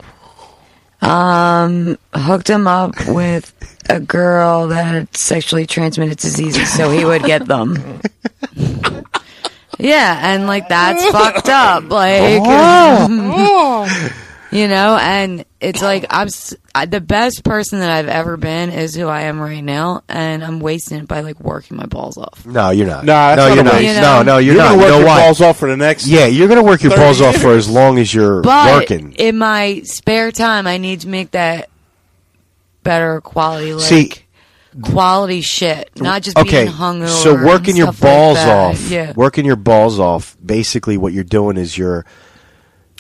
[SPEAKER 6] Um, hooked him up with a girl that had sexually transmitted diseases, so he would get them. yeah, and like that's fucked up. Like,
[SPEAKER 3] Oh.
[SPEAKER 6] you know, and it's like I'm s- I, the best person that I've ever been is who I am right now, and I'm wasting it by like working my balls off.
[SPEAKER 3] No, you're not.
[SPEAKER 4] Nah, that's
[SPEAKER 3] no,
[SPEAKER 4] not
[SPEAKER 3] you're
[SPEAKER 4] a
[SPEAKER 3] not.
[SPEAKER 4] waste.
[SPEAKER 3] No, no, you're,
[SPEAKER 4] You're
[SPEAKER 3] not.
[SPEAKER 4] gonna work
[SPEAKER 3] you know
[SPEAKER 4] your
[SPEAKER 3] why?
[SPEAKER 4] balls off for the next
[SPEAKER 3] Yeah, you're going to work your
[SPEAKER 4] 30
[SPEAKER 3] balls off for
[SPEAKER 4] years.
[SPEAKER 3] as long as you're
[SPEAKER 6] But
[SPEAKER 3] working.
[SPEAKER 6] in my spare time, I need to make that better quality. Like,
[SPEAKER 3] See,
[SPEAKER 6] quality shit, not just
[SPEAKER 3] okay,
[SPEAKER 6] being hungover.
[SPEAKER 3] so working
[SPEAKER 6] and
[SPEAKER 3] your
[SPEAKER 6] stuff like
[SPEAKER 3] balls
[SPEAKER 6] that.
[SPEAKER 3] off,
[SPEAKER 6] Yeah,
[SPEAKER 3] working your balls off. Basically, what you're doing is you're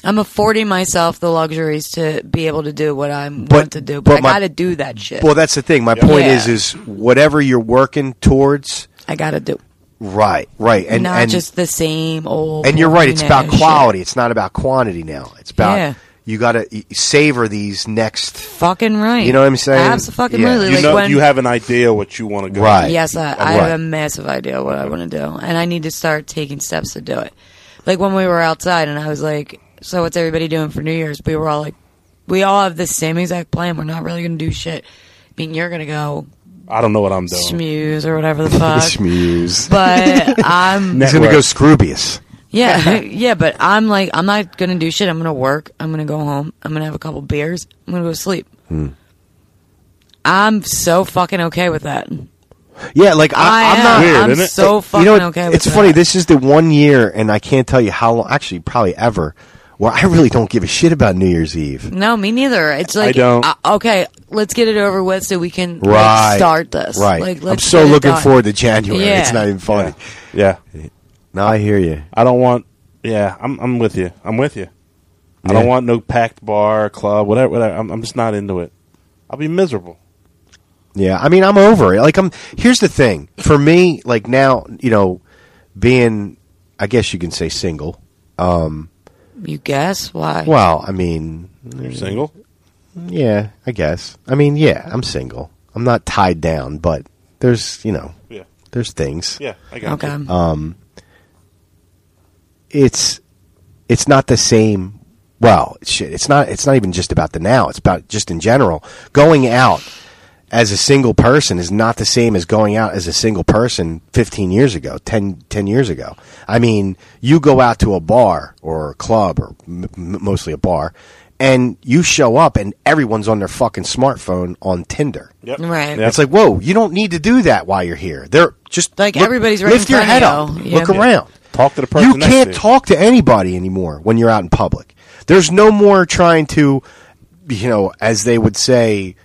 [SPEAKER 6] I'm affording myself the luxuries to be able to do what I want to do, but,
[SPEAKER 3] but
[SPEAKER 6] I
[SPEAKER 3] my-
[SPEAKER 6] got to do that shit.
[SPEAKER 3] Well, that's the thing. My point
[SPEAKER 6] Yeah.
[SPEAKER 3] is, is whatever you're working towards.
[SPEAKER 6] I got to do.
[SPEAKER 3] Right, right, and
[SPEAKER 6] not
[SPEAKER 3] and,
[SPEAKER 6] just the same old.
[SPEAKER 3] and you're right. It's about
[SPEAKER 6] boring-ass
[SPEAKER 3] quality. It's not about quantity now. It's about
[SPEAKER 6] Yeah.
[SPEAKER 3] you got to savor these next.
[SPEAKER 6] shit. Fucking right.
[SPEAKER 3] You know what I'm saying?
[SPEAKER 6] Absolutely.
[SPEAKER 3] Yeah.
[SPEAKER 6] Really.
[SPEAKER 4] You
[SPEAKER 6] like
[SPEAKER 4] know
[SPEAKER 6] when,
[SPEAKER 4] you have an idea what you want to go.
[SPEAKER 3] Right.
[SPEAKER 6] Yes, I, I
[SPEAKER 3] Right.
[SPEAKER 6] have a massive idea what I want to do, and I need to start taking steps to do it. Like when we were outside, and I was like, "So what's everybody doing for New Year's?" We were all like, "We all have the same exact plan. We're not really going to do shit. I mean, you're going to go
[SPEAKER 4] I don't know what I'm doing.
[SPEAKER 6] schmooze or whatever the fuck."
[SPEAKER 3] Schmuse.
[SPEAKER 6] but I'm
[SPEAKER 3] He's gonna go
[SPEAKER 4] Network.
[SPEAKER 3] scroobius.
[SPEAKER 6] yeah, yeah, but I'm like, I'm not gonna do shit. I'm gonna work. I'm gonna go home. I'm gonna have a couple beers. I'm gonna go to sleep. I'm so fucking okay with that.
[SPEAKER 3] Yeah, like
[SPEAKER 6] I
[SPEAKER 3] I, am
[SPEAKER 6] am.
[SPEAKER 3] not
[SPEAKER 6] Weird, I'm isn't it? so
[SPEAKER 3] you know,
[SPEAKER 6] fucking okay with
[SPEAKER 3] It's funny.
[SPEAKER 6] that.
[SPEAKER 3] This is the one year, and I can't tell you how long. Actually, probably ever. where I really don't give a shit about New Year's Eve.
[SPEAKER 6] No, me neither. It's
[SPEAKER 3] I
[SPEAKER 6] like
[SPEAKER 3] don't.
[SPEAKER 6] uh, okay, let's get it over with so we can like,
[SPEAKER 3] Right.
[SPEAKER 6] start this.
[SPEAKER 3] Right.
[SPEAKER 6] Like,
[SPEAKER 3] I'm
[SPEAKER 6] let's
[SPEAKER 3] so
[SPEAKER 6] get it
[SPEAKER 3] looking
[SPEAKER 6] done.
[SPEAKER 3] forward to January.
[SPEAKER 6] Yeah.
[SPEAKER 3] It's not even funny.
[SPEAKER 4] Yeah.
[SPEAKER 3] No, I hear you.
[SPEAKER 4] I don't want. Yeah, I'm. I'm with you. I'm with you. I
[SPEAKER 3] Yeah.
[SPEAKER 4] don't want no packed bar, club, whatever. whatever. I'm, I'm just not into it. I'll be miserable.
[SPEAKER 3] Yeah, I mean, I'm over it. Like, I'm. Here's the thing for me. Like now, you know, being, I guess you can say single. Um,
[SPEAKER 6] You guess why?
[SPEAKER 3] well, I mean,
[SPEAKER 4] You're single.
[SPEAKER 3] Yeah, I guess. I mean, yeah, I'm single. I'm not tied down, but there's, you know,
[SPEAKER 4] Yeah.
[SPEAKER 3] there's things.
[SPEAKER 4] Yeah, I got you. Okay.
[SPEAKER 3] Um, it's it's not the same. Well, shit, it's not. It's not even just about the now. It's about just in general. Going out as a single person is not the same as going out as a single person 15 years ago, 10, 10 years ago. I mean, you go out to a bar or a club or m- m- mostly a bar, and you show up and everyone's on their fucking smartphone on Tinder.
[SPEAKER 4] Yep.
[SPEAKER 6] Right.
[SPEAKER 3] It's like, whoa, you don't need to do that while you're here. They're just
[SPEAKER 6] Like, everybody's right
[SPEAKER 3] lift
[SPEAKER 6] in
[SPEAKER 3] your
[SPEAKER 6] front
[SPEAKER 3] head
[SPEAKER 6] of
[SPEAKER 3] up,
[SPEAKER 6] you. Yeah.
[SPEAKER 3] look
[SPEAKER 6] Yeah.
[SPEAKER 3] around.
[SPEAKER 4] Talk to the person
[SPEAKER 3] You
[SPEAKER 4] next
[SPEAKER 3] can't
[SPEAKER 4] to you.
[SPEAKER 3] talk to anybody anymore when you're out in public. There's no more trying to, you know, as they would say,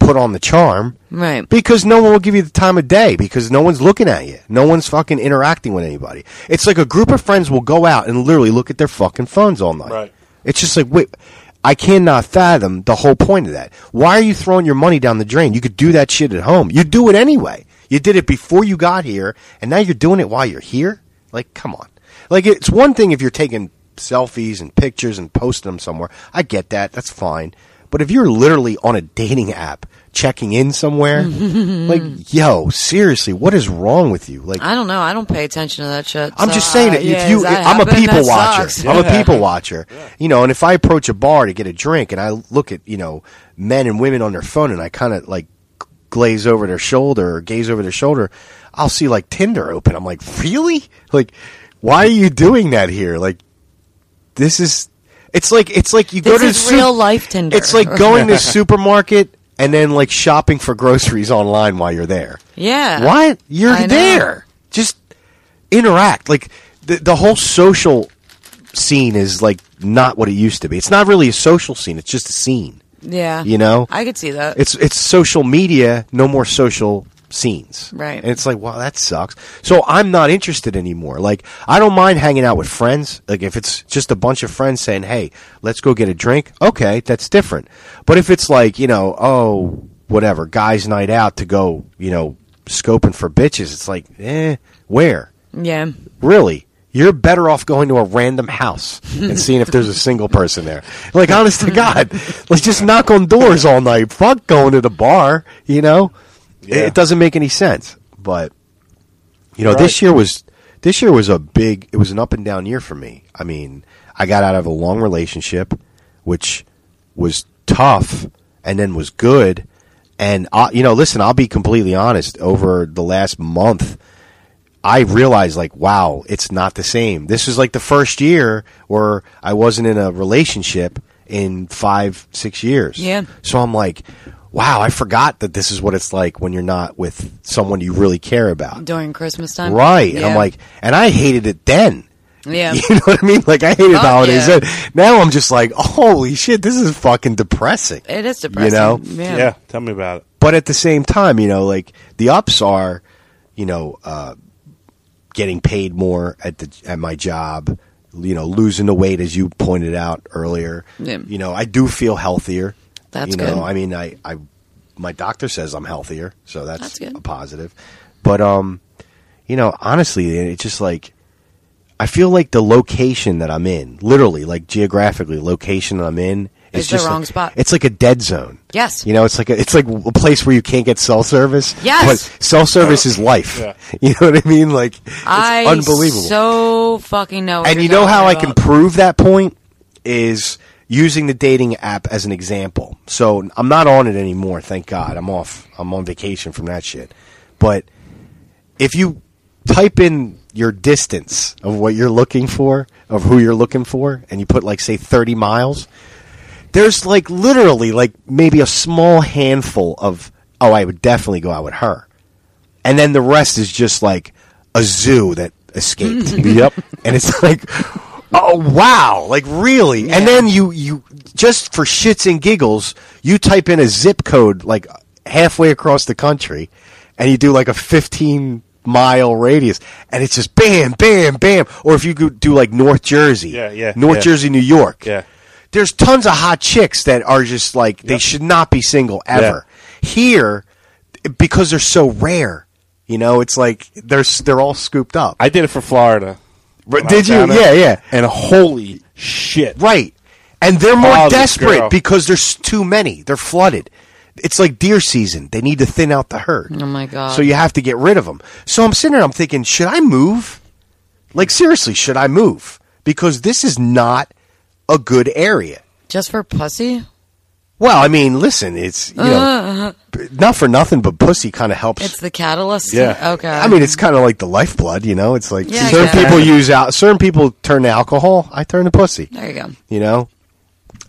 [SPEAKER 3] put on the charm.
[SPEAKER 6] Right.
[SPEAKER 3] Because no one will give you the time of day because no one's looking at you. No one's fucking interacting with anybody. It's like a group of friends will go out and literally look at their fucking phones all night.
[SPEAKER 4] Right.
[SPEAKER 3] It's just like, wait, I cannot fathom the whole point of that. Why are you throwing your money down the drain? You could do that shit at home. You do it anyway. You did it before you got here, and now you're doing it while you're here? Like, come on. Like, it's one thing if you're taking selfies and pictures and posting them somewhere. I get that. That's fine. But if you're literally on a dating app checking in somewhere, like, yo, seriously, what is wrong with you? Like,
[SPEAKER 6] I don't know. I don't pay attention to that shit.
[SPEAKER 3] I'm
[SPEAKER 6] so,
[SPEAKER 3] just saying
[SPEAKER 6] uh,
[SPEAKER 3] that
[SPEAKER 6] yeah,
[SPEAKER 3] if you,
[SPEAKER 6] does that
[SPEAKER 3] I'm a
[SPEAKER 6] happen?
[SPEAKER 3] people
[SPEAKER 6] That
[SPEAKER 3] watcher.
[SPEAKER 6] sucks.
[SPEAKER 3] I'm a people watcher. You know, and if I approach a bar to get a drink and I look at you know men and women on their phone and I kind of like glaze over their shoulder or gaze over their shoulder, I'll see like Tinder open. I'm like, really? Like, why are you doing that here? Like, this is. It's like it's like you go
[SPEAKER 6] This
[SPEAKER 3] to
[SPEAKER 6] is
[SPEAKER 3] the sup-
[SPEAKER 6] real life Tinder.
[SPEAKER 3] It's like going to the supermarket and then like shopping for groceries online while you're there.
[SPEAKER 6] Yeah.
[SPEAKER 3] What? You're
[SPEAKER 6] I know.
[SPEAKER 3] there. Just interact. Like the the whole social scene is like not what it used to be. It's not really a social scene. It's just a scene.
[SPEAKER 6] Yeah.
[SPEAKER 3] You know?
[SPEAKER 6] I could see that.
[SPEAKER 3] It's it's social media, no more social scenes.
[SPEAKER 6] Right.
[SPEAKER 3] And it's like, wow, that sucks. So I'm not interested anymore. Like I don't mind hanging out with friends. Like if it's just a bunch of friends saying, "Hey, let's go get a drink." Okay, that's different. But if it's like, you know, oh, whatever, guys night out to go, you know, scoping for bitches, it's like, "Eh, where?"
[SPEAKER 6] yeah.
[SPEAKER 3] Really? You're better off going to a random house and seeing if there's a single person there. Like, honest to God, like just knock on doors all night. Fuck going to the bar, you know? It- It doesn't make any sense. But you know, this year was this year was a big. It was an up and down year for me. I mean, I got out of a long relationship, which was tough, and then was good. And I, you know, listen, I'll be completely honest. Over the last month, I realized like, wow, it's not the same. This is like the first year where I wasn't in a relationship in five, six years.
[SPEAKER 6] Yeah.
[SPEAKER 3] So I'm like, wow, I forgot that this is what it's like when you're not with someone you really care about.
[SPEAKER 6] During Christmas time.
[SPEAKER 3] Right. And
[SPEAKER 6] Um, Yeah.
[SPEAKER 3] I'm like, and I hated it then.
[SPEAKER 6] yeah.
[SPEAKER 3] You know what I mean? Like, I hated
[SPEAKER 6] Fuck
[SPEAKER 3] holidays
[SPEAKER 6] yeah.
[SPEAKER 3] then. Now I'm just like, holy shit, this is fucking depressing.
[SPEAKER 6] It is depressing.
[SPEAKER 3] You know?
[SPEAKER 6] Yeah.
[SPEAKER 4] Tell me about it.
[SPEAKER 3] But at the same time, you know, like, the ups are, you know, uh, getting paid more at the at my job, you know, losing the weight as you pointed out earlier.
[SPEAKER 6] Yeah.
[SPEAKER 3] You know, I do feel healthier.
[SPEAKER 6] That's
[SPEAKER 3] you know,
[SPEAKER 6] good.
[SPEAKER 3] I mean, I, I my doctor says I'm healthier, so that's,
[SPEAKER 6] That's good.
[SPEAKER 3] a positive. But um, you know, honestly, it's just like I feel like the location that I'm in, literally, like geographically, location that I'm in is
[SPEAKER 6] It's the
[SPEAKER 3] just
[SPEAKER 6] wrong
[SPEAKER 3] like-
[SPEAKER 6] spot.
[SPEAKER 3] It's like a dead zone.
[SPEAKER 6] Yes.
[SPEAKER 3] You know, it's like a, it's like a place where you can't get cell service.
[SPEAKER 6] Yes.
[SPEAKER 3] but cell service is life. You know what I mean? Like it's
[SPEAKER 6] I
[SPEAKER 3] unbelievable.
[SPEAKER 6] so fucking know. what
[SPEAKER 3] and
[SPEAKER 6] you're
[SPEAKER 3] you know
[SPEAKER 6] talking
[SPEAKER 3] how I
[SPEAKER 6] about.
[SPEAKER 3] can prove that point is using the dating app as an example. So I'm not on it anymore, thank God. I'm off. I'm on vacation from that shit. But if you type in your distance of what you're looking for, of who you're looking for, and you put like say 30 miles, there's like literally like maybe a small handful of oh, I would definitely go out with her. And then the rest is just like a zoo that escaped.
[SPEAKER 4] Yep.
[SPEAKER 3] And it's like, Oh wow! Like really? And then you you just for shits and giggles, you type in a zip code like halfway across the country, and you do like a fifteen mile radius, and it's just bam, bam, bam. Or if you go- do like North Jersey,
[SPEAKER 4] Yeah, yeah,
[SPEAKER 3] North
[SPEAKER 4] yeah.
[SPEAKER 3] Jersey, New York,
[SPEAKER 4] Yeah.
[SPEAKER 3] There's tons of hot chicks that are just like they should not be single ever. Here, because they're so rare, you know, it's like they're s- they're all scooped up.
[SPEAKER 4] I did it for Florida.
[SPEAKER 3] But
[SPEAKER 4] When I
[SPEAKER 3] did
[SPEAKER 4] was
[SPEAKER 3] you?
[SPEAKER 4] down there.
[SPEAKER 3] Yeah, yeah.
[SPEAKER 4] And holy shit.
[SPEAKER 3] Right. And they're more
[SPEAKER 4] Oh, this girl.
[SPEAKER 3] desperate because there's too many. They're flooded. It's like deer season. They need to thin out the herd.
[SPEAKER 6] Oh my god.
[SPEAKER 3] So you have to get rid of them. So I'm sitting there, I'm thinking, should I move? Like, seriously, should I move? Because this is not a good area.
[SPEAKER 6] just for pussy?
[SPEAKER 3] Well, I mean, listen, it's, you know,
[SPEAKER 6] Uh,
[SPEAKER 3] not for nothing, but pussy kind of helps.
[SPEAKER 6] it's the catalyst.
[SPEAKER 3] Yeah.
[SPEAKER 6] Okay.
[SPEAKER 3] I mean, it's kind of like the lifeblood, you know? It's like
[SPEAKER 6] Yeah, I
[SPEAKER 3] certain
[SPEAKER 6] guess.
[SPEAKER 3] people use out, certain people turn to alcohol. I turn to pussy.
[SPEAKER 6] there you go.
[SPEAKER 3] you know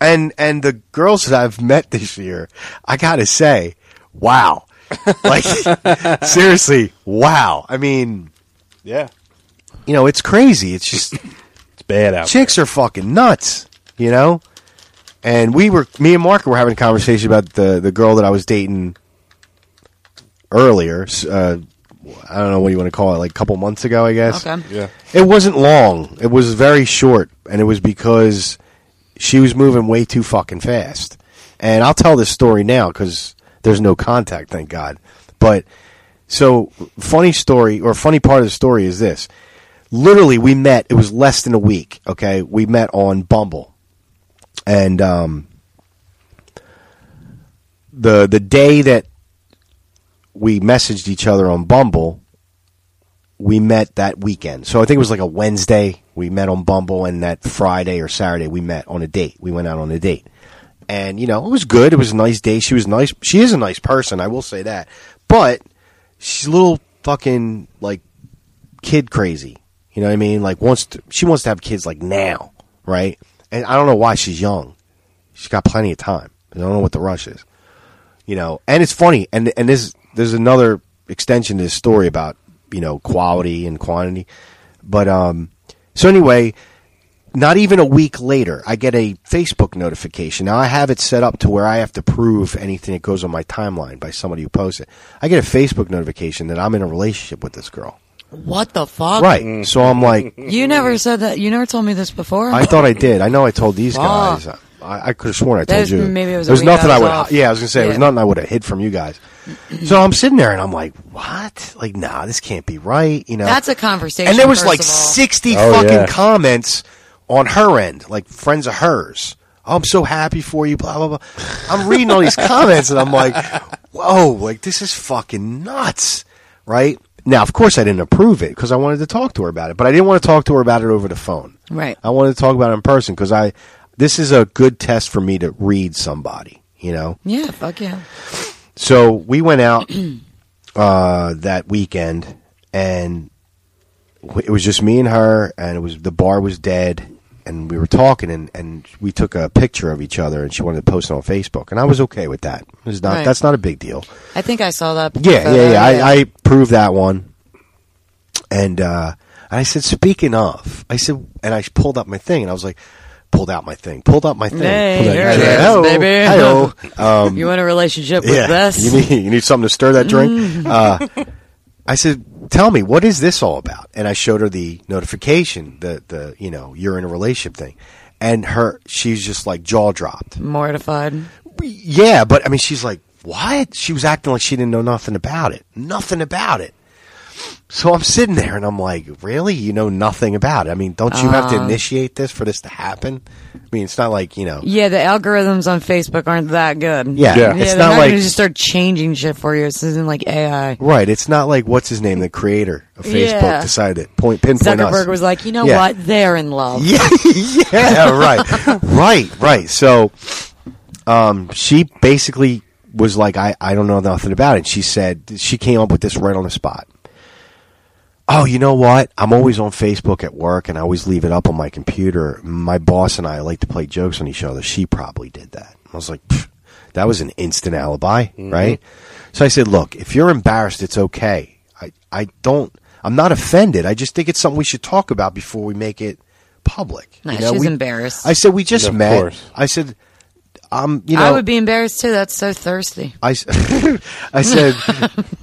[SPEAKER 3] and and the girls that i've met this year i gotta say wow like seriously wow i mean
[SPEAKER 4] Yeah.
[SPEAKER 3] you know it's crazy it's just
[SPEAKER 4] It's bad out.
[SPEAKER 3] chicks are fucking nuts you know and we were me and mark were having a conversation about the the girl that i was dating earlier s- uh, i don't know what you want to call it like a couple months ago i guess
[SPEAKER 6] Okay.
[SPEAKER 4] Yeah.
[SPEAKER 3] it wasn't long. It was very short, and it was because she was moving way too fucking fast. And I'll tell this story now because there's no contact, thank God. But so funny story or funny part of the story is this: literally, we met. It was less than a week. Okay, we met on Bumble, and um, the the day that we messaged each other on Bumble, we met that weekend. So I think it was like a Wednesday. We met on Bumble, and that Friday or Saturday we met on a date. We went out on a date, and you know it was good. It was a nice day. She was nice. She is a nice person. I will say that, but she's a little fucking like kid crazy. You know what I mean? Like wants to, she wants to have kids like now, right? And I don't know why she's young. She's got plenty of time. I don't know what the rush is you know and it's funny and and this there's another extension to this story about you know quality and quantity but um so anyway not even a week later i get a facebook notification now i have it set up to where i have to prove anything that goes on my timeline by somebody who posts it i get a facebook notification that i'm in a relationship with this girl
[SPEAKER 6] What the fuck?
[SPEAKER 3] right so i'm like
[SPEAKER 6] You never said that. You never told me this before.
[SPEAKER 3] I thought I did. I know I told these
[SPEAKER 6] Wow.
[SPEAKER 3] guys. I, I could have sworn I
[SPEAKER 6] That
[SPEAKER 3] told
[SPEAKER 6] was-
[SPEAKER 3] you.
[SPEAKER 6] maybe it was a
[SPEAKER 3] there was
[SPEAKER 6] week
[SPEAKER 3] nothing
[SPEAKER 6] I
[SPEAKER 3] I
[SPEAKER 6] was
[SPEAKER 3] would.
[SPEAKER 6] off.
[SPEAKER 3] Yeah, I was gonna say there was
[SPEAKER 6] Yeah.
[SPEAKER 3] nothing I would have hid from you guys. so I'm sitting there and I'm like, what? Like, nah, this can't be right. You know,
[SPEAKER 6] That's a conversation.
[SPEAKER 3] and there was
[SPEAKER 6] first
[SPEAKER 3] like
[SPEAKER 6] of all.
[SPEAKER 3] sixty
[SPEAKER 4] Oh,
[SPEAKER 3] fucking
[SPEAKER 4] yeah.
[SPEAKER 3] comments on her end, like friends of hers. Oh, I'm so happy for you. Blah blah blah. I'm reading all these comments and I'm like, whoa, like this is fucking nuts, right? Now, of course, I didn't approve it because I wanted to talk to her about it, but I didn't want to talk to her about it over the phone.
[SPEAKER 6] Right.
[SPEAKER 3] I wanted to talk about it in person because I this is a good test for me to read somebody, you know.
[SPEAKER 6] Yeah. Fuck yeah.
[SPEAKER 3] So we went out uh, that weekend, and w- it was just me and her, and it was the bar was dead, and we were talking, and, and we took a picture of each other, and she wanted to post it on Facebook, and I was okay with that. It's not
[SPEAKER 6] Right.
[SPEAKER 3] that's not a big deal.
[SPEAKER 6] I think I saw that.
[SPEAKER 3] Yeah,
[SPEAKER 6] photo,
[SPEAKER 3] yeah, yeah. I, I proved that one. And uh, I said, speaking of, I said, and I pulled up my thing, and I was like, pulled out my thing, pulled out my thing.
[SPEAKER 6] Hey,
[SPEAKER 3] Pulled out-
[SPEAKER 6] there it
[SPEAKER 3] I said,
[SPEAKER 6] is,
[SPEAKER 3] "Hello,
[SPEAKER 6] baby."
[SPEAKER 3] hello."
[SPEAKER 6] you want a relationship with this?
[SPEAKER 3] um, You need, you need something to stir that
[SPEAKER 6] Mm-hmm.
[SPEAKER 3] drink? uh, I said, tell me, what is this all about? And I showed her the notification, the, the, you know, you're in a relationship thing. And her, she's just like jaw dropped.
[SPEAKER 6] Mortified.
[SPEAKER 3] Yeah, but I mean, she's like, what? She was acting like she didn't know nothing about it. Nothing about it. So I'm sitting there and I'm like, really? You know nothing about it? I mean, don't you have to
[SPEAKER 6] Uh.
[SPEAKER 3] initiate this for this to happen? I mean, it's not like, you know.
[SPEAKER 6] Yeah, the algorithms on Facebook aren't that good.
[SPEAKER 3] Yeah. Yeah. It's
[SPEAKER 6] they're
[SPEAKER 3] not
[SPEAKER 6] not
[SPEAKER 3] like-
[SPEAKER 6] gonna just start changing shit for you. This isn't like AI.
[SPEAKER 3] Right. It's not like what's his name, the creator of Facebook,
[SPEAKER 6] Yeah.
[SPEAKER 3] decided to point pinpoint us.
[SPEAKER 6] Zuckerberg was like, you know
[SPEAKER 3] Yeah.
[SPEAKER 6] what? They're in love.
[SPEAKER 3] yeah, yeah, right, right, right. So, um, she basically was like, I, I don't know nothing about it. She said she came up with this right on the spot. Oh, you know what? I'm always on Facebook at work, and I always leave it up on my computer. My boss and I like to play jokes on each other. She probably did that. I was like, "Pfft, that was an instant alibi,
[SPEAKER 6] Mm-hmm.
[SPEAKER 3] right? So I said, look, if you're embarrassed, it's okay. I, I don't. I'm not offended. I just think it's something we should talk about before we make it public.
[SPEAKER 6] No,
[SPEAKER 3] you know,
[SPEAKER 6] she's
[SPEAKER 3] we-
[SPEAKER 6] embarrassed.
[SPEAKER 3] I said we just
[SPEAKER 6] Of
[SPEAKER 3] met.
[SPEAKER 6] course.
[SPEAKER 3] I said, um, you know,
[SPEAKER 6] I would be embarrassed too. That's so thirsty.
[SPEAKER 3] I, s- I said,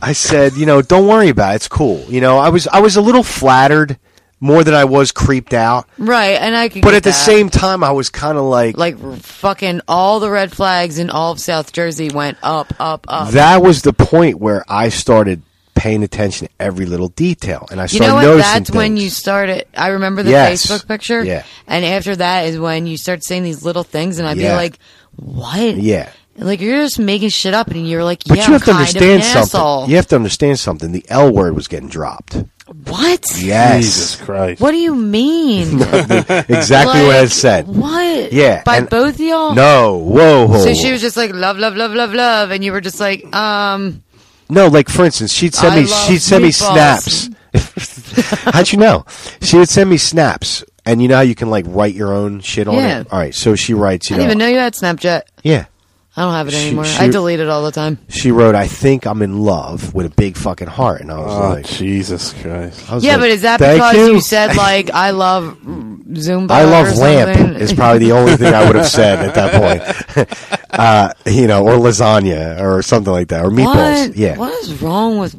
[SPEAKER 3] I said, you know, don't worry about it. It's cool. You know, I was, I was a little flattered more than I was creeped out.
[SPEAKER 6] Right, and I can.
[SPEAKER 3] But
[SPEAKER 6] get
[SPEAKER 3] at the
[SPEAKER 6] that.
[SPEAKER 3] same time, I was kind of like,
[SPEAKER 6] like fucking all the red flags in all of South Jersey went up, up, up.
[SPEAKER 3] that was the point where I started paying attention to every little detail, and I
[SPEAKER 6] you
[SPEAKER 3] started
[SPEAKER 6] know what?
[SPEAKER 3] noticing
[SPEAKER 6] That's
[SPEAKER 3] things.
[SPEAKER 6] when you started. I remember the
[SPEAKER 3] Yes.
[SPEAKER 6] Facebook picture.
[SPEAKER 3] Yeah.
[SPEAKER 6] And after that is when you start seeing these little things, and I'd
[SPEAKER 3] Yeah.
[SPEAKER 6] be like, "What?
[SPEAKER 3] yeah.
[SPEAKER 6] Like you're just making shit up, and you're like,
[SPEAKER 3] But
[SPEAKER 6] yeah,
[SPEAKER 3] you have to
[SPEAKER 6] I'm kind of an
[SPEAKER 3] understand something.
[SPEAKER 6] asshole.
[SPEAKER 3] You have to understand something. The L word was getting dropped.
[SPEAKER 6] What?
[SPEAKER 3] Yes.
[SPEAKER 4] Jesus Christ.
[SPEAKER 6] What do you mean?
[SPEAKER 3] exactly what I
[SPEAKER 6] Like,
[SPEAKER 3] said.
[SPEAKER 6] What?
[SPEAKER 3] Yeah,
[SPEAKER 6] By
[SPEAKER 3] and-
[SPEAKER 6] both y'all?
[SPEAKER 3] No, whoa, whoa.
[SPEAKER 6] So
[SPEAKER 3] whoa.
[SPEAKER 6] she was just like love, love, love, love, love, and you were just like, um,
[SPEAKER 3] No, like for instance, she'd send
[SPEAKER 6] I
[SPEAKER 3] me
[SPEAKER 6] love
[SPEAKER 3] she'd send me
[SPEAKER 6] meatballs.
[SPEAKER 3] snaps. How'd you know? She would send me snaps, and you know how you can like write your own shit on
[SPEAKER 6] Yeah.
[SPEAKER 3] it. All right, so she writes, you
[SPEAKER 6] I didn't
[SPEAKER 3] know,
[SPEAKER 6] even know you had Snapchat.
[SPEAKER 3] yeah.
[SPEAKER 6] I don't have it
[SPEAKER 3] She-
[SPEAKER 6] anymore.
[SPEAKER 3] she-
[SPEAKER 6] I delete it all the time.
[SPEAKER 3] She wrote, "I think I'm in love with a big fucking heart," and I was
[SPEAKER 4] Oh,
[SPEAKER 3] like,
[SPEAKER 4] "Jesus Christ!"
[SPEAKER 6] Yeah, but is that because you. said like I love Zumba?
[SPEAKER 3] I love
[SPEAKER 6] or
[SPEAKER 3] lamp
[SPEAKER 6] something?
[SPEAKER 3] is probably the only thing I would have said at that point, uh, you know, or lasagna or something like that, or meatballs.
[SPEAKER 6] What?
[SPEAKER 3] Yeah,
[SPEAKER 6] What is wrong with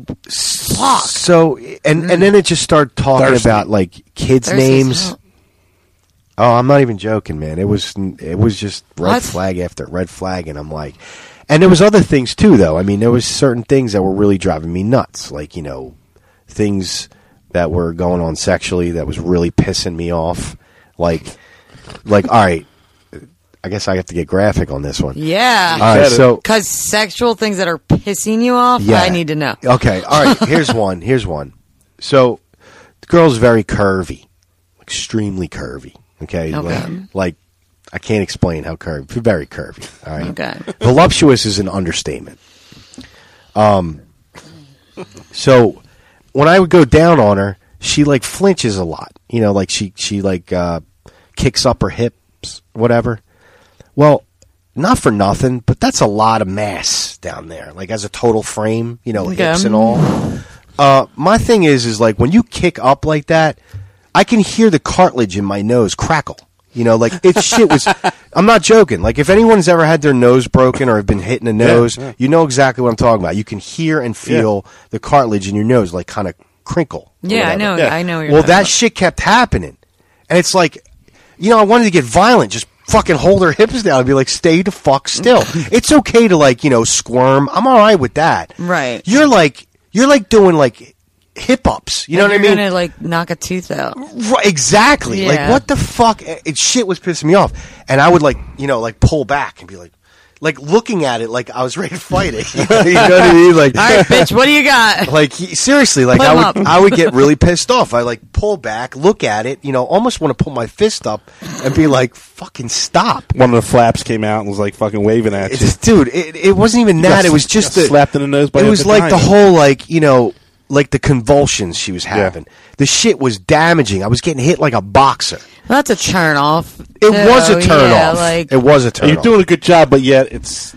[SPEAKER 6] fuck?
[SPEAKER 3] So and and then it just started talking
[SPEAKER 6] Thirsty.
[SPEAKER 3] about like kids'
[SPEAKER 6] Thirsty's
[SPEAKER 3] names.
[SPEAKER 6] out.
[SPEAKER 3] Oh, I'm not even joking, man. It was it was just red
[SPEAKER 6] What?
[SPEAKER 3] flag after red flag, and I'm like, and there was other things too, though. I mean, there was certain things that were really driving me nuts, like you know, things that were going on sexually that was really pissing me off, like like all right. I guess I have to get graphic on this one.
[SPEAKER 6] Yeah.
[SPEAKER 3] All right. So
[SPEAKER 6] because sexual things that are pissing you off,
[SPEAKER 3] Yeah. Oh,
[SPEAKER 6] I need to know.
[SPEAKER 3] Okay. All right. Here's one. Here's one. So the girl's very curvy, extremely curvy. Okay.
[SPEAKER 6] Okay.
[SPEAKER 3] Like, like, I can't explain how curvy. Very curvy. All right.
[SPEAKER 6] Okay.
[SPEAKER 3] Voluptuous is an understatement. Um. So when I would go down on her, she like flinches a lot. You know, like she she like uh, kicks up her hips, whatever. Well, not for nothing, but that's a lot of mass down there. Like as a total frame, you know,
[SPEAKER 13] Okay.
[SPEAKER 3] hips and all. Uh, my thing is, is like when you kick up like that, I can hear the cartilage in my nose crackle. You know, like it shit was. I'm not joking. Like if anyone's ever had their nose broken or have been hitting a
[SPEAKER 13] Yeah,
[SPEAKER 3] nose,
[SPEAKER 13] yeah.
[SPEAKER 3] you know exactly what I'm talking about. You can hear and feel the cartilage in your nose, like kind of crinkle. or
[SPEAKER 6] Yeah, I
[SPEAKER 3] whatever.
[SPEAKER 6] know.
[SPEAKER 3] Yeah.
[SPEAKER 6] I know. What you're
[SPEAKER 3] Well,
[SPEAKER 6] talking
[SPEAKER 3] that shit kept happening, and it's like, you know, I wanted to get violent, just fucking hold her hips down and be like, "Stay the fuck still." it's okay to like, you know, squirm. I'm all right with that.
[SPEAKER 6] Right.
[SPEAKER 3] You're like, you're like doing like hip ups. You know what I
[SPEAKER 6] Like,
[SPEAKER 3] mean?
[SPEAKER 6] You're gonna like knock a tooth out.
[SPEAKER 3] Right, exactly. Like
[SPEAKER 6] Yeah.
[SPEAKER 3] what the fuck? It, it- shit was pissing me off, and I would like you know like pull back and be like, like looking at it like I was ready to fight it. you know what I mean? Like,
[SPEAKER 6] all right, bitch, what do you got?
[SPEAKER 3] like he- seriously, like
[SPEAKER 6] Put
[SPEAKER 3] I
[SPEAKER 6] 'em
[SPEAKER 3] would
[SPEAKER 6] up.
[SPEAKER 3] I would get really pissed off. I like pull back, look at it, you know, almost want to pull my fist up and be like, fucking stop.
[SPEAKER 4] One of the flaps came out and was like fucking waving at you.
[SPEAKER 3] dude it, it wasn't even
[SPEAKER 4] You
[SPEAKER 3] that
[SPEAKER 4] got
[SPEAKER 3] it was
[SPEAKER 4] s-
[SPEAKER 3] just
[SPEAKER 4] you
[SPEAKER 3] the
[SPEAKER 4] got slapped in the nose by
[SPEAKER 3] it
[SPEAKER 4] a
[SPEAKER 3] was like the
[SPEAKER 4] vagina.
[SPEAKER 3] whole like you know like the convulsions she was having the shit was damaging i was getting hit like a boxer
[SPEAKER 6] Well, that's a turn off.
[SPEAKER 3] it was a
[SPEAKER 6] too,
[SPEAKER 3] turn
[SPEAKER 6] Oh, yeah,
[SPEAKER 3] off
[SPEAKER 6] Like
[SPEAKER 3] it was a turn
[SPEAKER 4] You're
[SPEAKER 3] off
[SPEAKER 4] doing a good job, but yet it's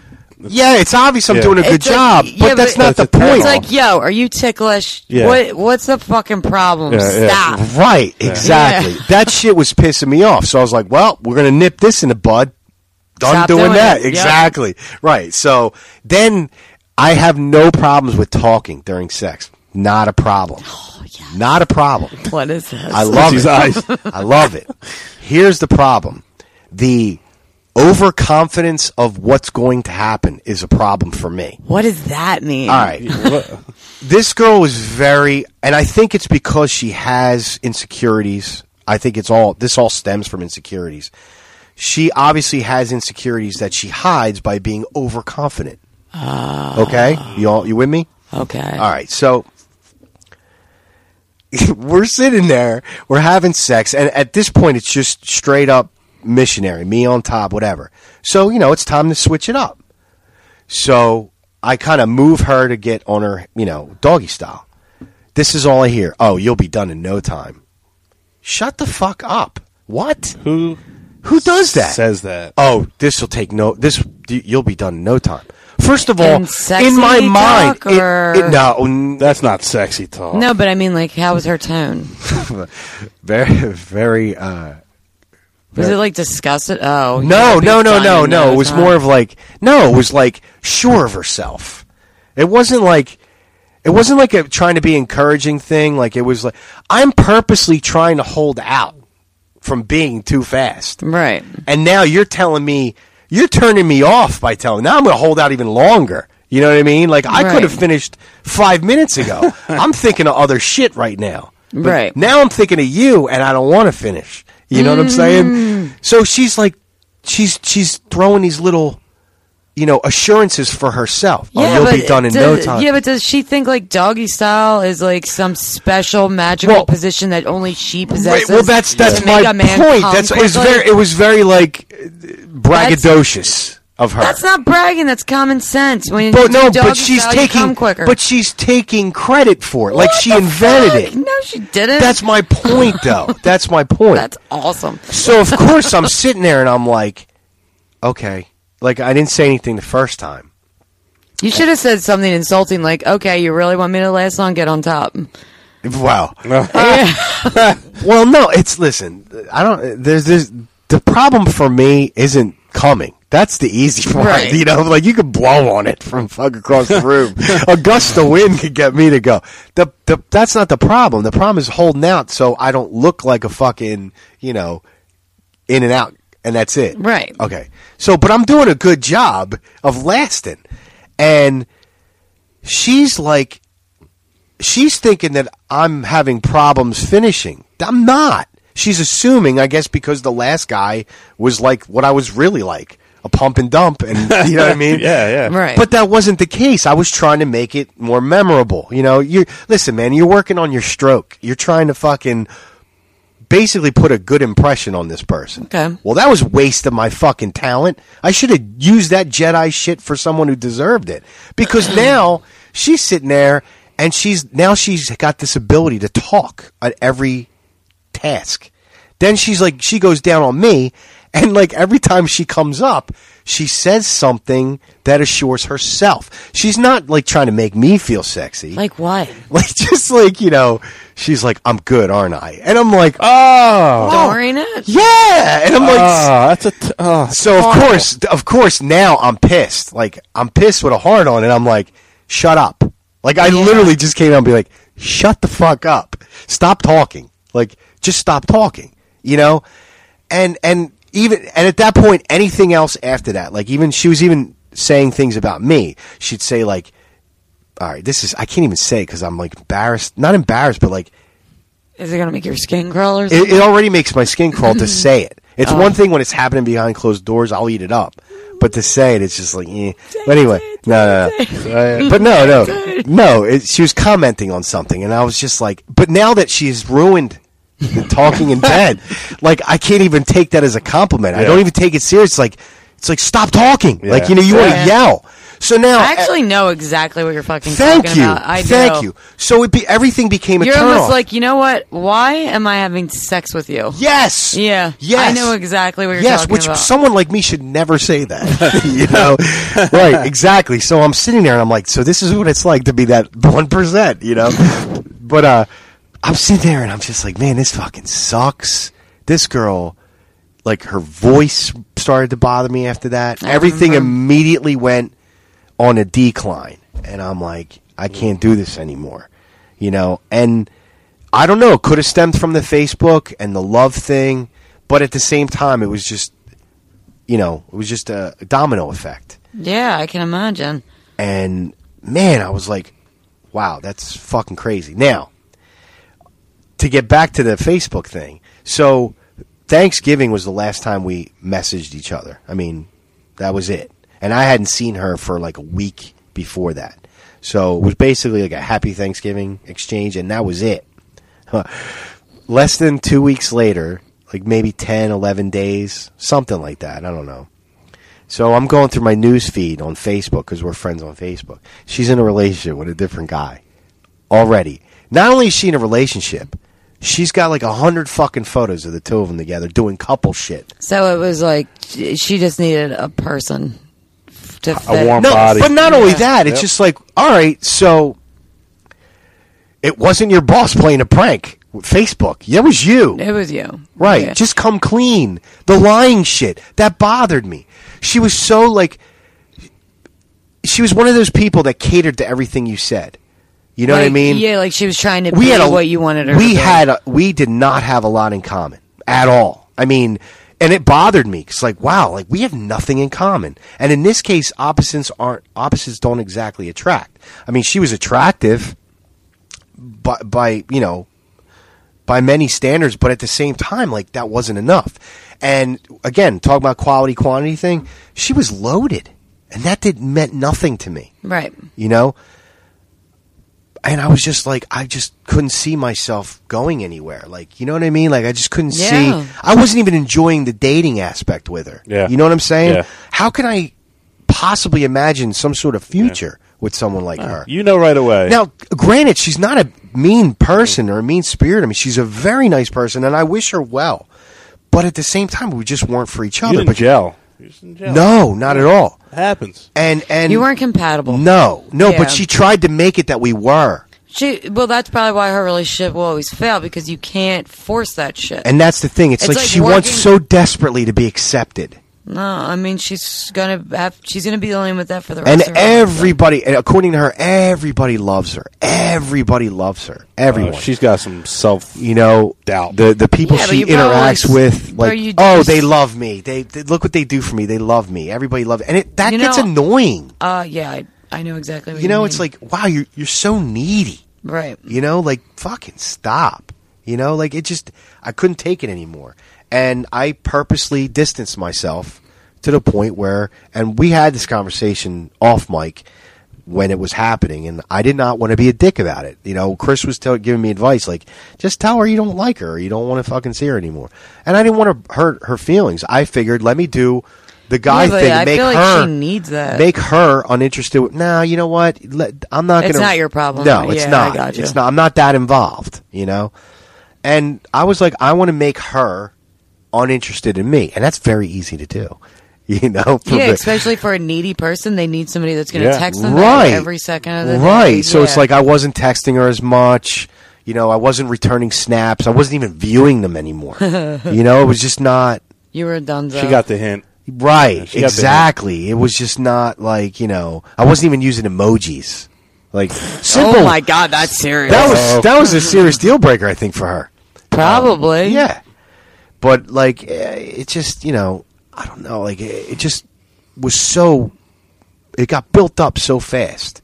[SPEAKER 3] yeah it's obvious i'm
[SPEAKER 4] Yeah.
[SPEAKER 3] doing a good
[SPEAKER 6] It's like-
[SPEAKER 3] job
[SPEAKER 6] yeah,
[SPEAKER 3] but that's not the
[SPEAKER 4] That's a turn
[SPEAKER 3] point
[SPEAKER 6] It's like, yo, are you ticklish?
[SPEAKER 3] Yeah.
[SPEAKER 6] What What's the fucking problem? Stop.
[SPEAKER 3] Right, exactly. That shit was pissing me off. So I was like, well, we're going to nip this in the bud. Done
[SPEAKER 13] Stop
[SPEAKER 3] doing,
[SPEAKER 13] doing
[SPEAKER 3] that.
[SPEAKER 13] it. Yep.
[SPEAKER 3] Exactly. Right. So then I have no problems with talking during sex. Not a problem.
[SPEAKER 13] Oh,
[SPEAKER 3] Not a problem.
[SPEAKER 6] What is this?
[SPEAKER 3] I love it. I love it. Here's the problem. The overconfidence of what's going to happen is a problem for me.
[SPEAKER 6] What does that mean?
[SPEAKER 3] All right. this girl was very, and I think it's because she has insecurities. I think it's all, this all stems from insecurities. She obviously has insecurities that she hides by being overconfident. okay? You all, you with me?
[SPEAKER 6] Okay.
[SPEAKER 3] All right. So we're sitting there, we're having sex, and at this point, it's just straight up missionary, me on top, whatever. So, you know, it's time to switch it up. So I kind of move her to get on her, you know, doggy style. This is all I hear. Oh, you'll be done in no time. Shut the fuck up. What?
[SPEAKER 4] Who?
[SPEAKER 3] Who does that?
[SPEAKER 4] Says that.
[SPEAKER 3] Oh, this will take no. This you'll be done in no time. First of all,
[SPEAKER 6] In sexy
[SPEAKER 3] in my mind,
[SPEAKER 6] talk,
[SPEAKER 3] it-
[SPEAKER 6] or-
[SPEAKER 3] it- no,
[SPEAKER 4] that's not sexy talk.
[SPEAKER 6] No, but I mean, like, how was her tone?
[SPEAKER 3] very, very uh,
[SPEAKER 6] Was it like disgusted? Oh
[SPEAKER 3] No, no,
[SPEAKER 6] you gotta
[SPEAKER 3] no, no,
[SPEAKER 6] be done
[SPEAKER 3] no. It
[SPEAKER 6] another
[SPEAKER 3] was
[SPEAKER 6] time.
[SPEAKER 3] more of like no, it was like sure of herself. It wasn't like it wasn't like a trying to be encouraging thing. Like it was like I'm purposely trying to hold out from being too fast.
[SPEAKER 6] Right.
[SPEAKER 3] And now you're telling me you're turning me off by telling now I'm going to hold out even longer. You know what I mean? Like I
[SPEAKER 6] Right.
[SPEAKER 3] could have finished 5 minutes ago. I'm thinking of other shit right now. But
[SPEAKER 6] Right.
[SPEAKER 3] Now I'm thinking of you and I don't want to finish. You know what I'm saying?
[SPEAKER 6] Mm.
[SPEAKER 3] So she's like, she's she's throwing these little, you know, assurances for herself. oh, you'll be
[SPEAKER 6] but
[SPEAKER 3] done in no
[SPEAKER 6] does-
[SPEAKER 3] time.
[SPEAKER 6] Yeah, but does she think like doggy style is like some special magical position that only she possesses?
[SPEAKER 3] Right, well, that's that's
[SPEAKER 6] to
[SPEAKER 3] my
[SPEAKER 6] make a man
[SPEAKER 3] point.
[SPEAKER 6] come
[SPEAKER 3] That's it was
[SPEAKER 6] quickly?
[SPEAKER 3] very it was very like uh, braggadocious of her.
[SPEAKER 6] That's not bragging. That's common sense. When you
[SPEAKER 3] but
[SPEAKER 6] do
[SPEAKER 3] no,
[SPEAKER 6] doggy
[SPEAKER 3] but she's
[SPEAKER 6] style, you
[SPEAKER 3] taking
[SPEAKER 6] come quicker.
[SPEAKER 3] but she's taking credit for it. Like she invented it.
[SPEAKER 6] no, she didn't.
[SPEAKER 3] That's my point, though. That's my point.
[SPEAKER 6] That's awesome.
[SPEAKER 3] So of course I'm sitting there and I'm like, okay, like I didn't say anything the first time.
[SPEAKER 6] You should have said something insulting like, "Okay, you really want me to last long? Get on top."
[SPEAKER 3] Wow. well, no, it's listen. I don't. There's there's the problem for me isn't coming. That's the easy part.
[SPEAKER 13] Right.
[SPEAKER 3] You know, like you could blow on it from fuck across the room. A gust of wind could get me to go. The, the that's not the problem. The problem is holding out so I don't look like a fucking you know in and out, and that's it.
[SPEAKER 6] Right.
[SPEAKER 3] Okay. So, but I'm doing a good job of lasting, and she's like, she's thinking that I'm having problems finishing. I'm not. She's assuming, I guess, because the last guy was like what I was really like. A pump and dump, and you know what I mean.
[SPEAKER 4] Yeah, yeah.
[SPEAKER 6] Right.
[SPEAKER 3] But that wasn't the case. I was trying to make it more memorable. You know, you listen, man. You're working on your stroke. You're trying to fucking basically put a good impression on this person.
[SPEAKER 6] Okay.
[SPEAKER 3] Well, that was a waste of my fucking talent. I should have used that Jedi shit for someone who deserved it. Because now she's sitting there and she's now she's got this ability to talk at every task. Then she's like she goes down on me and like every time she comes up, she says something that assures herself. She's not like trying to make me feel sexy
[SPEAKER 6] Like what?
[SPEAKER 3] like just like you know she's like i'm good aren't i and i'm like oh
[SPEAKER 6] Don't worry, not.
[SPEAKER 3] yeah and i'm like
[SPEAKER 4] Ah, that's a t- ah,
[SPEAKER 3] so of
[SPEAKER 4] horrible.
[SPEAKER 3] course of course now i'm pissed like i'm pissed with a heart on and i'm like shut up like i literally just came out and be like shut the fuck up stop talking like just stop talking you know and and even and at that point anything else after that like even she was even saying things about me she'd say like all right this is i can't even say because i'm like embarrassed not embarrassed but like
[SPEAKER 6] Is it gonna make your skin crawl or something?
[SPEAKER 3] it, it already makes my skin crawl to say it it's
[SPEAKER 6] Oh.
[SPEAKER 3] one thing when it's happening behind closed doors i'll eat it up but to say it it's just like eh. but anyway no no no but no no no it, she was commenting on something and i was just like but now that she's ruined the talking in bed like i can't even take that as a compliment i
[SPEAKER 4] Yeah.
[SPEAKER 3] don't even take it serious It's like it's like stop talking like you know you want
[SPEAKER 6] Yeah.
[SPEAKER 3] to yell so now
[SPEAKER 6] I actually know exactly what you're fucking
[SPEAKER 3] Thank
[SPEAKER 6] talking
[SPEAKER 3] you.
[SPEAKER 6] about. I
[SPEAKER 3] Thank
[SPEAKER 6] do.
[SPEAKER 3] you. So it be everything became a
[SPEAKER 6] You're
[SPEAKER 3] turn
[SPEAKER 6] almost
[SPEAKER 3] off.
[SPEAKER 6] like, you know what? Why am I having sex with you?
[SPEAKER 3] yes.
[SPEAKER 6] Yeah.
[SPEAKER 3] Yes.
[SPEAKER 6] I know exactly what you're
[SPEAKER 3] yes,
[SPEAKER 6] talking
[SPEAKER 3] which
[SPEAKER 6] about.
[SPEAKER 3] someone like me should never say that. you know, right? Exactly. So I'm sitting there and I'm like, so this is what it's like to be that one percent, you know? but uh, I'm sitting there and I'm just like, man, this fucking sucks. This girl, like, her voice started to bother me after that. Everything immediately went on a decline, and I'm like, I can't do this anymore, you know? And I don't know. Could have stemmed from the Facebook and the love thing, but at the same time, it was just, you know, it was just a domino effect.
[SPEAKER 6] yeah, I can imagine.
[SPEAKER 3] And man, I was like, wow, that's fucking crazy. Now, to get back to the Facebook thing, so Thanksgiving was the last time we messaged each other. I mean, that was it. And I hadn't seen her for like a week before that. So it was basically like a happy Thanksgiving exchange, and that was it. Less than two weeks later, like maybe 10, 11 days, something like that. I don't know. So I'm going through my news feed on Facebook because we're friends on Facebook. She's in a relationship with a different guy already. Not only is she in a relationship, she's got like a hundred fucking photos of the two of them together doing couple shit.
[SPEAKER 6] So it was like she she just needed a person to fit.
[SPEAKER 4] warm
[SPEAKER 3] No,
[SPEAKER 4] body.
[SPEAKER 3] but not only
[SPEAKER 6] Yeah.
[SPEAKER 3] that, it's
[SPEAKER 4] Yep.
[SPEAKER 3] just like, all right, so it wasn't your boss playing a prank. Facebook. That was you.
[SPEAKER 6] It was you.
[SPEAKER 3] Right.
[SPEAKER 6] Yeah.
[SPEAKER 3] Just come clean. The lying shit. That bothered me. She was so like she was one of those people that catered to everything you said. You know what I
[SPEAKER 6] Like,
[SPEAKER 3] mean?
[SPEAKER 6] Yeah, like she was trying to be what you wanted her
[SPEAKER 3] We
[SPEAKER 6] to be.
[SPEAKER 3] had a, we did not have a lot in common at all. I mean, and it bothered me because like wow, like we have nothing in common. And in this case, opposites aren't opposites don't exactly attract. I mean, she was attractive, but by you know by many standards, but at the same time, like that wasn't enough. And again, talking about quality quantity thing, she was loaded, and that did meant nothing to me
[SPEAKER 6] Right.
[SPEAKER 3] you know and i was just like i just couldn't see myself going anywhere like you know what i mean like i just couldn't
[SPEAKER 6] Yeah.
[SPEAKER 3] see i wasn't even enjoying the dating aspect with her
[SPEAKER 4] Yeah.
[SPEAKER 3] you know what i'm saying
[SPEAKER 4] Yeah.
[SPEAKER 3] how can i possibly imagine some sort of future with someone like her
[SPEAKER 4] You know right away.
[SPEAKER 3] now granted she's not a mean person or a mean spirit i mean she's a very nice person and i wish her well but at the same time we just weren't for each
[SPEAKER 4] you
[SPEAKER 3] other
[SPEAKER 4] didn't
[SPEAKER 3] but
[SPEAKER 4] gel. You just didn't gel.
[SPEAKER 3] no not at all
[SPEAKER 4] It happens.
[SPEAKER 3] and and
[SPEAKER 6] you weren't compatible.
[SPEAKER 3] no no
[SPEAKER 6] Yeah.
[SPEAKER 3] but she tried to make it that we were
[SPEAKER 6] She well, that's probably why her relationship will always fail because you can't force that shit.
[SPEAKER 3] And that's the thing. It's,
[SPEAKER 6] It's
[SPEAKER 3] like,
[SPEAKER 6] like
[SPEAKER 3] she wants so
[SPEAKER 6] working-
[SPEAKER 3] desperately to be accepted.
[SPEAKER 6] no, I mean she's gonna have she's gonna be dealing with that for the rest
[SPEAKER 3] And
[SPEAKER 6] of her life.
[SPEAKER 3] everybody, and according to her, everybody loves her. Everybody loves her. Everyone.
[SPEAKER 4] Uh, she's got some self.
[SPEAKER 3] you know,
[SPEAKER 4] Doubt.
[SPEAKER 3] the the people
[SPEAKER 6] Yeah, but
[SPEAKER 3] she
[SPEAKER 6] you probably
[SPEAKER 3] interacts
[SPEAKER 6] s-
[SPEAKER 3] with,
[SPEAKER 6] bro,
[SPEAKER 3] like,
[SPEAKER 6] you
[SPEAKER 3] oh,
[SPEAKER 6] just-
[SPEAKER 3] they love me. They, they- look what they do for me. They love me. Everybody loves, and it that
[SPEAKER 6] You
[SPEAKER 3] gets
[SPEAKER 6] know-
[SPEAKER 3] annoying.
[SPEAKER 6] Uh, yeah, I, I know exactly. What
[SPEAKER 3] You know,
[SPEAKER 6] mean.
[SPEAKER 3] it's like, wow, you're you're so needy.
[SPEAKER 6] right.
[SPEAKER 3] You know, like fucking stop. You know, like it just I couldn't take it anymore. And I purposely distanced myself to the point where and we had this conversation off mic when it was happening and I did not want to be a dick about it. You know, Chris was tell, giving me advice like just tell her you don't like her, or you don't want to fucking see her anymore. And I didn't want to hurt her feelings. I figured let me do the guy
[SPEAKER 6] Yeah, but
[SPEAKER 3] thing
[SPEAKER 6] I
[SPEAKER 3] make
[SPEAKER 6] feel like
[SPEAKER 3] her
[SPEAKER 6] she needs that.
[SPEAKER 3] make her uninterested. with- Nah, you know what? Let, I'm not
[SPEAKER 6] It's
[SPEAKER 3] gonna.
[SPEAKER 6] not your problem.
[SPEAKER 3] No, it's
[SPEAKER 6] Yeah, I
[SPEAKER 3] not.
[SPEAKER 6] got you.
[SPEAKER 3] It's not. I'm not that involved. You know. And I was like, I want to make her uninterested in me, and that's very easy to do. You know. for
[SPEAKER 6] yeah,
[SPEAKER 3] the-
[SPEAKER 6] especially for a needy person, they need somebody that's gonna
[SPEAKER 4] Yeah,
[SPEAKER 6] text them
[SPEAKER 3] right
[SPEAKER 6] every second of the day.
[SPEAKER 3] right. So it's
[SPEAKER 6] Yeah.
[SPEAKER 3] like I wasn't texting her as much. You know, I wasn't returning snaps. I wasn't even viewing them anymore. you know, it was just not.
[SPEAKER 6] you were a dunzo.
[SPEAKER 4] She got the hint.
[SPEAKER 3] Right,
[SPEAKER 4] she got the
[SPEAKER 3] exactly. It was just not like you know. I wasn't even using emojis. Like simple.
[SPEAKER 6] Oh my god, that's serious.
[SPEAKER 3] that
[SPEAKER 4] Oh.
[SPEAKER 3] was that was a serious deal breaker, I think, for her.
[SPEAKER 6] probably.
[SPEAKER 3] Yeah, but like eh, it just you know I don't know like eh, it just was so it got built up so fast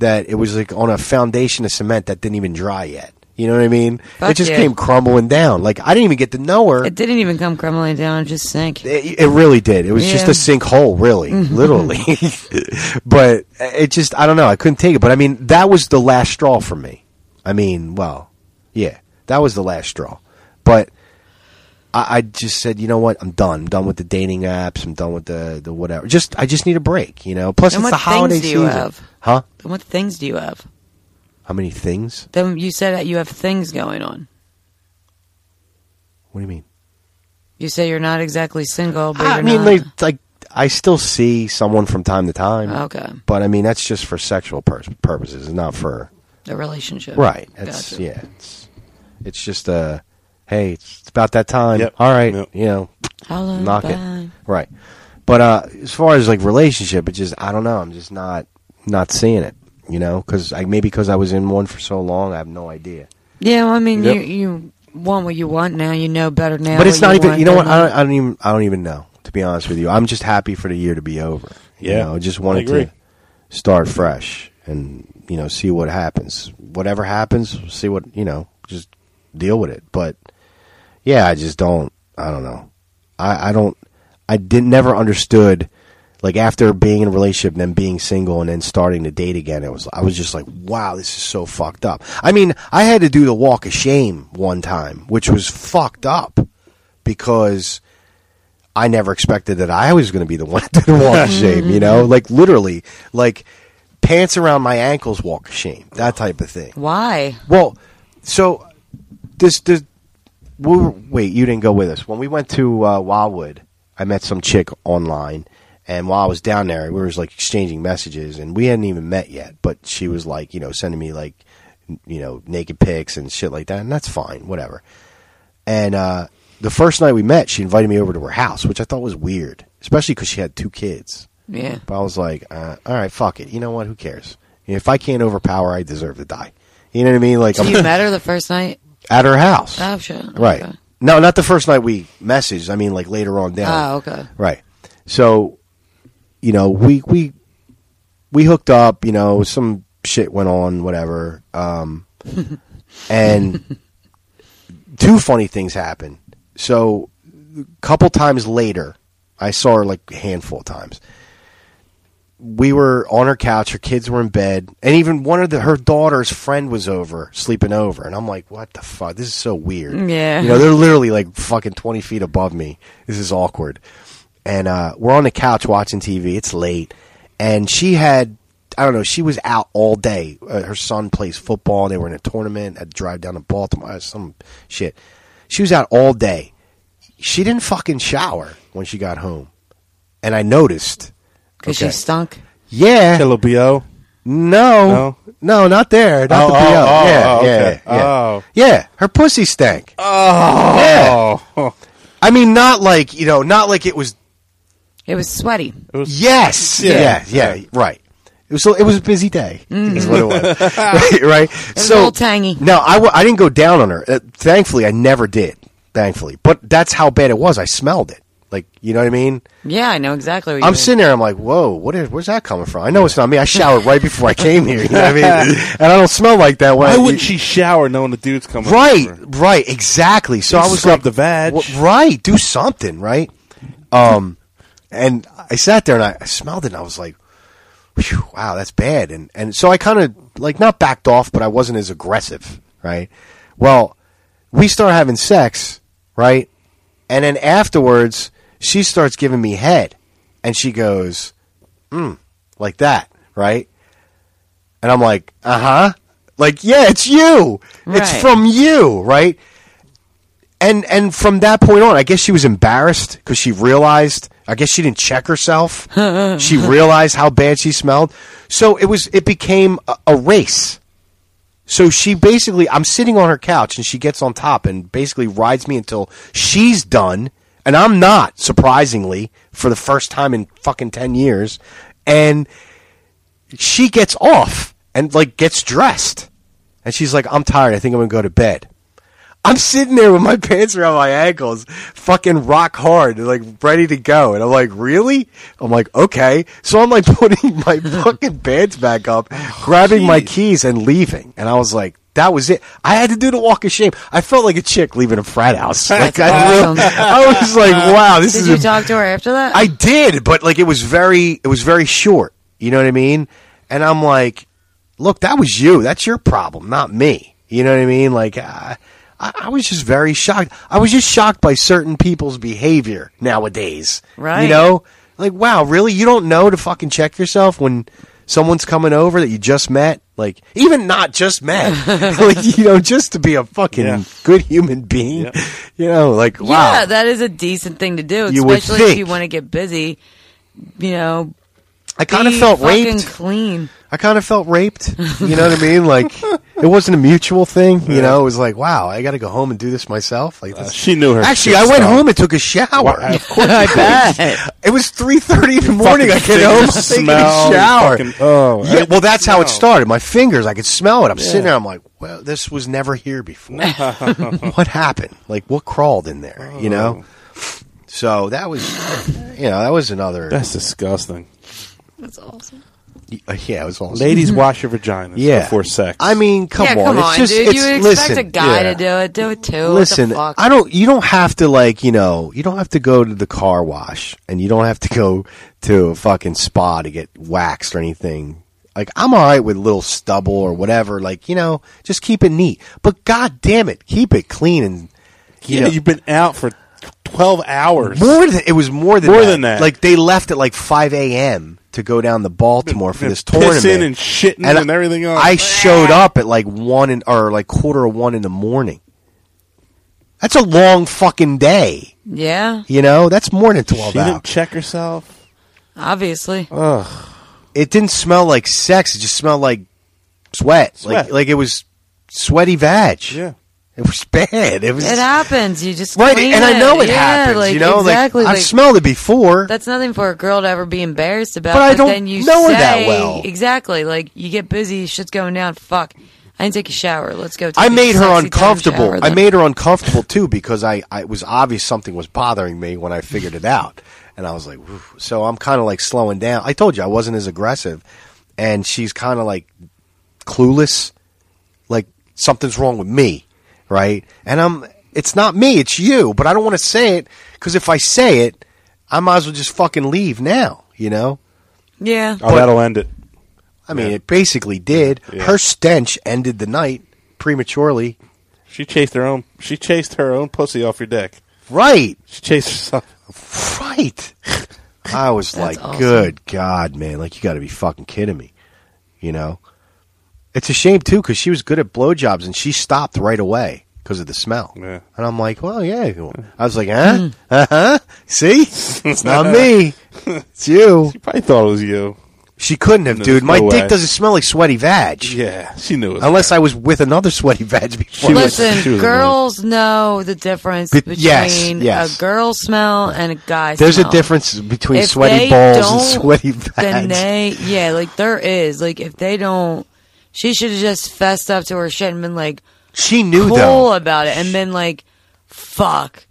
[SPEAKER 3] that it was like on a foundation of cement that didn't even dry yet. You know what I mean?
[SPEAKER 6] Fuck
[SPEAKER 3] it just
[SPEAKER 6] yeah.
[SPEAKER 3] came crumbling down. Like I didn't even get to know her.
[SPEAKER 6] It didn't even come crumbling down; it just sank.
[SPEAKER 3] It, it really did. It was just
[SPEAKER 6] Yeah. Mm-hmm.
[SPEAKER 3] a sinkhole, really, literally. but it just, I don't know. I couldn't take it. But I mean, that was the last straw for me. I mean, well, yeah, that was the last straw. But I, I just said, you know what? I'm done. I'm done with the dating apps. I'm done with the, the whatever. Just, I just need a break, you know? Plus,
[SPEAKER 6] And
[SPEAKER 3] it's
[SPEAKER 6] what
[SPEAKER 3] the holiday
[SPEAKER 6] things do you
[SPEAKER 3] season.
[SPEAKER 6] have?
[SPEAKER 3] Huh?
[SPEAKER 6] And what things do you have?
[SPEAKER 3] How many things?
[SPEAKER 6] Then you said that you have things going on.
[SPEAKER 3] What do you mean?
[SPEAKER 6] You say you're not exactly single, but
[SPEAKER 3] I
[SPEAKER 6] you're
[SPEAKER 3] mean,
[SPEAKER 6] not.
[SPEAKER 3] like, like, I still see someone from time to time.
[SPEAKER 6] Okay.
[SPEAKER 3] But I mean, that's just for sexual pur- purposes, not for.
[SPEAKER 6] the relationship.
[SPEAKER 3] Right. It's
[SPEAKER 6] Gotcha.
[SPEAKER 3] yeah. It's it's just uh, hey, it's, it's about that time.
[SPEAKER 4] Yep.
[SPEAKER 3] All right,
[SPEAKER 4] Yep.
[SPEAKER 3] you know,
[SPEAKER 6] Holla,
[SPEAKER 3] knock it.
[SPEAKER 6] bye.
[SPEAKER 3] Right. But uh, as far as like relationship, it just I don't know. I'm just not not seeing it. You know, because I maybe because I was in one for so long, I have no idea.
[SPEAKER 6] Yeah, well, I mean,
[SPEAKER 4] Yep.
[SPEAKER 6] you you want what you want now. You know better now.
[SPEAKER 3] but it's
[SPEAKER 6] what
[SPEAKER 3] not even.
[SPEAKER 6] want
[SPEAKER 3] You know what?
[SPEAKER 6] than-
[SPEAKER 3] I don't, I don't even. I don't even know. To be honest with you, I'm just happy for the year to be over. You
[SPEAKER 4] Yeah,
[SPEAKER 3] know, I just
[SPEAKER 4] I
[SPEAKER 3] wanted
[SPEAKER 4] agree.
[SPEAKER 3] to start fresh and you know see what happens. Whatever happens, see what you know. Just deal with it. But yeah, I just don't. I don't know. I, I don't. I didn't never understood. Like after being in a relationship and then being single and then starting to date again, it was I was just like, wow, this is so fucked up. I mean, I had to do the walk of shame one time, which was fucked up because I never expected that I was going to be the one to do the walk of shame. You know, like literally, like pants around my ankles, walk of shame, that type of thing.
[SPEAKER 6] Why?
[SPEAKER 3] Well, so this this we were, wait, you didn't go with us when we went to uh, Wildwood. I met some chick online, and while I was down there, we were just, like exchanging messages, and we hadn't even met yet. But she was like, you know, sending me like you know, naked pics and shit like that, and that's fine, whatever. And uh, the first night we met, she invited me over to her house, which I thought was weird, especially because she had two kids.
[SPEAKER 6] Yeah.
[SPEAKER 3] But I was like, uh, all right, fuck it. You know what? Who cares? If I can't overpower, I deserve to die. You know what I mean? Like
[SPEAKER 6] So you met her the first night?
[SPEAKER 3] at her house.
[SPEAKER 6] Oh, shit.
[SPEAKER 3] Right. No, not the first night we messaged. I mean, like later on down.
[SPEAKER 6] Oh, okay.
[SPEAKER 3] Right. So, you know, we we we hooked up. You know, some shit went on, whatever. Um, and two funny things happened. So, a couple times later, I saw her like a handful of times. We were on her couch. Her kids were in bed, and even one of the her daughter's friend was over, sleeping over. And I'm like, "What the fuck? This is so weird."
[SPEAKER 6] Yeah.
[SPEAKER 3] you know, they're literally like fucking 20 feet above me. This is awkward. And uh, we're on the couch watching TV. It's late. And she had, I don't know, she was out all day. Uh, her son plays football. They were in a tournament. Had to drive down to Baltimore, uh, some shit. She was out all day. She didn't fucking shower when she got home. And I noticed.
[SPEAKER 6] Because she stunk?
[SPEAKER 3] Yeah.
[SPEAKER 4] Hello, B.O.
[SPEAKER 3] No. No, not there. Not
[SPEAKER 4] Oh,
[SPEAKER 3] the BO.
[SPEAKER 4] oh, oh,
[SPEAKER 3] yeah,
[SPEAKER 4] oh,
[SPEAKER 3] yeah,
[SPEAKER 4] okay.
[SPEAKER 3] yeah.
[SPEAKER 4] Oh.
[SPEAKER 3] Yeah, her pussy stank. Oh. I mean, not like, you know, not like it was.
[SPEAKER 6] It was sweaty.
[SPEAKER 3] yes.
[SPEAKER 6] Yeah.
[SPEAKER 3] Yeah. Yeah. right. It was, so it was a busy day. Is what it was. right. right?
[SPEAKER 6] Mm-hmm. was
[SPEAKER 3] so
[SPEAKER 6] a little tangy.
[SPEAKER 3] No, I, w- I didn't go down on her. Uh, thankfully, I never did. Thankfully. But that's how bad it was. I smelled it. Like, you know what I mean?
[SPEAKER 6] Yeah, I know exactly what you
[SPEAKER 3] I'm
[SPEAKER 6] mean.
[SPEAKER 3] sitting there. I'm like, whoa, what is, where's that coming from? I know it's not me. I showered right before I came here. You know what I mean? And I don't smell like that. When
[SPEAKER 4] Why
[SPEAKER 3] I-
[SPEAKER 4] wouldn't she shower knowing the dude's coming?
[SPEAKER 3] Right,
[SPEAKER 4] over?
[SPEAKER 3] right, exactly. So
[SPEAKER 4] You
[SPEAKER 3] I was
[SPEAKER 4] scrub
[SPEAKER 3] like,
[SPEAKER 4] the vag.
[SPEAKER 3] "Wha- right, do something, right? Um, and I sat there and I, I smelled it and I was like, "Phew, wow, that's bad. And and so I kind of like not backed off, but I wasn't as aggressive, right? Well, we start having sex, right? And then afterwards, she starts giving me head, and she goes, "Hmm," like that, right? And I'm like, "Uh huh." Like, yeah, it's you. It's
[SPEAKER 6] Right.
[SPEAKER 3] from you, right? and and from that point on, I guess she was embarrassed because she realized. I guess she didn't check herself. she realized how bad she smelled. So it was. It became a, a race. So she basically, I'm sitting on her couch and she gets on top and basically rides me until she's done, and I'm not. Surprisingly, for the first time in fucking ten years, and she gets off and like gets dressed, and she's like, "I'm tired. I think I'm gonna go to bed." I'm sitting there with my pants around my ankles, fucking rock hard, like ready to go. And I'm like, really? I'm like, okay. So I'm like putting my fucking pants back up, grabbing my keys and leaving. And I was like, that was it. I had to do the walk of shame. I felt like a chick leaving a frat house. Like I,
[SPEAKER 6] awesome.
[SPEAKER 3] really- I was like, wow, this
[SPEAKER 6] Did
[SPEAKER 3] is
[SPEAKER 6] you
[SPEAKER 3] a-
[SPEAKER 6] talk to her after that?
[SPEAKER 3] I did, but like it was very it was very short. You know what I mean? And I'm like, look, that was you. That's your problem, not me. You know what I mean? Like uh, I, I was just very shocked. I was just shocked by certain people's behavior nowadays. You
[SPEAKER 6] Right.
[SPEAKER 3] know? Like, wow, really? You don't know to fucking check yourself when someone's coming over that you just met? Like, even not just met. like, you know, just to be a fucking
[SPEAKER 4] Yeah.
[SPEAKER 3] good human being. You know, like, wow.
[SPEAKER 6] Yeah, that is a decent thing to do,
[SPEAKER 3] You would
[SPEAKER 6] especially
[SPEAKER 3] think.
[SPEAKER 6] if you want to get busy. You know,
[SPEAKER 3] I kind of
[SPEAKER 6] be
[SPEAKER 3] felt
[SPEAKER 6] fucking
[SPEAKER 3] raped.
[SPEAKER 6] clean.
[SPEAKER 3] I kind of felt raped. You know what I mean? Like it wasn't a mutual thing. You know, it was like, wow, I got to go home and do this myself. Like this.
[SPEAKER 4] She knew her.
[SPEAKER 3] Actually,
[SPEAKER 4] shit
[SPEAKER 3] I went
[SPEAKER 4] stunk.
[SPEAKER 3] home and took a shower.
[SPEAKER 4] Why- Uh, of course
[SPEAKER 6] I bet.
[SPEAKER 3] It was three thirty in the morning. I
[SPEAKER 4] fucking
[SPEAKER 3] get home, I'm
[SPEAKER 4] fingers
[SPEAKER 3] taking
[SPEAKER 4] smell,
[SPEAKER 3] a shower.
[SPEAKER 4] fucking- oh,
[SPEAKER 3] yeah. Well, that's how it
[SPEAKER 4] smell.
[SPEAKER 3] started. My fingers, I could smell it. I'm sitting there. I'm like, well, this was never here before. what happened? Like, what crawled in there? You know.
[SPEAKER 4] Oh.
[SPEAKER 3] So that was, you know, that was another.
[SPEAKER 4] That's disgusting.
[SPEAKER 3] Mm-hmm.
[SPEAKER 6] That's awesome.
[SPEAKER 3] yeah, it was awesome.
[SPEAKER 4] Ladies, wash your vaginas
[SPEAKER 3] Yeah.
[SPEAKER 4] before sex.
[SPEAKER 3] I mean, come
[SPEAKER 6] yeah,
[SPEAKER 3] on.
[SPEAKER 6] come
[SPEAKER 3] it's
[SPEAKER 6] on,
[SPEAKER 3] just,
[SPEAKER 6] dude.
[SPEAKER 3] It's,
[SPEAKER 6] you would expect
[SPEAKER 3] listen,
[SPEAKER 6] a guy
[SPEAKER 3] yeah.
[SPEAKER 6] to do it. Do it too.
[SPEAKER 3] Listen,
[SPEAKER 6] what the fuck?
[SPEAKER 3] I don't. You don't have to like you know. You don't have to go to the car wash, and you don't have to go to a fucking spa to get waxed or anything. Like I'm all right with little stubble or whatever. Like you know, just keep it neat. But god damn it, keep it clean and
[SPEAKER 4] yeah, you've been out for twelve hours.
[SPEAKER 3] more than it was more than
[SPEAKER 4] More
[SPEAKER 3] that.
[SPEAKER 4] than that.
[SPEAKER 3] Like they left at like 5 a.m. to go down to Baltimore for
[SPEAKER 4] Been
[SPEAKER 3] this
[SPEAKER 4] pissing
[SPEAKER 3] tournament
[SPEAKER 4] and shitting and
[SPEAKER 3] I-
[SPEAKER 4] everything else.
[SPEAKER 3] I showed up at like one in, or like quarter of one in the morning. That's a long fucking day.
[SPEAKER 6] yeah,
[SPEAKER 3] You know, that's more than
[SPEAKER 4] She
[SPEAKER 3] twelve
[SPEAKER 4] didn't
[SPEAKER 3] hours.
[SPEAKER 4] check herself.
[SPEAKER 6] obviously.
[SPEAKER 3] Uh, It didn't smell like sex. It just smelled like sweat.
[SPEAKER 4] Sweat.
[SPEAKER 3] Like like it was sweaty vag.
[SPEAKER 4] Yeah.
[SPEAKER 3] It was bad. It was
[SPEAKER 6] It happens. You just
[SPEAKER 3] right,
[SPEAKER 6] clean
[SPEAKER 3] and I know it
[SPEAKER 6] Yeah,
[SPEAKER 3] happens.
[SPEAKER 6] Like,
[SPEAKER 3] you know,
[SPEAKER 6] exactly.
[SPEAKER 3] like I've smelled it before.
[SPEAKER 6] That's nothing for a girl to ever be embarrassed about.
[SPEAKER 3] But I don't
[SPEAKER 6] then you
[SPEAKER 3] know her
[SPEAKER 6] say,
[SPEAKER 3] that well.
[SPEAKER 6] Exactly. Like you get busy, shit's going down. Fuck. I didn't take a shower. Let's go. Take
[SPEAKER 3] I
[SPEAKER 6] a
[SPEAKER 3] made her
[SPEAKER 6] sexy time
[SPEAKER 3] uncomfortable.
[SPEAKER 6] shower
[SPEAKER 3] I
[SPEAKER 6] then.
[SPEAKER 3] made her uncomfortable too because I, I it was obvious something was bothering me when I figured it out, and I was like, "Oof." so I'm kind of like slowing down. I told you I wasn't as aggressive, and she's kind of like clueless, like something's wrong with me, right? And I'm, it's not me, it's you, but I don't want to say it because if I say it, I might as well just fucking leave now, you know.
[SPEAKER 6] Yeah.
[SPEAKER 4] Oh, that'll end it.
[SPEAKER 3] I mean, it basically did. Her stench ended the night prematurely.
[SPEAKER 4] She chased her own. She chased her own pussy off your dick.
[SPEAKER 3] Right.
[SPEAKER 4] She chased herself.
[SPEAKER 3] Right. I was like,
[SPEAKER 4] awesome.
[SPEAKER 3] good God, man. Like, you got to be fucking kidding me. You know? It's a shame, too, because she was good at blowjobs and she stopped right away because of the smell.
[SPEAKER 4] Yeah.
[SPEAKER 3] And I'm like, well, yeah. I was like,
[SPEAKER 6] Hmm.
[SPEAKER 3] huh? Uh huh. See? It's not me. It's you. She
[SPEAKER 4] probably thought it was you.
[SPEAKER 3] She couldn't have,
[SPEAKER 4] No,
[SPEAKER 3] dude.
[SPEAKER 4] there's
[SPEAKER 3] My
[SPEAKER 4] no
[SPEAKER 3] dick
[SPEAKER 4] way.
[SPEAKER 3] doesn't smell like sweaty vag.
[SPEAKER 4] Yeah, she knew it.
[SPEAKER 3] Unless I was with another sweaty vag before.
[SPEAKER 6] Listen, girls know the difference
[SPEAKER 3] Be-
[SPEAKER 6] between
[SPEAKER 3] yes, yes.
[SPEAKER 6] a girl smell and a guy
[SPEAKER 3] There's
[SPEAKER 6] smell.
[SPEAKER 3] a difference between
[SPEAKER 6] If
[SPEAKER 3] sweaty
[SPEAKER 6] they
[SPEAKER 3] balls and
[SPEAKER 6] don't,
[SPEAKER 3] sweaty vag.
[SPEAKER 6] Then they, yeah, like there is. Like if they don't, she should have just fessed up to her shit and been like,
[SPEAKER 3] she knew
[SPEAKER 6] cool
[SPEAKER 3] though.
[SPEAKER 6] about it, and been like, fuck.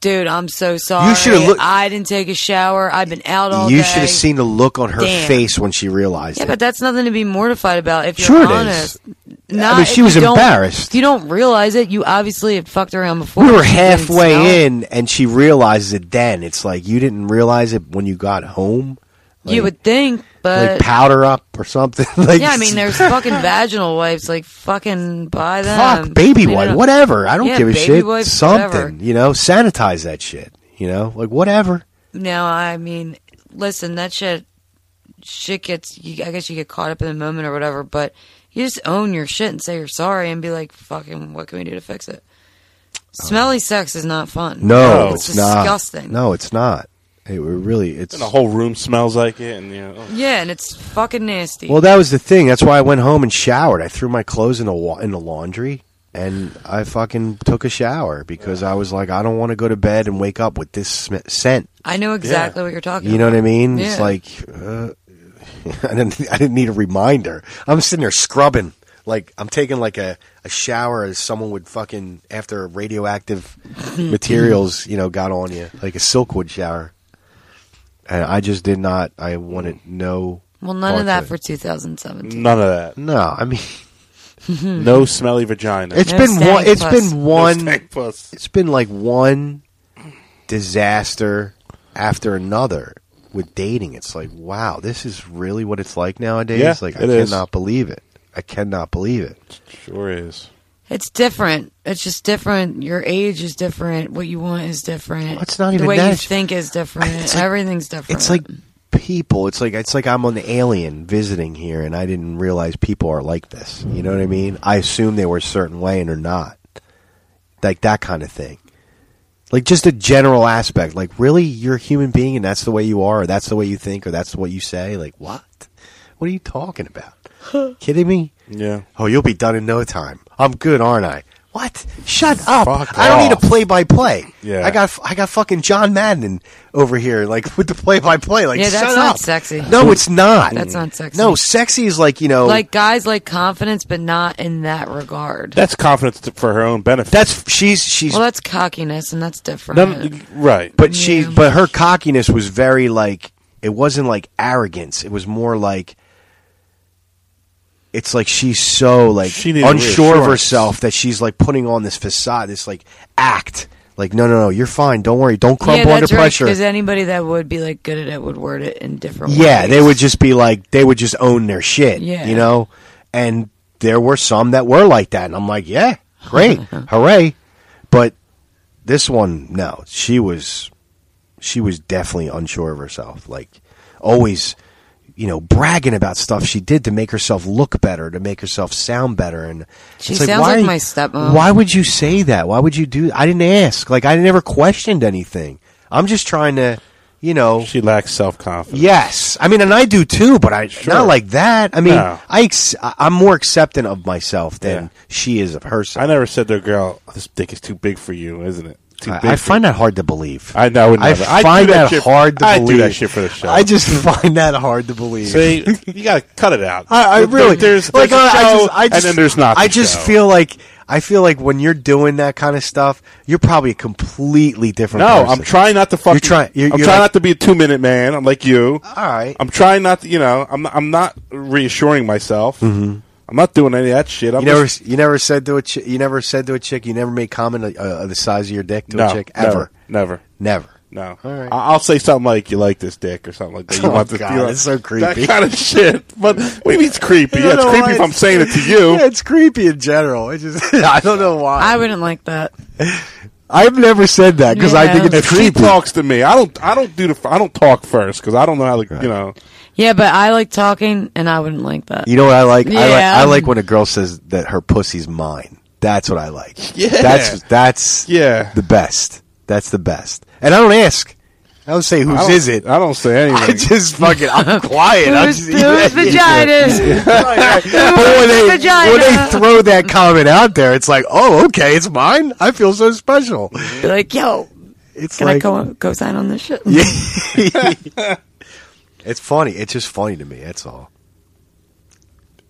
[SPEAKER 6] Dude, I'm so sorry.
[SPEAKER 3] shoulda looked-
[SPEAKER 6] I didn't take a shower. I've been out all
[SPEAKER 3] You
[SPEAKER 6] day.
[SPEAKER 3] should have seen the look on her
[SPEAKER 6] Damn.
[SPEAKER 3] face when she realized
[SPEAKER 6] Yeah,
[SPEAKER 3] it.
[SPEAKER 6] but that's nothing to be mortified about if you're
[SPEAKER 3] Sure it is.
[SPEAKER 6] honest.
[SPEAKER 3] I
[SPEAKER 6] Not
[SPEAKER 3] mean, she
[SPEAKER 6] if you
[SPEAKER 3] was
[SPEAKER 6] don't-
[SPEAKER 3] embarrassed.
[SPEAKER 6] If you don't realize it, you obviously had fucked around before.
[SPEAKER 3] we were
[SPEAKER 6] She didn't smell.
[SPEAKER 3] halfway in, and she realizes it. Then it's like you didn't realize it when you got home. Like,
[SPEAKER 6] you would think,
[SPEAKER 3] like
[SPEAKER 6] but
[SPEAKER 3] powder up or something. like,
[SPEAKER 6] yeah, I mean, there's fucking vaginal wipes. Like fucking buy them.
[SPEAKER 3] fuck baby
[SPEAKER 6] Clean it
[SPEAKER 3] wipe,
[SPEAKER 6] up.
[SPEAKER 3] whatever. I don't
[SPEAKER 6] Yeah,
[SPEAKER 3] give a
[SPEAKER 6] baby
[SPEAKER 3] shit.
[SPEAKER 6] wipes,
[SPEAKER 3] something,
[SPEAKER 6] whatever.
[SPEAKER 3] you know, sanitize that shit. You know, like whatever.
[SPEAKER 6] No, I mean, listen, that shit, shit gets. You, I guess you get caught up in the moment or whatever, but you just own your shit and say you're sorry and be like, fucking, what can we do to fix it? Smelly sex is not fun.
[SPEAKER 3] Oh. No,
[SPEAKER 6] it's,
[SPEAKER 3] it's, not.
[SPEAKER 6] disgusting.
[SPEAKER 3] No, it's not. It really, it's
[SPEAKER 4] And the whole room smells like it, and you know, oh,
[SPEAKER 6] Yeah, and it's fucking nasty.
[SPEAKER 3] Well, that was the thing. That's why I went home and showered. I threw my clothes in the wa- in the laundry and I fucking took a shower because I was like, I don't want to go to bed and wake up with this sm- scent.
[SPEAKER 6] I know exactly what you're talking.
[SPEAKER 3] You know what I mean? It's
[SPEAKER 6] Yeah.
[SPEAKER 3] like uh, I didn't I didn't need a reminder. I'm sitting there scrubbing like I'm taking like a, a shower as someone would fucking after radioactive materials, you know, got on you like a Silkwood shower. And I just did not. I wanted no.
[SPEAKER 6] Well, none
[SPEAKER 3] parts
[SPEAKER 6] of that
[SPEAKER 3] it.
[SPEAKER 6] for 2017.
[SPEAKER 4] none of that.
[SPEAKER 3] No, I mean
[SPEAKER 4] No smelly vagina.
[SPEAKER 3] Hmm. It's
[SPEAKER 6] No
[SPEAKER 3] been one.
[SPEAKER 6] stank
[SPEAKER 3] It's
[SPEAKER 6] puss.
[SPEAKER 3] been one.
[SPEAKER 4] No stank puss.
[SPEAKER 3] it's been like one disaster after another with dating. It's like, wow, this is really what it's like nowadays.
[SPEAKER 4] Yeah,
[SPEAKER 3] like I
[SPEAKER 4] it
[SPEAKER 3] cannot
[SPEAKER 4] is.
[SPEAKER 3] believe it. I cannot believe it.
[SPEAKER 4] Sure is.
[SPEAKER 6] It's different. It's just different. Your age is different. What you want is different.
[SPEAKER 3] it's not even
[SPEAKER 6] the way
[SPEAKER 3] that.
[SPEAKER 6] you think is different.
[SPEAKER 3] It's like-
[SPEAKER 6] Everything's different.
[SPEAKER 3] It's like people. It's like it's like I'm on the alien visiting here, and I didn't realize people are like this. You know what I mean? I assume they were a certain way and are not. Like that kind of thing. Like just a general aspect. Like really, you're a human being, and that's the way you are, or that's the way you think, or that's what you say. Like what? What are you talking about? Kidding me?
[SPEAKER 4] Yeah.
[SPEAKER 3] Oh, you'll be done in no time. I'm good, aren't I? What? Shut up!
[SPEAKER 4] Fuck
[SPEAKER 3] I don't need
[SPEAKER 4] off.
[SPEAKER 3] a play-by-play.
[SPEAKER 4] Yeah.
[SPEAKER 3] I got I got fucking John Madden over here, like with the play-by-play. Like,
[SPEAKER 6] yeah, that's
[SPEAKER 3] shut
[SPEAKER 6] not
[SPEAKER 3] up.
[SPEAKER 6] sexy.
[SPEAKER 3] No, it's not.
[SPEAKER 6] That's not sexy.
[SPEAKER 3] No, sexy is like you know,
[SPEAKER 6] like guys like confidence, but not in that regard.
[SPEAKER 4] That's confidence t- for her own benefit.
[SPEAKER 3] that's she's she's
[SPEAKER 6] well, that's cockiness, and that's different.
[SPEAKER 4] None- right.
[SPEAKER 3] but she but her cockiness was very like it wasn't like arrogance. It was more like it's like she's so like
[SPEAKER 4] She needed
[SPEAKER 3] unsure of
[SPEAKER 4] reassurance.
[SPEAKER 3] herself that she's like putting on this facade, this like act. Like no, no, no, you're fine. Don't worry. Don't
[SPEAKER 6] yeah,
[SPEAKER 3] crumble under
[SPEAKER 6] that's right.
[SPEAKER 3] pressure.
[SPEAKER 6] Because anybody that would be like good at it would word it in different.
[SPEAKER 3] Yeah,
[SPEAKER 6] ways.
[SPEAKER 3] they would just be like they would just own their shit.
[SPEAKER 6] Yeah.
[SPEAKER 3] You know? And there were some that were like that and I'm like, Yeah, great. hooray. But this one, no. She was she was definitely unsure of herself. Like always, you know, bragging about stuff she did to make herself look better, to make herself sound better and
[SPEAKER 6] She
[SPEAKER 3] it's
[SPEAKER 6] sounds
[SPEAKER 3] why-
[SPEAKER 6] like my stepmom.
[SPEAKER 3] Why would you say that? Why would you do I didn't ask. Like I never questioned anything. I'm just trying to you know,
[SPEAKER 4] she lacks self confidence.
[SPEAKER 3] Yes, I mean, and I do too, but I not like that. I mean,
[SPEAKER 4] No.
[SPEAKER 3] I ex- I- I'm more accepting of myself than she is of herself.
[SPEAKER 4] I never said to a girl, "This dick is too big for you," isn't it? Too
[SPEAKER 3] I,
[SPEAKER 4] big
[SPEAKER 3] I
[SPEAKER 4] for
[SPEAKER 3] find that hard to believe.
[SPEAKER 4] I know. I, would never.
[SPEAKER 3] I
[SPEAKER 4] I'd
[SPEAKER 3] find
[SPEAKER 4] do
[SPEAKER 3] that,
[SPEAKER 4] shit-
[SPEAKER 3] hard to
[SPEAKER 4] I'd
[SPEAKER 3] believe.
[SPEAKER 4] do that shit for the show.
[SPEAKER 3] I just find that hard to believe.
[SPEAKER 4] See, you gotta cut it out.
[SPEAKER 3] I, I
[SPEAKER 4] There-
[SPEAKER 3] really
[SPEAKER 4] there's,
[SPEAKER 3] like.
[SPEAKER 4] there's a
[SPEAKER 3] I- I
[SPEAKER 4] show,
[SPEAKER 3] just, I just,
[SPEAKER 4] and then there's not.
[SPEAKER 3] I
[SPEAKER 4] the
[SPEAKER 3] just
[SPEAKER 4] show.
[SPEAKER 3] feel like I feel like when you're doing that kind of stuff, you're probably a completely different.
[SPEAKER 4] No,
[SPEAKER 3] person.
[SPEAKER 4] I'm trying not to fucking.
[SPEAKER 3] You're trying. You're,
[SPEAKER 4] I'm
[SPEAKER 3] you're
[SPEAKER 4] trying
[SPEAKER 3] like,
[SPEAKER 4] not to be a two minute man. I'm like you.
[SPEAKER 3] All right.
[SPEAKER 4] I'm trying not. To, you know, I'm. I'm not reassuring myself.
[SPEAKER 3] Mhm.
[SPEAKER 4] I'm not doing any of that shit. I'm
[SPEAKER 3] You never,
[SPEAKER 4] just,
[SPEAKER 3] you never said to a chick, you never said to a chick, you never made comment uh, of the size of your dick to
[SPEAKER 4] no,
[SPEAKER 3] a chick ever,
[SPEAKER 4] never,
[SPEAKER 3] never.
[SPEAKER 4] never. No.
[SPEAKER 3] All right.
[SPEAKER 4] I- I'll say something like, "You like this dick" or something like that. You
[SPEAKER 3] Oh,
[SPEAKER 4] want this?
[SPEAKER 3] God,
[SPEAKER 4] you want-
[SPEAKER 3] it's so creepy.
[SPEAKER 4] That kind of shit. But what do you mean it's creepy? Yeah, it's
[SPEAKER 3] know
[SPEAKER 4] creepy
[SPEAKER 3] why
[SPEAKER 4] if I'm
[SPEAKER 3] it's-
[SPEAKER 4] saying it to you.
[SPEAKER 3] Yeah, it's creepy in general. It's just, I don't know why.
[SPEAKER 6] I wouldn't like that.
[SPEAKER 3] I've never said that because I think
[SPEAKER 6] Yeah.
[SPEAKER 3] it's
[SPEAKER 4] if she
[SPEAKER 3] creepy.
[SPEAKER 4] talks to me, I don't. I don't do the. I don't talk first because I don't know how to. You know.
[SPEAKER 6] Yeah, but I like talking, and I wouldn't like that.
[SPEAKER 3] You know what I like? I like
[SPEAKER 6] Yeah.
[SPEAKER 3] I like when a girl says that her pussy's mine. That's what I like.
[SPEAKER 4] Yeah.
[SPEAKER 3] That's that's
[SPEAKER 4] Yeah.
[SPEAKER 3] the best. That's the best. And I don't ask. I don't say
[SPEAKER 4] I
[SPEAKER 3] whose
[SPEAKER 4] don't-
[SPEAKER 3] is it.
[SPEAKER 4] I don't say
[SPEAKER 3] I
[SPEAKER 4] anything.
[SPEAKER 3] just fucking I'm quiet. I'm
[SPEAKER 6] Whose-
[SPEAKER 3] just,
[SPEAKER 6] whose vaginas?
[SPEAKER 3] But when, they,
[SPEAKER 6] vagina?
[SPEAKER 3] when they throw that comment out there, it's like, oh, okay, it's mine. I feel so special.
[SPEAKER 6] Be like, yo,
[SPEAKER 3] It's
[SPEAKER 6] can I
[SPEAKER 3] like
[SPEAKER 6] go go sign on this shit?
[SPEAKER 3] It's funny. It's just funny to me. That's all.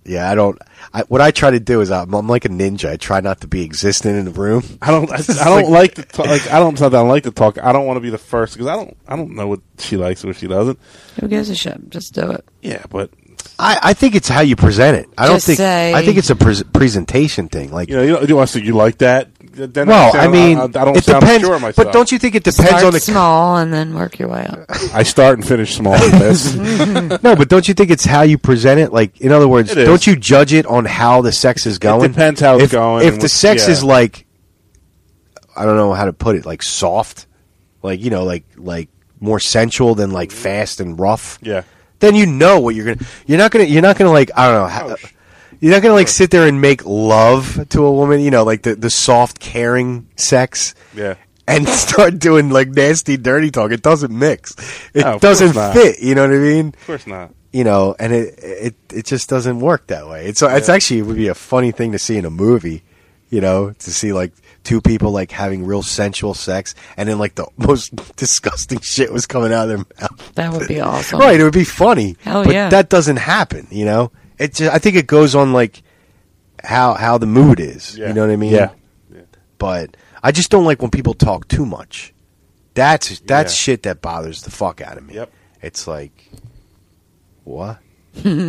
[SPEAKER 3] Yeah, I don't. I, what I try to do is I'm, I'm like a ninja. I try not to be existent in the room.
[SPEAKER 4] I don't. I, I don't like, to talk. Like I don't. it's not that I don't like to talk. I don't want to be the first because I don't. I don't know what she likes or what she doesn't.
[SPEAKER 6] Who gives a shit? Just do it.
[SPEAKER 4] Yeah, but
[SPEAKER 3] I, I think it's how you present it. I
[SPEAKER 6] Just
[SPEAKER 3] don't think.
[SPEAKER 6] say-
[SPEAKER 3] I think it's a pres presentation thing. Like,
[SPEAKER 4] you know, you, don't, you want to say you like that. Then
[SPEAKER 3] well,
[SPEAKER 4] sound-
[SPEAKER 3] I mean,
[SPEAKER 4] I, I don't
[SPEAKER 3] it
[SPEAKER 4] sound
[SPEAKER 3] depends.
[SPEAKER 4] sure of myself.
[SPEAKER 3] but don't you think it depends
[SPEAKER 6] Start
[SPEAKER 3] on the
[SPEAKER 6] small and then work your way up.
[SPEAKER 4] I start and finish small. with this.
[SPEAKER 3] no? But don't you think it's how you present it? Like, in other words,
[SPEAKER 4] It is.
[SPEAKER 3] don't you judge it on how the sex is going?
[SPEAKER 4] depends how it's
[SPEAKER 3] If-
[SPEAKER 4] going
[SPEAKER 3] If
[SPEAKER 4] and
[SPEAKER 3] the
[SPEAKER 4] what-
[SPEAKER 3] sex
[SPEAKER 4] yeah.
[SPEAKER 3] is like, I don't know how to put it, like soft, like you know, like like more sensual than like fast and rough.
[SPEAKER 4] yeah,
[SPEAKER 3] then you know what you're gonna. You're not gonna. You're not gonna like. I don't know.
[SPEAKER 4] Oh,
[SPEAKER 3] ha- you're not gonna like sit there and make love to a woman. You know, like the the soft, caring sex,
[SPEAKER 4] yeah.
[SPEAKER 3] and start doing like nasty, dirty talk. It doesn't mix. It
[SPEAKER 4] No, of course
[SPEAKER 3] doesn't
[SPEAKER 4] not.
[SPEAKER 3] fit. You know what I mean?
[SPEAKER 4] Of course not.
[SPEAKER 3] You know, and it it it just doesn't work that way. It's it's actually it would be a funny thing to see in a movie. You know, to see like two people like having real sensual sex, and then like the most disgusting shit was coming out of their mouth.
[SPEAKER 6] That would be awesome.
[SPEAKER 3] Right, it would be funny.
[SPEAKER 6] Hell
[SPEAKER 3] but
[SPEAKER 6] yeah.
[SPEAKER 3] that doesn't happen, you know? It just, I think it goes on like how how the mood is.
[SPEAKER 4] Yeah.
[SPEAKER 3] You know what I mean?
[SPEAKER 4] Yeah.
[SPEAKER 3] But I just don't like when people talk too much. That's that's
[SPEAKER 4] Yeah.
[SPEAKER 3] shit that bothers the fuck out of me.
[SPEAKER 4] Yep.
[SPEAKER 3] It's like what? why,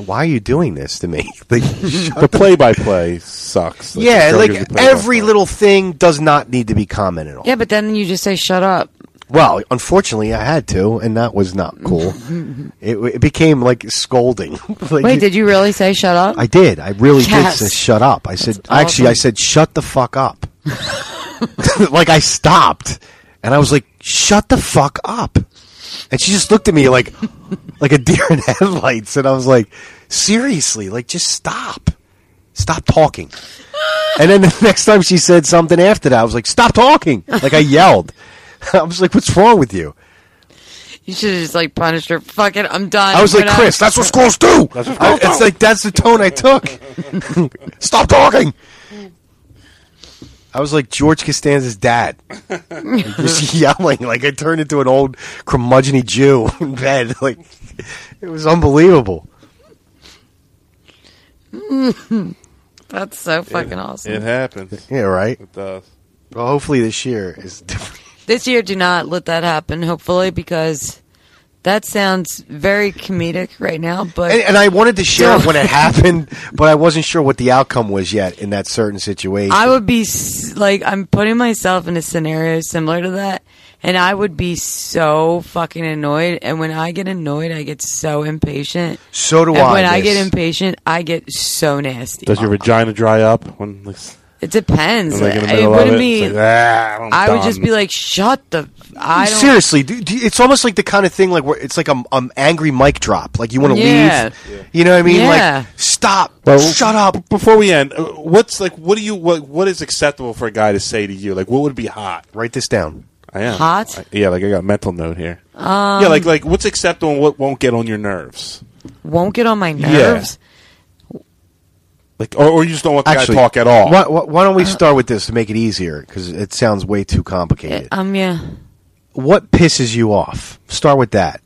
[SPEAKER 3] why are you doing this to me? Like, shut
[SPEAKER 4] The play by play sucks.
[SPEAKER 3] yeah,
[SPEAKER 4] the show
[SPEAKER 3] like
[SPEAKER 4] gives the
[SPEAKER 3] every
[SPEAKER 4] play-by-play.
[SPEAKER 3] little thing does not need to be commented on.
[SPEAKER 6] Yeah, but then you just say shut up.
[SPEAKER 3] Well, unfortunately, I had to, and that was not cool. it, it became like scolding. Like,
[SPEAKER 6] Wait, did you really say shut up?
[SPEAKER 3] I did. I really
[SPEAKER 6] Yes.
[SPEAKER 3] did say shut up. I said
[SPEAKER 6] awesome.
[SPEAKER 3] actually I said shut the fuck up. like I stopped and I was like shut the fuck up. And she just looked at me like like a deer in headlights and I was like seriously, like just stop. Stop talking. And then the next time she said something after that, I was like stop talking. Like I yelled. I was like what's wrong with you?
[SPEAKER 6] you should have just like punished her. Fuck it, I'm done.
[SPEAKER 3] I was like,
[SPEAKER 6] Whatever.
[SPEAKER 3] Chris, that's what schools do. I- it's like that's the tone I took. Stop talking. I was like George Costanza's dad, Like, just yelling. Like I turned into an old curmudgeony Jew in bed. Like it was unbelievable.
[SPEAKER 6] That's so fucking awesome.
[SPEAKER 4] It happens.
[SPEAKER 3] Yeah, right.
[SPEAKER 4] It does.
[SPEAKER 3] Well, hopefully this year is different.
[SPEAKER 6] This year, do not let that happen. Hopefully, because that sounds very comedic right now. But
[SPEAKER 3] And, and I wanted to share it when it happened, but I wasn't sure what the outcome was yet in that certain situation.
[SPEAKER 6] I would be s- like, I'm putting myself in a scenario similar to that, and I would be so fucking annoyed. And when I get annoyed, I get so impatient.
[SPEAKER 3] so do
[SPEAKER 6] And
[SPEAKER 3] I.
[SPEAKER 6] when I get
[SPEAKER 3] this.
[SPEAKER 6] impatient, I get so nasty.
[SPEAKER 4] Does your vagina dry up when it's
[SPEAKER 6] It depends.
[SPEAKER 4] like in the
[SPEAKER 6] it
[SPEAKER 4] middle of
[SPEAKER 6] wouldn't
[SPEAKER 4] it?
[SPEAKER 6] be.
[SPEAKER 4] It's like, ah, I'm
[SPEAKER 6] I would just
[SPEAKER 4] done."
[SPEAKER 6] be like, shut the. I don't.
[SPEAKER 3] Seriously, do, do, it's almost like the kind of thing like where it's like a um, angry mic drop. Like you want to
[SPEAKER 6] Yeah.
[SPEAKER 3] leave. You know what I mean?
[SPEAKER 6] Yeah.
[SPEAKER 3] Like stop, shut up.
[SPEAKER 4] Oh. b- Before we end, uh, what's like? What do you? What, what is acceptable for a guy to say to you? Like, what would be hot?
[SPEAKER 3] Write this down.
[SPEAKER 4] I am
[SPEAKER 6] Hot?
[SPEAKER 4] I- yeah, like I got a mental note here.
[SPEAKER 6] Um,
[SPEAKER 4] yeah, like like what's acceptable and what won't get on your nerves.
[SPEAKER 6] Won't get on my
[SPEAKER 4] Yeah.
[SPEAKER 6] nerves.
[SPEAKER 4] Like or, or you just don't want the
[SPEAKER 3] Actually,
[SPEAKER 4] guy to talk at all.
[SPEAKER 3] Why, why, why don't we start with this to make it easier? Because it sounds way too complicated.
[SPEAKER 6] Um, yeah.
[SPEAKER 3] What pisses you off? Start with that.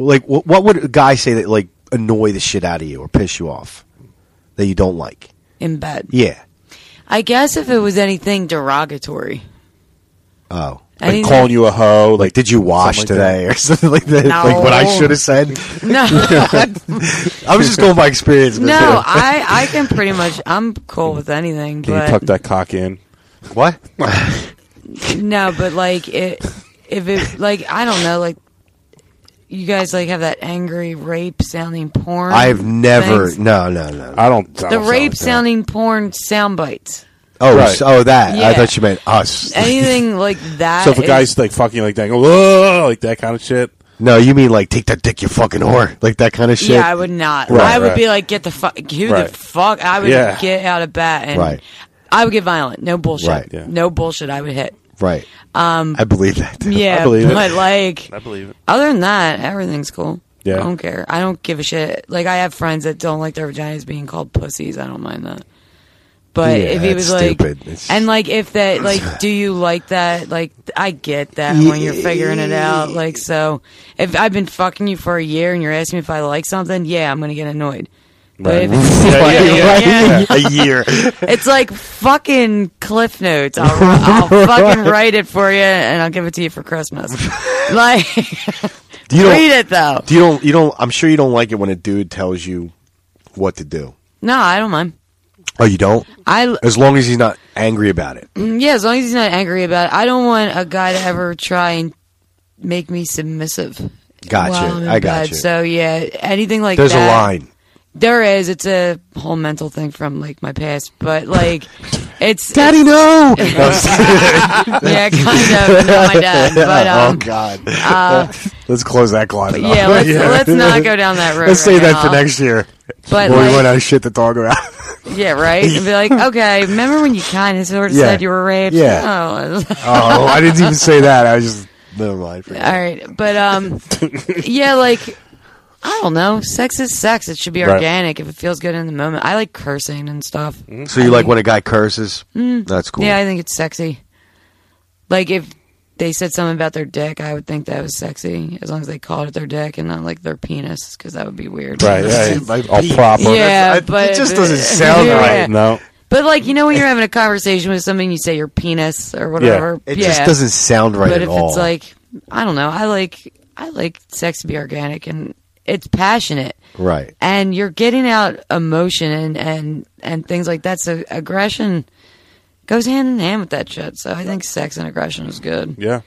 [SPEAKER 3] Like, what, what would a guy say that like annoy the shit out of you or piss you off that you don't like?
[SPEAKER 6] In bed.
[SPEAKER 3] Yeah.
[SPEAKER 6] I guess if it was anything derogatory.
[SPEAKER 3] Oh.
[SPEAKER 6] Like Anything- calling
[SPEAKER 4] you a hoe. Like,
[SPEAKER 3] did you wash
[SPEAKER 4] something like
[SPEAKER 3] today or something like that?
[SPEAKER 6] No.
[SPEAKER 3] Like what I should have said?
[SPEAKER 6] No.
[SPEAKER 3] I was just going by experience.
[SPEAKER 6] No, I, I can pretty much. I'm cool with anything.
[SPEAKER 4] Can
[SPEAKER 6] but
[SPEAKER 4] you tuck that cock in?
[SPEAKER 3] What?
[SPEAKER 6] No, but like it, if it like I don't know, like you guys like have that angry rape sounding porn.
[SPEAKER 3] I've never.
[SPEAKER 6] things.
[SPEAKER 3] No, no, no.
[SPEAKER 4] I don't.
[SPEAKER 6] the rape sounding porn sound bites.
[SPEAKER 3] Oh, so- oh, that.
[SPEAKER 6] Yeah.
[SPEAKER 3] I thought you meant us.
[SPEAKER 6] Anything like that.
[SPEAKER 4] So if a
[SPEAKER 6] is-
[SPEAKER 4] guy's like fucking like that, go "Whoa," like that kind of shit.
[SPEAKER 3] No, you mean like take that dick, you fucking whore, like that kind of shit.
[SPEAKER 6] yeah, I would not.
[SPEAKER 3] Right,
[SPEAKER 6] I would
[SPEAKER 3] right.
[SPEAKER 6] be like, get the fuck, who
[SPEAKER 3] Right.
[SPEAKER 6] the fuck? I would
[SPEAKER 3] Yeah.
[SPEAKER 6] get out of bat and
[SPEAKER 3] Right.
[SPEAKER 6] I would get violent. No bullshit.
[SPEAKER 3] Right. Yeah.
[SPEAKER 6] No bullshit. I would hit.
[SPEAKER 3] Right.
[SPEAKER 6] Um,
[SPEAKER 3] I believe that.
[SPEAKER 6] Yeah,
[SPEAKER 3] I believe
[SPEAKER 6] but
[SPEAKER 3] it.
[SPEAKER 6] like,
[SPEAKER 4] I believe it.
[SPEAKER 6] Other than that, everything's cool.
[SPEAKER 3] Yeah.
[SPEAKER 6] I don't care. I don't give a shit. Like, I have friends that don't like their vaginas being called pussies. I don't mind that. But
[SPEAKER 3] Yeah,
[SPEAKER 6] if he
[SPEAKER 3] that's
[SPEAKER 6] was like,
[SPEAKER 3] stupid. It's-
[SPEAKER 6] and like, if that, like, do you like that? Like, I get that when you're figuring it out. Like, so if I've been fucking you for a year and you're asking me if I like something, yeah, I'm gonna get annoyed. But if it's
[SPEAKER 3] Right,
[SPEAKER 6] Yeah, yeah,
[SPEAKER 3] right. A
[SPEAKER 6] yeah.
[SPEAKER 3] year.
[SPEAKER 6] It's like fucking Cliff Notes. I'll, I'll fucking write it for you, and I'll give it to you for Christmas. Like,
[SPEAKER 3] Do you don't-
[SPEAKER 6] read it though.
[SPEAKER 3] Do you don't? You don't? I'm sure you don't like it when a dude tells you what to do.
[SPEAKER 6] No, I don't mind.
[SPEAKER 3] Oh, you don't?
[SPEAKER 6] I
[SPEAKER 3] As long as he's not angry about it.
[SPEAKER 6] mm, yeah, as long as he's not angry about it. I don't want a guy to ever try and make me submissive.
[SPEAKER 3] Gotcha.
[SPEAKER 6] while I'm in
[SPEAKER 3] I gotcha.
[SPEAKER 6] bed. So yeah, anything like
[SPEAKER 3] There's
[SPEAKER 6] that.
[SPEAKER 3] a line.
[SPEAKER 6] There is. It's a whole mental thing from like my past, but like, it's
[SPEAKER 3] Daddy, no.
[SPEAKER 6] yeah, kind of. Not my dad, but um,
[SPEAKER 3] oh God.
[SPEAKER 6] uh,
[SPEAKER 3] let's close that closet.
[SPEAKER 6] yeah,
[SPEAKER 3] off.
[SPEAKER 6] let's- let's not go down that road
[SPEAKER 3] Let's save
[SPEAKER 6] right
[SPEAKER 3] that for
[SPEAKER 6] now.
[SPEAKER 3] next year.
[SPEAKER 6] But,
[SPEAKER 3] when we
[SPEAKER 6] like-
[SPEAKER 3] run out of shit to talk about.
[SPEAKER 6] Yeah, right? And be like, okay, remember when you kind of sort of
[SPEAKER 3] Yeah.
[SPEAKER 6] said you were raped?
[SPEAKER 3] Yeah.
[SPEAKER 6] Oh.
[SPEAKER 3] oh, I didn't even say that. I just never mind.
[SPEAKER 6] All right. But, um, yeah, like, I don't know. Sex is sex. It should be
[SPEAKER 3] Right.
[SPEAKER 6] organic if it feels good in the moment. I like cursing and stuff.
[SPEAKER 3] So you like when a guy curses?
[SPEAKER 6] Mm.
[SPEAKER 3] That's cool.
[SPEAKER 6] Yeah, I think it's sexy. Like, if they said something about their dick, I would think that was sexy as long as they called it their dick and not like their penis because that would be weird.
[SPEAKER 4] Right, right. Like, all proper.
[SPEAKER 6] Yeah,
[SPEAKER 4] That's- I-
[SPEAKER 6] but
[SPEAKER 4] it just doesn't sound
[SPEAKER 6] Yeah.
[SPEAKER 4] right. No.
[SPEAKER 6] But like you know when you're having a conversation with somebody, and you say your penis or whatever.
[SPEAKER 3] It just doesn't sound right
[SPEAKER 6] But
[SPEAKER 3] at
[SPEAKER 6] if
[SPEAKER 3] all.
[SPEAKER 6] it's like I don't know, I like I like sex to be organic and it's passionate,
[SPEAKER 3] Right.
[SPEAKER 6] and you're getting out emotion and and and things like that. So aggression goes hand in hand with that shit. So I think sex and aggression is good.
[SPEAKER 4] Yeah.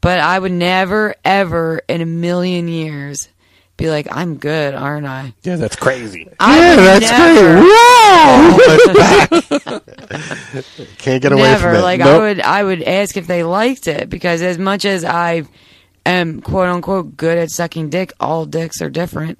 [SPEAKER 6] But I would never ever in a million years be like I'm good, aren't I?
[SPEAKER 4] Yeah, that's crazy.
[SPEAKER 6] I
[SPEAKER 3] yeah,
[SPEAKER 6] would
[SPEAKER 3] that's
[SPEAKER 6] never-
[SPEAKER 3] great. Whoa! Can't get away
[SPEAKER 6] Never.
[SPEAKER 3] from it.
[SPEAKER 6] Like
[SPEAKER 3] Nope.
[SPEAKER 6] I would, I would ask if they liked it because as much as I am quote unquote good at sucking dick, all dicks are different.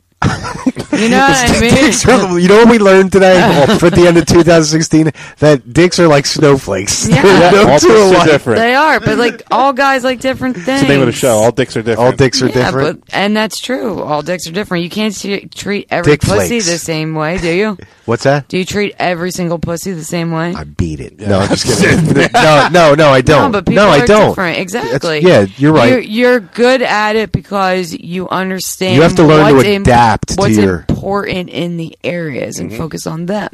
[SPEAKER 6] you know what I mean?
[SPEAKER 3] Dicks are- you know what we learned today Well, for the end of 2016? That dicks are like snowflakes.
[SPEAKER 6] Yeah.
[SPEAKER 3] They're no
[SPEAKER 4] All
[SPEAKER 3] two
[SPEAKER 4] dicks are
[SPEAKER 3] alike.
[SPEAKER 4] different.
[SPEAKER 6] They are, but like all guys like different things.
[SPEAKER 4] It's the name of the show. All dicks are different.
[SPEAKER 3] All dicks are
[SPEAKER 6] Yeah,
[SPEAKER 3] different.
[SPEAKER 6] but- and that's true. All dicks are different. You can't t- treat every
[SPEAKER 3] Dick
[SPEAKER 6] pussy
[SPEAKER 3] flakes.
[SPEAKER 6] the same way, do you?
[SPEAKER 3] What's that?
[SPEAKER 6] Do you treat every single pussy the same way? I
[SPEAKER 3] beat it. No, I'm just kidding. no, no, no, I don't.
[SPEAKER 6] No, but people
[SPEAKER 3] I
[SPEAKER 6] are
[SPEAKER 3] don't.
[SPEAKER 6] different. Exactly.
[SPEAKER 3] That's- yeah, you're right.
[SPEAKER 6] You're, you're good at it because you understand.
[SPEAKER 3] You have to learn to
[SPEAKER 6] what's im-
[SPEAKER 3] adapt to
[SPEAKER 6] what's
[SPEAKER 3] your-
[SPEAKER 6] important in the areas and
[SPEAKER 3] Mhm.
[SPEAKER 6] focus on them.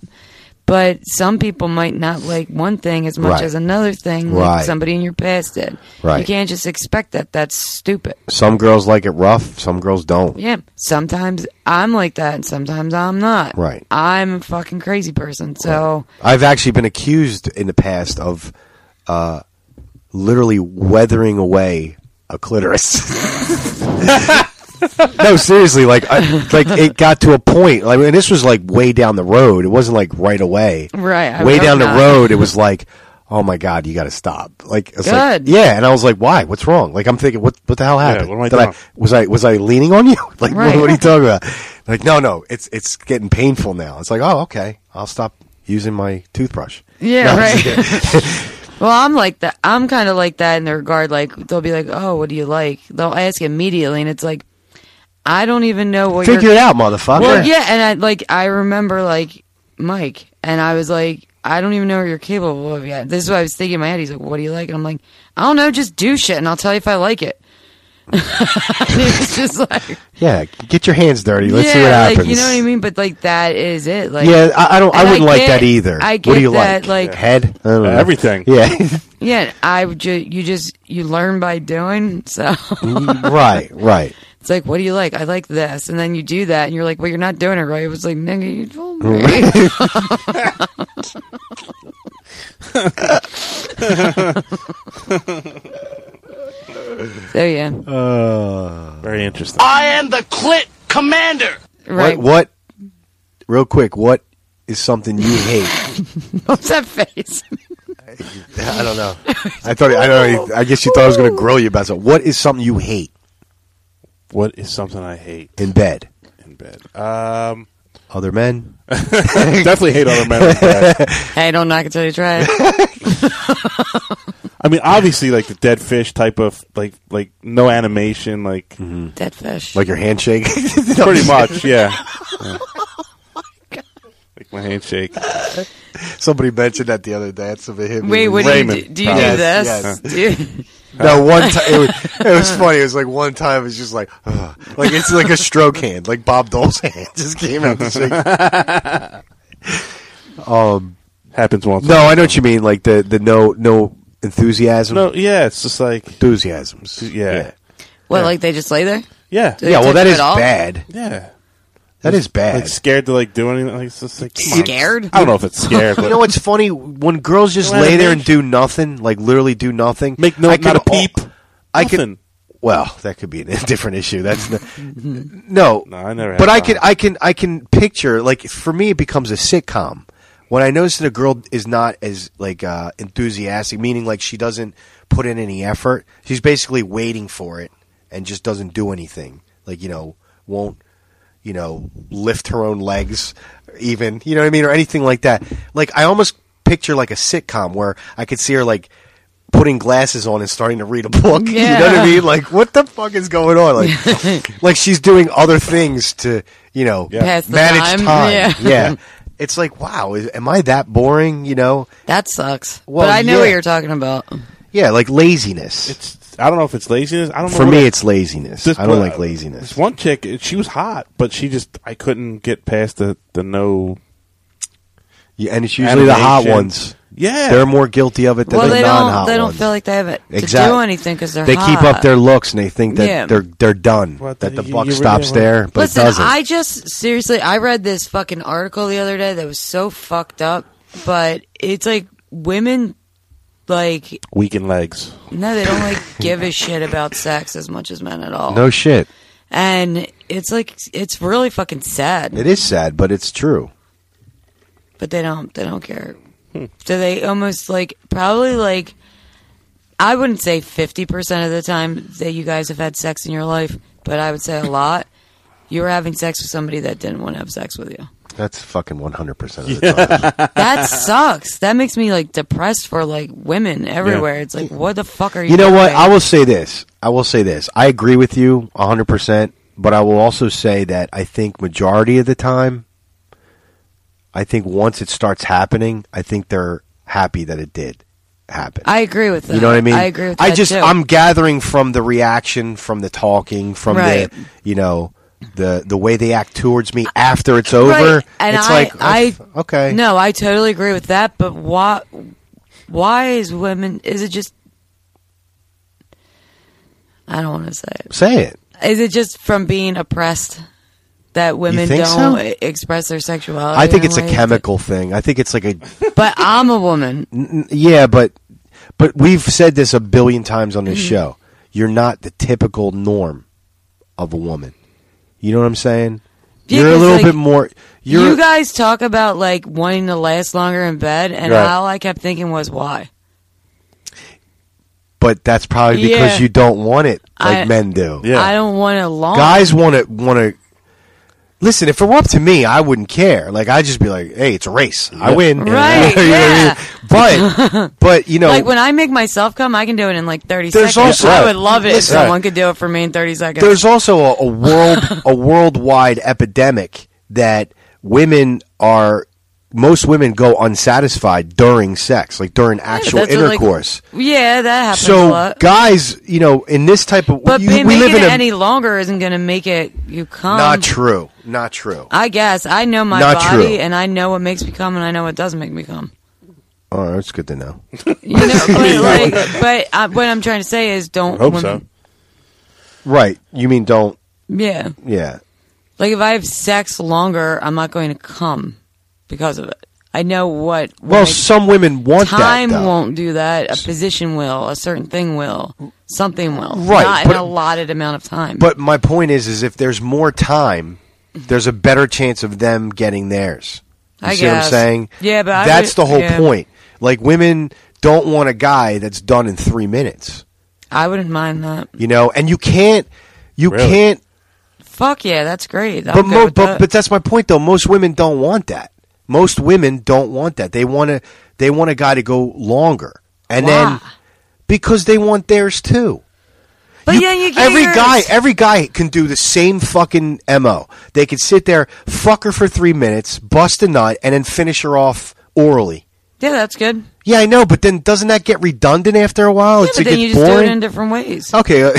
[SPEAKER 6] But some people might not like one thing as much
[SPEAKER 3] Right.
[SPEAKER 6] as another thing, like
[SPEAKER 3] Right.
[SPEAKER 6] somebody in your past did. You
[SPEAKER 3] Right.
[SPEAKER 6] can't just expect that. That's stupid.
[SPEAKER 3] Some girls like it rough. Some girls don't.
[SPEAKER 6] Yeah. Sometimes I'm like that, and sometimes I'm not.
[SPEAKER 3] Right.
[SPEAKER 6] I'm a fucking crazy person. So
[SPEAKER 3] I've actually been accused in the past of uh, literally weathering away a clitoris. no, seriously, like I, like it got to a point. Like, and this was like way down the road. It wasn't like right away.
[SPEAKER 6] Right, I
[SPEAKER 3] way
[SPEAKER 6] would
[SPEAKER 3] down the
[SPEAKER 6] hope not.
[SPEAKER 3] road, it was like, oh my god, you got to stop. Like, it's like-
[SPEAKER 6] Good.
[SPEAKER 3] yeah. And I was like, why? What's wrong? Like, I'm thinking, what what the hell happened?
[SPEAKER 4] what am I
[SPEAKER 3] Did
[SPEAKER 4] doing?
[SPEAKER 3] was I was I leaning on you? Like, what-
[SPEAKER 4] Right.
[SPEAKER 3] what, are you talking about? Like, no, no, it's it's getting painful now. It's like, oh, okay, I'll stop using my toothbrush.
[SPEAKER 6] Yeah,
[SPEAKER 3] No, I'm just
[SPEAKER 6] right.
[SPEAKER 3] kidding.
[SPEAKER 6] Well, I'm like that. I'm kind of like that in the regard, like they'll be like, "Oh, what do you like?" They'll ask immediately, and it's like, I don't even know what.
[SPEAKER 3] Figure
[SPEAKER 6] you're...
[SPEAKER 3] it out, motherfucker.
[SPEAKER 6] Well, yeah, and I like I remember like Mike, and I was like, I don't even know what you're capable of yet. This is what I was thinking in my head. He's like, "What do you like?" And I'm like, I don't know, just do shit, and I'll tell you if I like it. and it's just like,
[SPEAKER 3] Yeah, get your hands dirty. Let's
[SPEAKER 6] yeah,
[SPEAKER 3] see what happens.
[SPEAKER 6] like you know what I mean. But like that is it. Like
[SPEAKER 3] yeah, I, I don't. I
[SPEAKER 6] and
[SPEAKER 3] wouldn't like
[SPEAKER 6] get-
[SPEAKER 3] that either.
[SPEAKER 6] I get
[SPEAKER 3] what do you
[SPEAKER 6] that,
[SPEAKER 3] like?
[SPEAKER 6] like
[SPEAKER 3] Head. I don't know.
[SPEAKER 4] Everything.
[SPEAKER 3] Yeah.
[SPEAKER 6] Yeah, I would ju- you just you learn by doing. So
[SPEAKER 3] right. Right.
[SPEAKER 6] it's like, what do you like? I like this, and then you do that, and you're like, well, you're not doing it right. It was like, nigga, you told me. so yeah,
[SPEAKER 4] Very interesting.
[SPEAKER 13] I am the clit commander.
[SPEAKER 6] right.
[SPEAKER 3] What, what? Real quick. What is something you hate?
[SPEAKER 6] What's that face?
[SPEAKER 3] I don't know. I thought. I don't. know. I guess you thought I was going to grill you about something. What is something you hate
[SPEAKER 4] What is something I hate
[SPEAKER 3] in bed?
[SPEAKER 4] in bed? Um,
[SPEAKER 3] Other men.
[SPEAKER 4] definitely hate other men. in bed.
[SPEAKER 6] hey, don't knock it till you try it.
[SPEAKER 4] I mean, obviously, like the dead fish type of like like no animation, like
[SPEAKER 6] dead fish,
[SPEAKER 3] Like your handshake?
[SPEAKER 4] pretty much, yeah. Yeah. Like my handshake.
[SPEAKER 3] Somebody mentioned that the other day. It's of him.
[SPEAKER 6] Wait, what do you
[SPEAKER 4] Raymond,
[SPEAKER 6] do? Do you
[SPEAKER 4] probably.
[SPEAKER 6] do this?
[SPEAKER 4] Yes,
[SPEAKER 6] Do you-
[SPEAKER 3] No, one time it was, it was funny. It was like one time it was just like, ugh. like it's like a stroke hand, like Bob Dole's hand just came out. To shake. um,
[SPEAKER 4] happens once.
[SPEAKER 3] no, I know what you mean. Like the the no no enthusiasm,
[SPEAKER 4] No, yeah, it's just like
[SPEAKER 3] enthusiasms.
[SPEAKER 4] yeah,
[SPEAKER 6] What, like they just lay there?
[SPEAKER 4] yeah,
[SPEAKER 6] Do they touch
[SPEAKER 3] that
[SPEAKER 6] you
[SPEAKER 3] is
[SPEAKER 6] at all?
[SPEAKER 3] bad.
[SPEAKER 4] yeah.
[SPEAKER 3] That is bad.
[SPEAKER 4] Like scared to like do anything. Like, it's just like come on.
[SPEAKER 6] Scared?
[SPEAKER 4] I don't know if it's scared,
[SPEAKER 3] you
[SPEAKER 4] but
[SPEAKER 3] know what's funny? When girls just
[SPEAKER 4] No
[SPEAKER 3] lay there and do nothing, like literally do nothing,
[SPEAKER 4] make no
[SPEAKER 3] I could
[SPEAKER 4] not a
[SPEAKER 3] al-
[SPEAKER 4] peep.
[SPEAKER 3] I could
[SPEAKER 4] Nothing.
[SPEAKER 3] Well, that could be a different issue. That's the, no,
[SPEAKER 4] No, I never had
[SPEAKER 3] But I
[SPEAKER 4] that.
[SPEAKER 3] can, I can, I can picture like for me, it becomes a sitcom when I notice that a girl is not as like uh, enthusiastic, meaning like she doesn't put in any effort. She's basically waiting for it and just doesn't do anything. Like you know, won't you know lift her own legs, even you know what I mean, or anything like that. Like I almost picture like a sitcom where I could see her like putting glasses on and starting to read a book. You know what I
[SPEAKER 6] Yeah.
[SPEAKER 3] mean? Like, what the fuck is going on? Like, like she's doing other things to, you know,
[SPEAKER 6] Pass the
[SPEAKER 3] manage
[SPEAKER 6] time.
[SPEAKER 3] time.
[SPEAKER 6] Yeah.
[SPEAKER 3] Yeah. It's like, wow, is, am I that boring? You know?
[SPEAKER 6] That sucks.
[SPEAKER 3] Well,
[SPEAKER 6] but I know what
[SPEAKER 3] yeah.
[SPEAKER 6] you're talking about.
[SPEAKER 3] Yeah, like laziness.
[SPEAKER 4] It's I don't know if it's laziness. I don't know
[SPEAKER 3] For
[SPEAKER 4] what
[SPEAKER 3] me,
[SPEAKER 4] it-
[SPEAKER 3] it's laziness.
[SPEAKER 4] This-
[SPEAKER 3] I don't
[SPEAKER 4] but,
[SPEAKER 3] like
[SPEAKER 4] uh, This
[SPEAKER 3] laziness.
[SPEAKER 4] one chick, she was hot, but she just I couldn't get past the the no.
[SPEAKER 3] Yeah, and it's usually the hot
[SPEAKER 4] animation.
[SPEAKER 3] ones.
[SPEAKER 4] Yeah,
[SPEAKER 3] They're more guilty of it than
[SPEAKER 6] Well,
[SPEAKER 3] the
[SPEAKER 6] they
[SPEAKER 3] non-hot
[SPEAKER 6] don't. They don't
[SPEAKER 3] ones.
[SPEAKER 6] feel like they have it to
[SPEAKER 3] Exact-
[SPEAKER 6] do anything because they're
[SPEAKER 3] They keep
[SPEAKER 6] hot.
[SPEAKER 3] up their looks and they think that
[SPEAKER 6] Yeah.
[SPEAKER 3] they're they're done.
[SPEAKER 4] Well,
[SPEAKER 3] that the
[SPEAKER 4] you-
[SPEAKER 3] buck
[SPEAKER 4] you really
[SPEAKER 3] stops
[SPEAKER 4] don't-
[SPEAKER 3] there, but
[SPEAKER 6] Listen,
[SPEAKER 3] it doesn't.
[SPEAKER 6] I just seriously, I read this fucking article the other day that was so fucked up, but it's like women, like
[SPEAKER 4] weakened legs.
[SPEAKER 6] no, they don't like give a shit about sex as much as men at all.
[SPEAKER 3] no shit.
[SPEAKER 6] and it's like it's really fucking sad.
[SPEAKER 3] It is sad, but it's true.
[SPEAKER 6] but they don't they don't care
[SPEAKER 3] Hmm.
[SPEAKER 6] so they almost like probably like i wouldn't say 50% of the time that you guys have had sex in your life but i would say a lot you were having sex with somebody that didn't want to have sex with you
[SPEAKER 3] That's fucking one hundred percent of the time.
[SPEAKER 6] that sucks that makes me like depressed for like women everywhere it's like what the fuck are you
[SPEAKER 3] You know what?
[SPEAKER 6] doing?
[SPEAKER 3] I will say this. I will say this. I agree with you 100%, but I will also say that I think majority of the time I think once it starts happening, I think they're happy that it did happen.
[SPEAKER 6] i agree with that
[SPEAKER 3] you know what I mean?
[SPEAKER 6] i agree with
[SPEAKER 3] I
[SPEAKER 6] that
[SPEAKER 3] just
[SPEAKER 6] too.
[SPEAKER 3] I'm gathering from the reaction, from the talking, from
[SPEAKER 6] Right.
[SPEAKER 3] the you know, the the way they act towards me after it's over.
[SPEAKER 6] Right, and
[SPEAKER 3] it's
[SPEAKER 6] I,
[SPEAKER 3] like
[SPEAKER 6] I,
[SPEAKER 3] oh, okay.
[SPEAKER 6] No, I totally agree with that. But why? Why is women? Is it just? I don't want to say it.
[SPEAKER 3] Say it.
[SPEAKER 6] Is it just from being oppressed that women
[SPEAKER 3] think
[SPEAKER 6] don't
[SPEAKER 3] so?
[SPEAKER 6] e- express their sexuality?
[SPEAKER 3] I think
[SPEAKER 6] in
[SPEAKER 3] it's a
[SPEAKER 6] ways
[SPEAKER 3] chemical thing. I think it's like a
[SPEAKER 6] that- but I'm a woman.
[SPEAKER 3] N- Yeah, but but we've said this a billion times on this
[SPEAKER 6] Mm-hmm.
[SPEAKER 3] show. You're not the typical norm of a woman. You know what I'm saying?
[SPEAKER 6] Yeah,
[SPEAKER 3] you're a
[SPEAKER 6] 'cause,
[SPEAKER 3] little
[SPEAKER 6] like,
[SPEAKER 3] bit more. You're,
[SPEAKER 6] you guys talk about like wanting to last longer in bed, and
[SPEAKER 3] Right.
[SPEAKER 6] all I kept thinking was why.
[SPEAKER 3] but that's probably because
[SPEAKER 6] Yeah.
[SPEAKER 3] you don't want it like
[SPEAKER 6] I-
[SPEAKER 3] men do.
[SPEAKER 4] Yeah.
[SPEAKER 6] I don't want it long.
[SPEAKER 3] Guys want to want to Listen, if it were up to me, I wouldn't care. Like I'd just be like, "Hey, it's a race. I win."
[SPEAKER 6] Right,
[SPEAKER 3] You know what I mean? But but you know,
[SPEAKER 6] like when I make myself come, I can do it in like 30
[SPEAKER 3] There's
[SPEAKER 6] seconds.
[SPEAKER 3] also-
[SPEAKER 6] I would love it if
[SPEAKER 3] Listen.
[SPEAKER 6] someone could do it for me in 30 seconds.
[SPEAKER 3] There's also a, a world a worldwide epidemic that women are most women go unsatisfied during sex, like during actual
[SPEAKER 6] That's what, like-
[SPEAKER 3] intercourse.
[SPEAKER 6] yeah, that happens a
[SPEAKER 3] so
[SPEAKER 6] lot.
[SPEAKER 3] guys, you know, in this type of
[SPEAKER 6] But
[SPEAKER 3] you-
[SPEAKER 6] being-
[SPEAKER 3] we
[SPEAKER 6] making
[SPEAKER 3] live in
[SPEAKER 6] it
[SPEAKER 3] a
[SPEAKER 6] any longer isn't going to make it you come.
[SPEAKER 3] not true, not true.
[SPEAKER 6] I guess I know my
[SPEAKER 3] Not
[SPEAKER 6] body
[SPEAKER 3] true.
[SPEAKER 6] and I know what makes me come and I know what doesn't make me come.
[SPEAKER 3] Oh, that's good to know.
[SPEAKER 6] You know, but like, but uh, what I'm trying to say is don't. women-
[SPEAKER 3] Right? You mean don't?
[SPEAKER 6] Yeah,
[SPEAKER 3] Yeah.
[SPEAKER 6] like if I have sex longer, I'm not going to come because of it. I know what.
[SPEAKER 3] Well,
[SPEAKER 6] what
[SPEAKER 3] some women
[SPEAKER 6] I-
[SPEAKER 3] want
[SPEAKER 6] time
[SPEAKER 3] that. though.
[SPEAKER 6] won't do that. A position will. A certain thing will. Something will.
[SPEAKER 3] Right,
[SPEAKER 6] Not
[SPEAKER 3] but-
[SPEAKER 6] an allotted amount of time.
[SPEAKER 3] But my point is, is if there's more time, there's a better chance of them getting theirs. You
[SPEAKER 6] I
[SPEAKER 3] see what I'm
[SPEAKER 6] guess.
[SPEAKER 3] saying?
[SPEAKER 6] Yeah, but I
[SPEAKER 3] that's
[SPEAKER 6] would-
[SPEAKER 3] the whole
[SPEAKER 6] yeah.
[SPEAKER 3] point. Like women don't want a guy that's done in three minutes.
[SPEAKER 6] I wouldn't mind that.
[SPEAKER 3] You know, and you can't, you can't.
[SPEAKER 6] Fuck yeah, that's great. I'm
[SPEAKER 3] but
[SPEAKER 6] good
[SPEAKER 3] mo-
[SPEAKER 6] with
[SPEAKER 3] but
[SPEAKER 6] that.
[SPEAKER 3] but that's my point though. Most women don't want that. Most women don't want that. They want to they want a guy to go longer, and
[SPEAKER 6] Why?
[SPEAKER 3] then because they want theirs too.
[SPEAKER 6] But yeah, you get
[SPEAKER 3] every
[SPEAKER 6] yours.
[SPEAKER 3] guy every guy can do the same fucking mo they could sit there fuck her for three minutes bust a nut and then finish her off orally
[SPEAKER 6] yeah, that's good.
[SPEAKER 3] yeah i know but then doesn't that get redundant after Oh, a while
[SPEAKER 6] Yeah,
[SPEAKER 3] Does
[SPEAKER 6] but
[SPEAKER 3] it
[SPEAKER 6] then
[SPEAKER 3] get
[SPEAKER 6] you just do
[SPEAKER 3] boring
[SPEAKER 6] it in different ways.
[SPEAKER 3] okay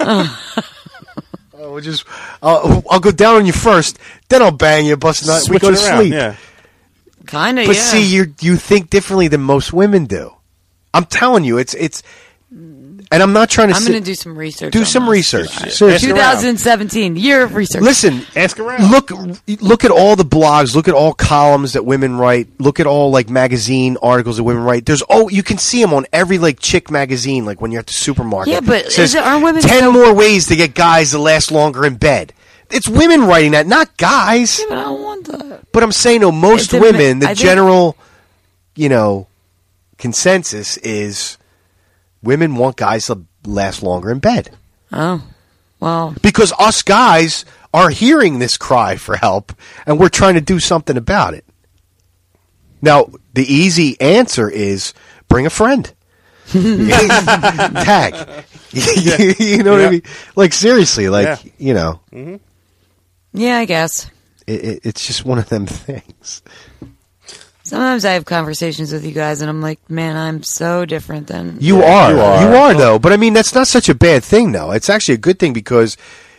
[SPEAKER 3] uh, Oh, we'll just I'll, I'll go down on you first then i'll bang you bust a nut we
[SPEAKER 4] Switch
[SPEAKER 3] go to
[SPEAKER 4] it around,
[SPEAKER 3] sleep
[SPEAKER 4] yeah.
[SPEAKER 6] kind of.
[SPEAKER 3] but see you you think differently than most women do i'm telling you it's it's and i'm not trying to
[SPEAKER 6] I'm
[SPEAKER 3] sit-
[SPEAKER 6] going to do some research.
[SPEAKER 3] do
[SPEAKER 6] on
[SPEAKER 3] some
[SPEAKER 6] this.
[SPEAKER 3] research seriously
[SPEAKER 6] 2017 year of research.
[SPEAKER 3] Listen, ask around. Look, look at all the blogs. Look at all columns that women write. Look at all like magazine articles that women write. There's oh, you can see them on every like chick magazine. Like when you're at the supermarket.
[SPEAKER 6] Yeah, but
[SPEAKER 3] It says,
[SPEAKER 6] is it- aren't women
[SPEAKER 3] ten
[SPEAKER 6] so-
[SPEAKER 3] more ways to get guys to last longer in bed? It's women writing that, not guys.
[SPEAKER 6] but I don't want that.
[SPEAKER 3] But I'm saying, though, most
[SPEAKER 6] It's a mi-
[SPEAKER 3] women, the
[SPEAKER 6] I think-
[SPEAKER 3] general, you know, consensus is women want guys to last longer in bed
[SPEAKER 6] Oh, well,
[SPEAKER 3] because us guys are hearing this cry for help and we're trying to do something about it. Now, the easy answer is bring a friend. Tag. you know what I
[SPEAKER 4] Yeah.
[SPEAKER 3] mean? Like seriously, like
[SPEAKER 4] Yeah.
[SPEAKER 3] you know,
[SPEAKER 4] Mhm.
[SPEAKER 6] yeah, I guess.
[SPEAKER 3] it, it, it's just one of them things.
[SPEAKER 6] Sometimes I have conversations with you guys, and I'm like, man, I'm so different than
[SPEAKER 3] You are, you are, though. But I mean, that's not such a bad thing, though. It's actually a good thing because,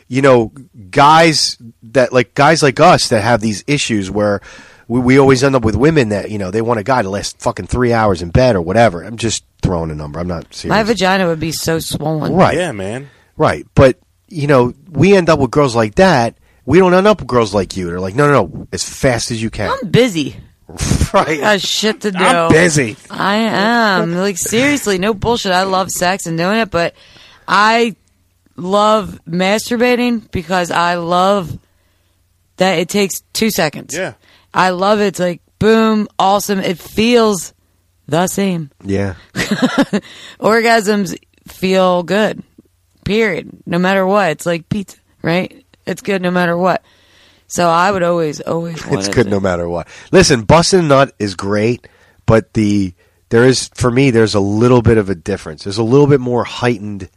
[SPEAKER 3] you know, guys that like guys like us that have these issues where we, we always end up with women that you know they want a guy to last fucking three hours in bed or whatever. I'm just throwing a number. I'm not serious.
[SPEAKER 6] My vagina would be so swollen.
[SPEAKER 3] Right.
[SPEAKER 4] Yeah, man.
[SPEAKER 3] Right. But, you know, we end up with girls like that. We don't end up with girls like you. They're like, no, no, no, as fast as you can.
[SPEAKER 6] I'm busy. I
[SPEAKER 3] right.
[SPEAKER 6] got shit to do.
[SPEAKER 3] I'm busy.
[SPEAKER 6] I am. Like seriously, no bullshit. I love sex and doing it, but I love masturbating because I love that it takes two seconds.
[SPEAKER 4] Yeah.
[SPEAKER 6] I love it. It's like boom, awesome. It feels the same.
[SPEAKER 3] Yeah.
[SPEAKER 6] Orgasms feel good. Period. No matter what. It's like pizza, right? It's good no matter what. So I would always, always want
[SPEAKER 3] it's
[SPEAKER 6] it
[SPEAKER 3] good
[SPEAKER 6] to-
[SPEAKER 3] no matter what. Listen, busting a nut is great, but the there is for me there's a little bit of a difference. There's a little bit more heightened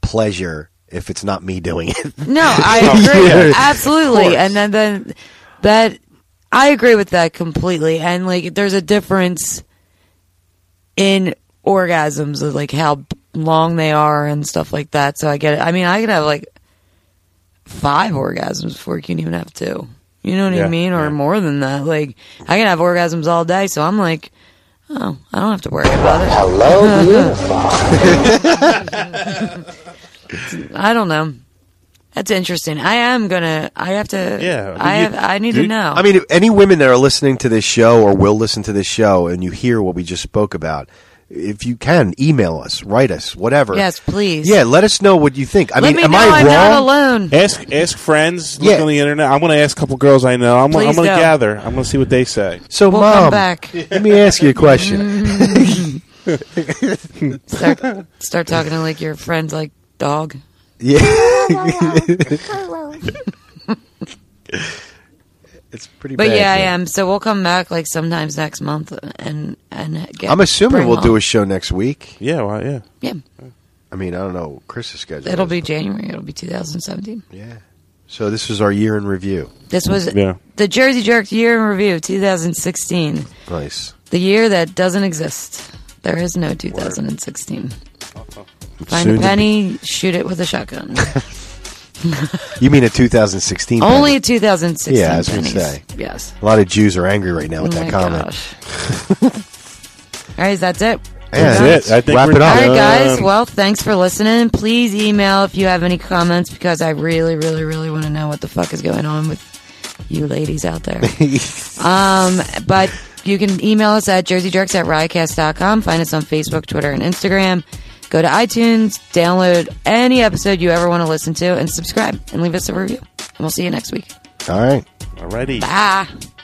[SPEAKER 3] pleasure if it's not me doing it.
[SPEAKER 6] No, I agree.
[SPEAKER 3] Yeah. Of
[SPEAKER 6] Absolutely.
[SPEAKER 3] course.
[SPEAKER 6] And then, then that I agree with that completely. And like there's a difference in orgasms of like how long they are and stuff like that. So I get it. I mean, I can have like five orgasms before you can even have two. You know what I
[SPEAKER 14] Yeah,
[SPEAKER 6] mean? Or more than that. Like I can have orgasms all day, so I'm like, oh, I don't have to worry about it.
[SPEAKER 14] Hello,
[SPEAKER 6] I don't know. That's interesting. I am gonna. I have to.
[SPEAKER 3] Yeah,
[SPEAKER 6] I
[SPEAKER 3] you-
[SPEAKER 6] have, I need to know.
[SPEAKER 3] I mean, if any women that are listening to this show or will listen to this show and you hear what we just spoke about, if you can, email us, write us, whatever.
[SPEAKER 6] Yes, please.
[SPEAKER 3] Yeah, let us know what you think. I
[SPEAKER 6] Let
[SPEAKER 3] mean,
[SPEAKER 6] me
[SPEAKER 3] am
[SPEAKER 6] know
[SPEAKER 3] I
[SPEAKER 6] I'm
[SPEAKER 3] wrong?
[SPEAKER 6] not alone.
[SPEAKER 4] Ask ask friends. Look
[SPEAKER 3] Yeah.
[SPEAKER 4] on the internet. I'm going to ask a couple girls I know. I'm, I'm
[SPEAKER 6] Please
[SPEAKER 4] going to
[SPEAKER 6] do.
[SPEAKER 4] gather. I'm going to see what they say.
[SPEAKER 3] So,
[SPEAKER 6] We'll come
[SPEAKER 3] mom,
[SPEAKER 6] back. Mm-hmm.
[SPEAKER 3] let me ask you a question.
[SPEAKER 6] start start talking to like your friends, like dog.
[SPEAKER 3] yeah. It's pretty
[SPEAKER 6] But
[SPEAKER 3] bad.
[SPEAKER 6] yeah, I
[SPEAKER 3] here.
[SPEAKER 6] am. So we'll come back like sometimes next month and and get.
[SPEAKER 3] I'm assuming
[SPEAKER 6] bring
[SPEAKER 3] we'll do
[SPEAKER 6] all-
[SPEAKER 3] a show next week.
[SPEAKER 4] Yeah, well, yeah.
[SPEAKER 6] Yeah,
[SPEAKER 3] I mean, I don't know what Chris's schedule.
[SPEAKER 6] it'll
[SPEAKER 3] is.
[SPEAKER 6] be January. It'll be 2017.
[SPEAKER 3] Yeah. So this was our year in review.
[SPEAKER 6] This was
[SPEAKER 3] Yeah.
[SPEAKER 6] the Jersey Jerk Year in Review 2016,
[SPEAKER 3] Nice.
[SPEAKER 6] the year that doesn't exist. There is no 2016. Find
[SPEAKER 3] Soon
[SPEAKER 6] a
[SPEAKER 3] to
[SPEAKER 6] penny, shoot it with a shotgun.
[SPEAKER 3] You mean a 2016?
[SPEAKER 6] Only
[SPEAKER 3] penny.
[SPEAKER 6] a 2016.
[SPEAKER 3] Yeah, I was going to
[SPEAKER 6] pennies.
[SPEAKER 3] say.
[SPEAKER 6] Yes.
[SPEAKER 3] A lot of Jews are angry right now with
[SPEAKER 6] Oh
[SPEAKER 3] that
[SPEAKER 6] my
[SPEAKER 3] comment.
[SPEAKER 6] All right, that's it.
[SPEAKER 3] Yeah,
[SPEAKER 4] That's it. I think
[SPEAKER 3] wrap
[SPEAKER 4] we're
[SPEAKER 3] it up.
[SPEAKER 4] done.
[SPEAKER 6] All right, guys.
[SPEAKER 4] Um,
[SPEAKER 6] Well, thanks for listening. Please email if you have any comments because I really, really, really want to know what the fuck is going on with you ladies out there. um, but you can email us at jerseyjerks at riotcast.com. Find us on Facebook, Twitter, and Instagram. Go to iTunes, download any episode you ever want to listen to, and subscribe and leave us a review. And we'll see you next week. Ah.
[SPEAKER 3] All right.
[SPEAKER 4] Alrighty.
[SPEAKER 6] Bye.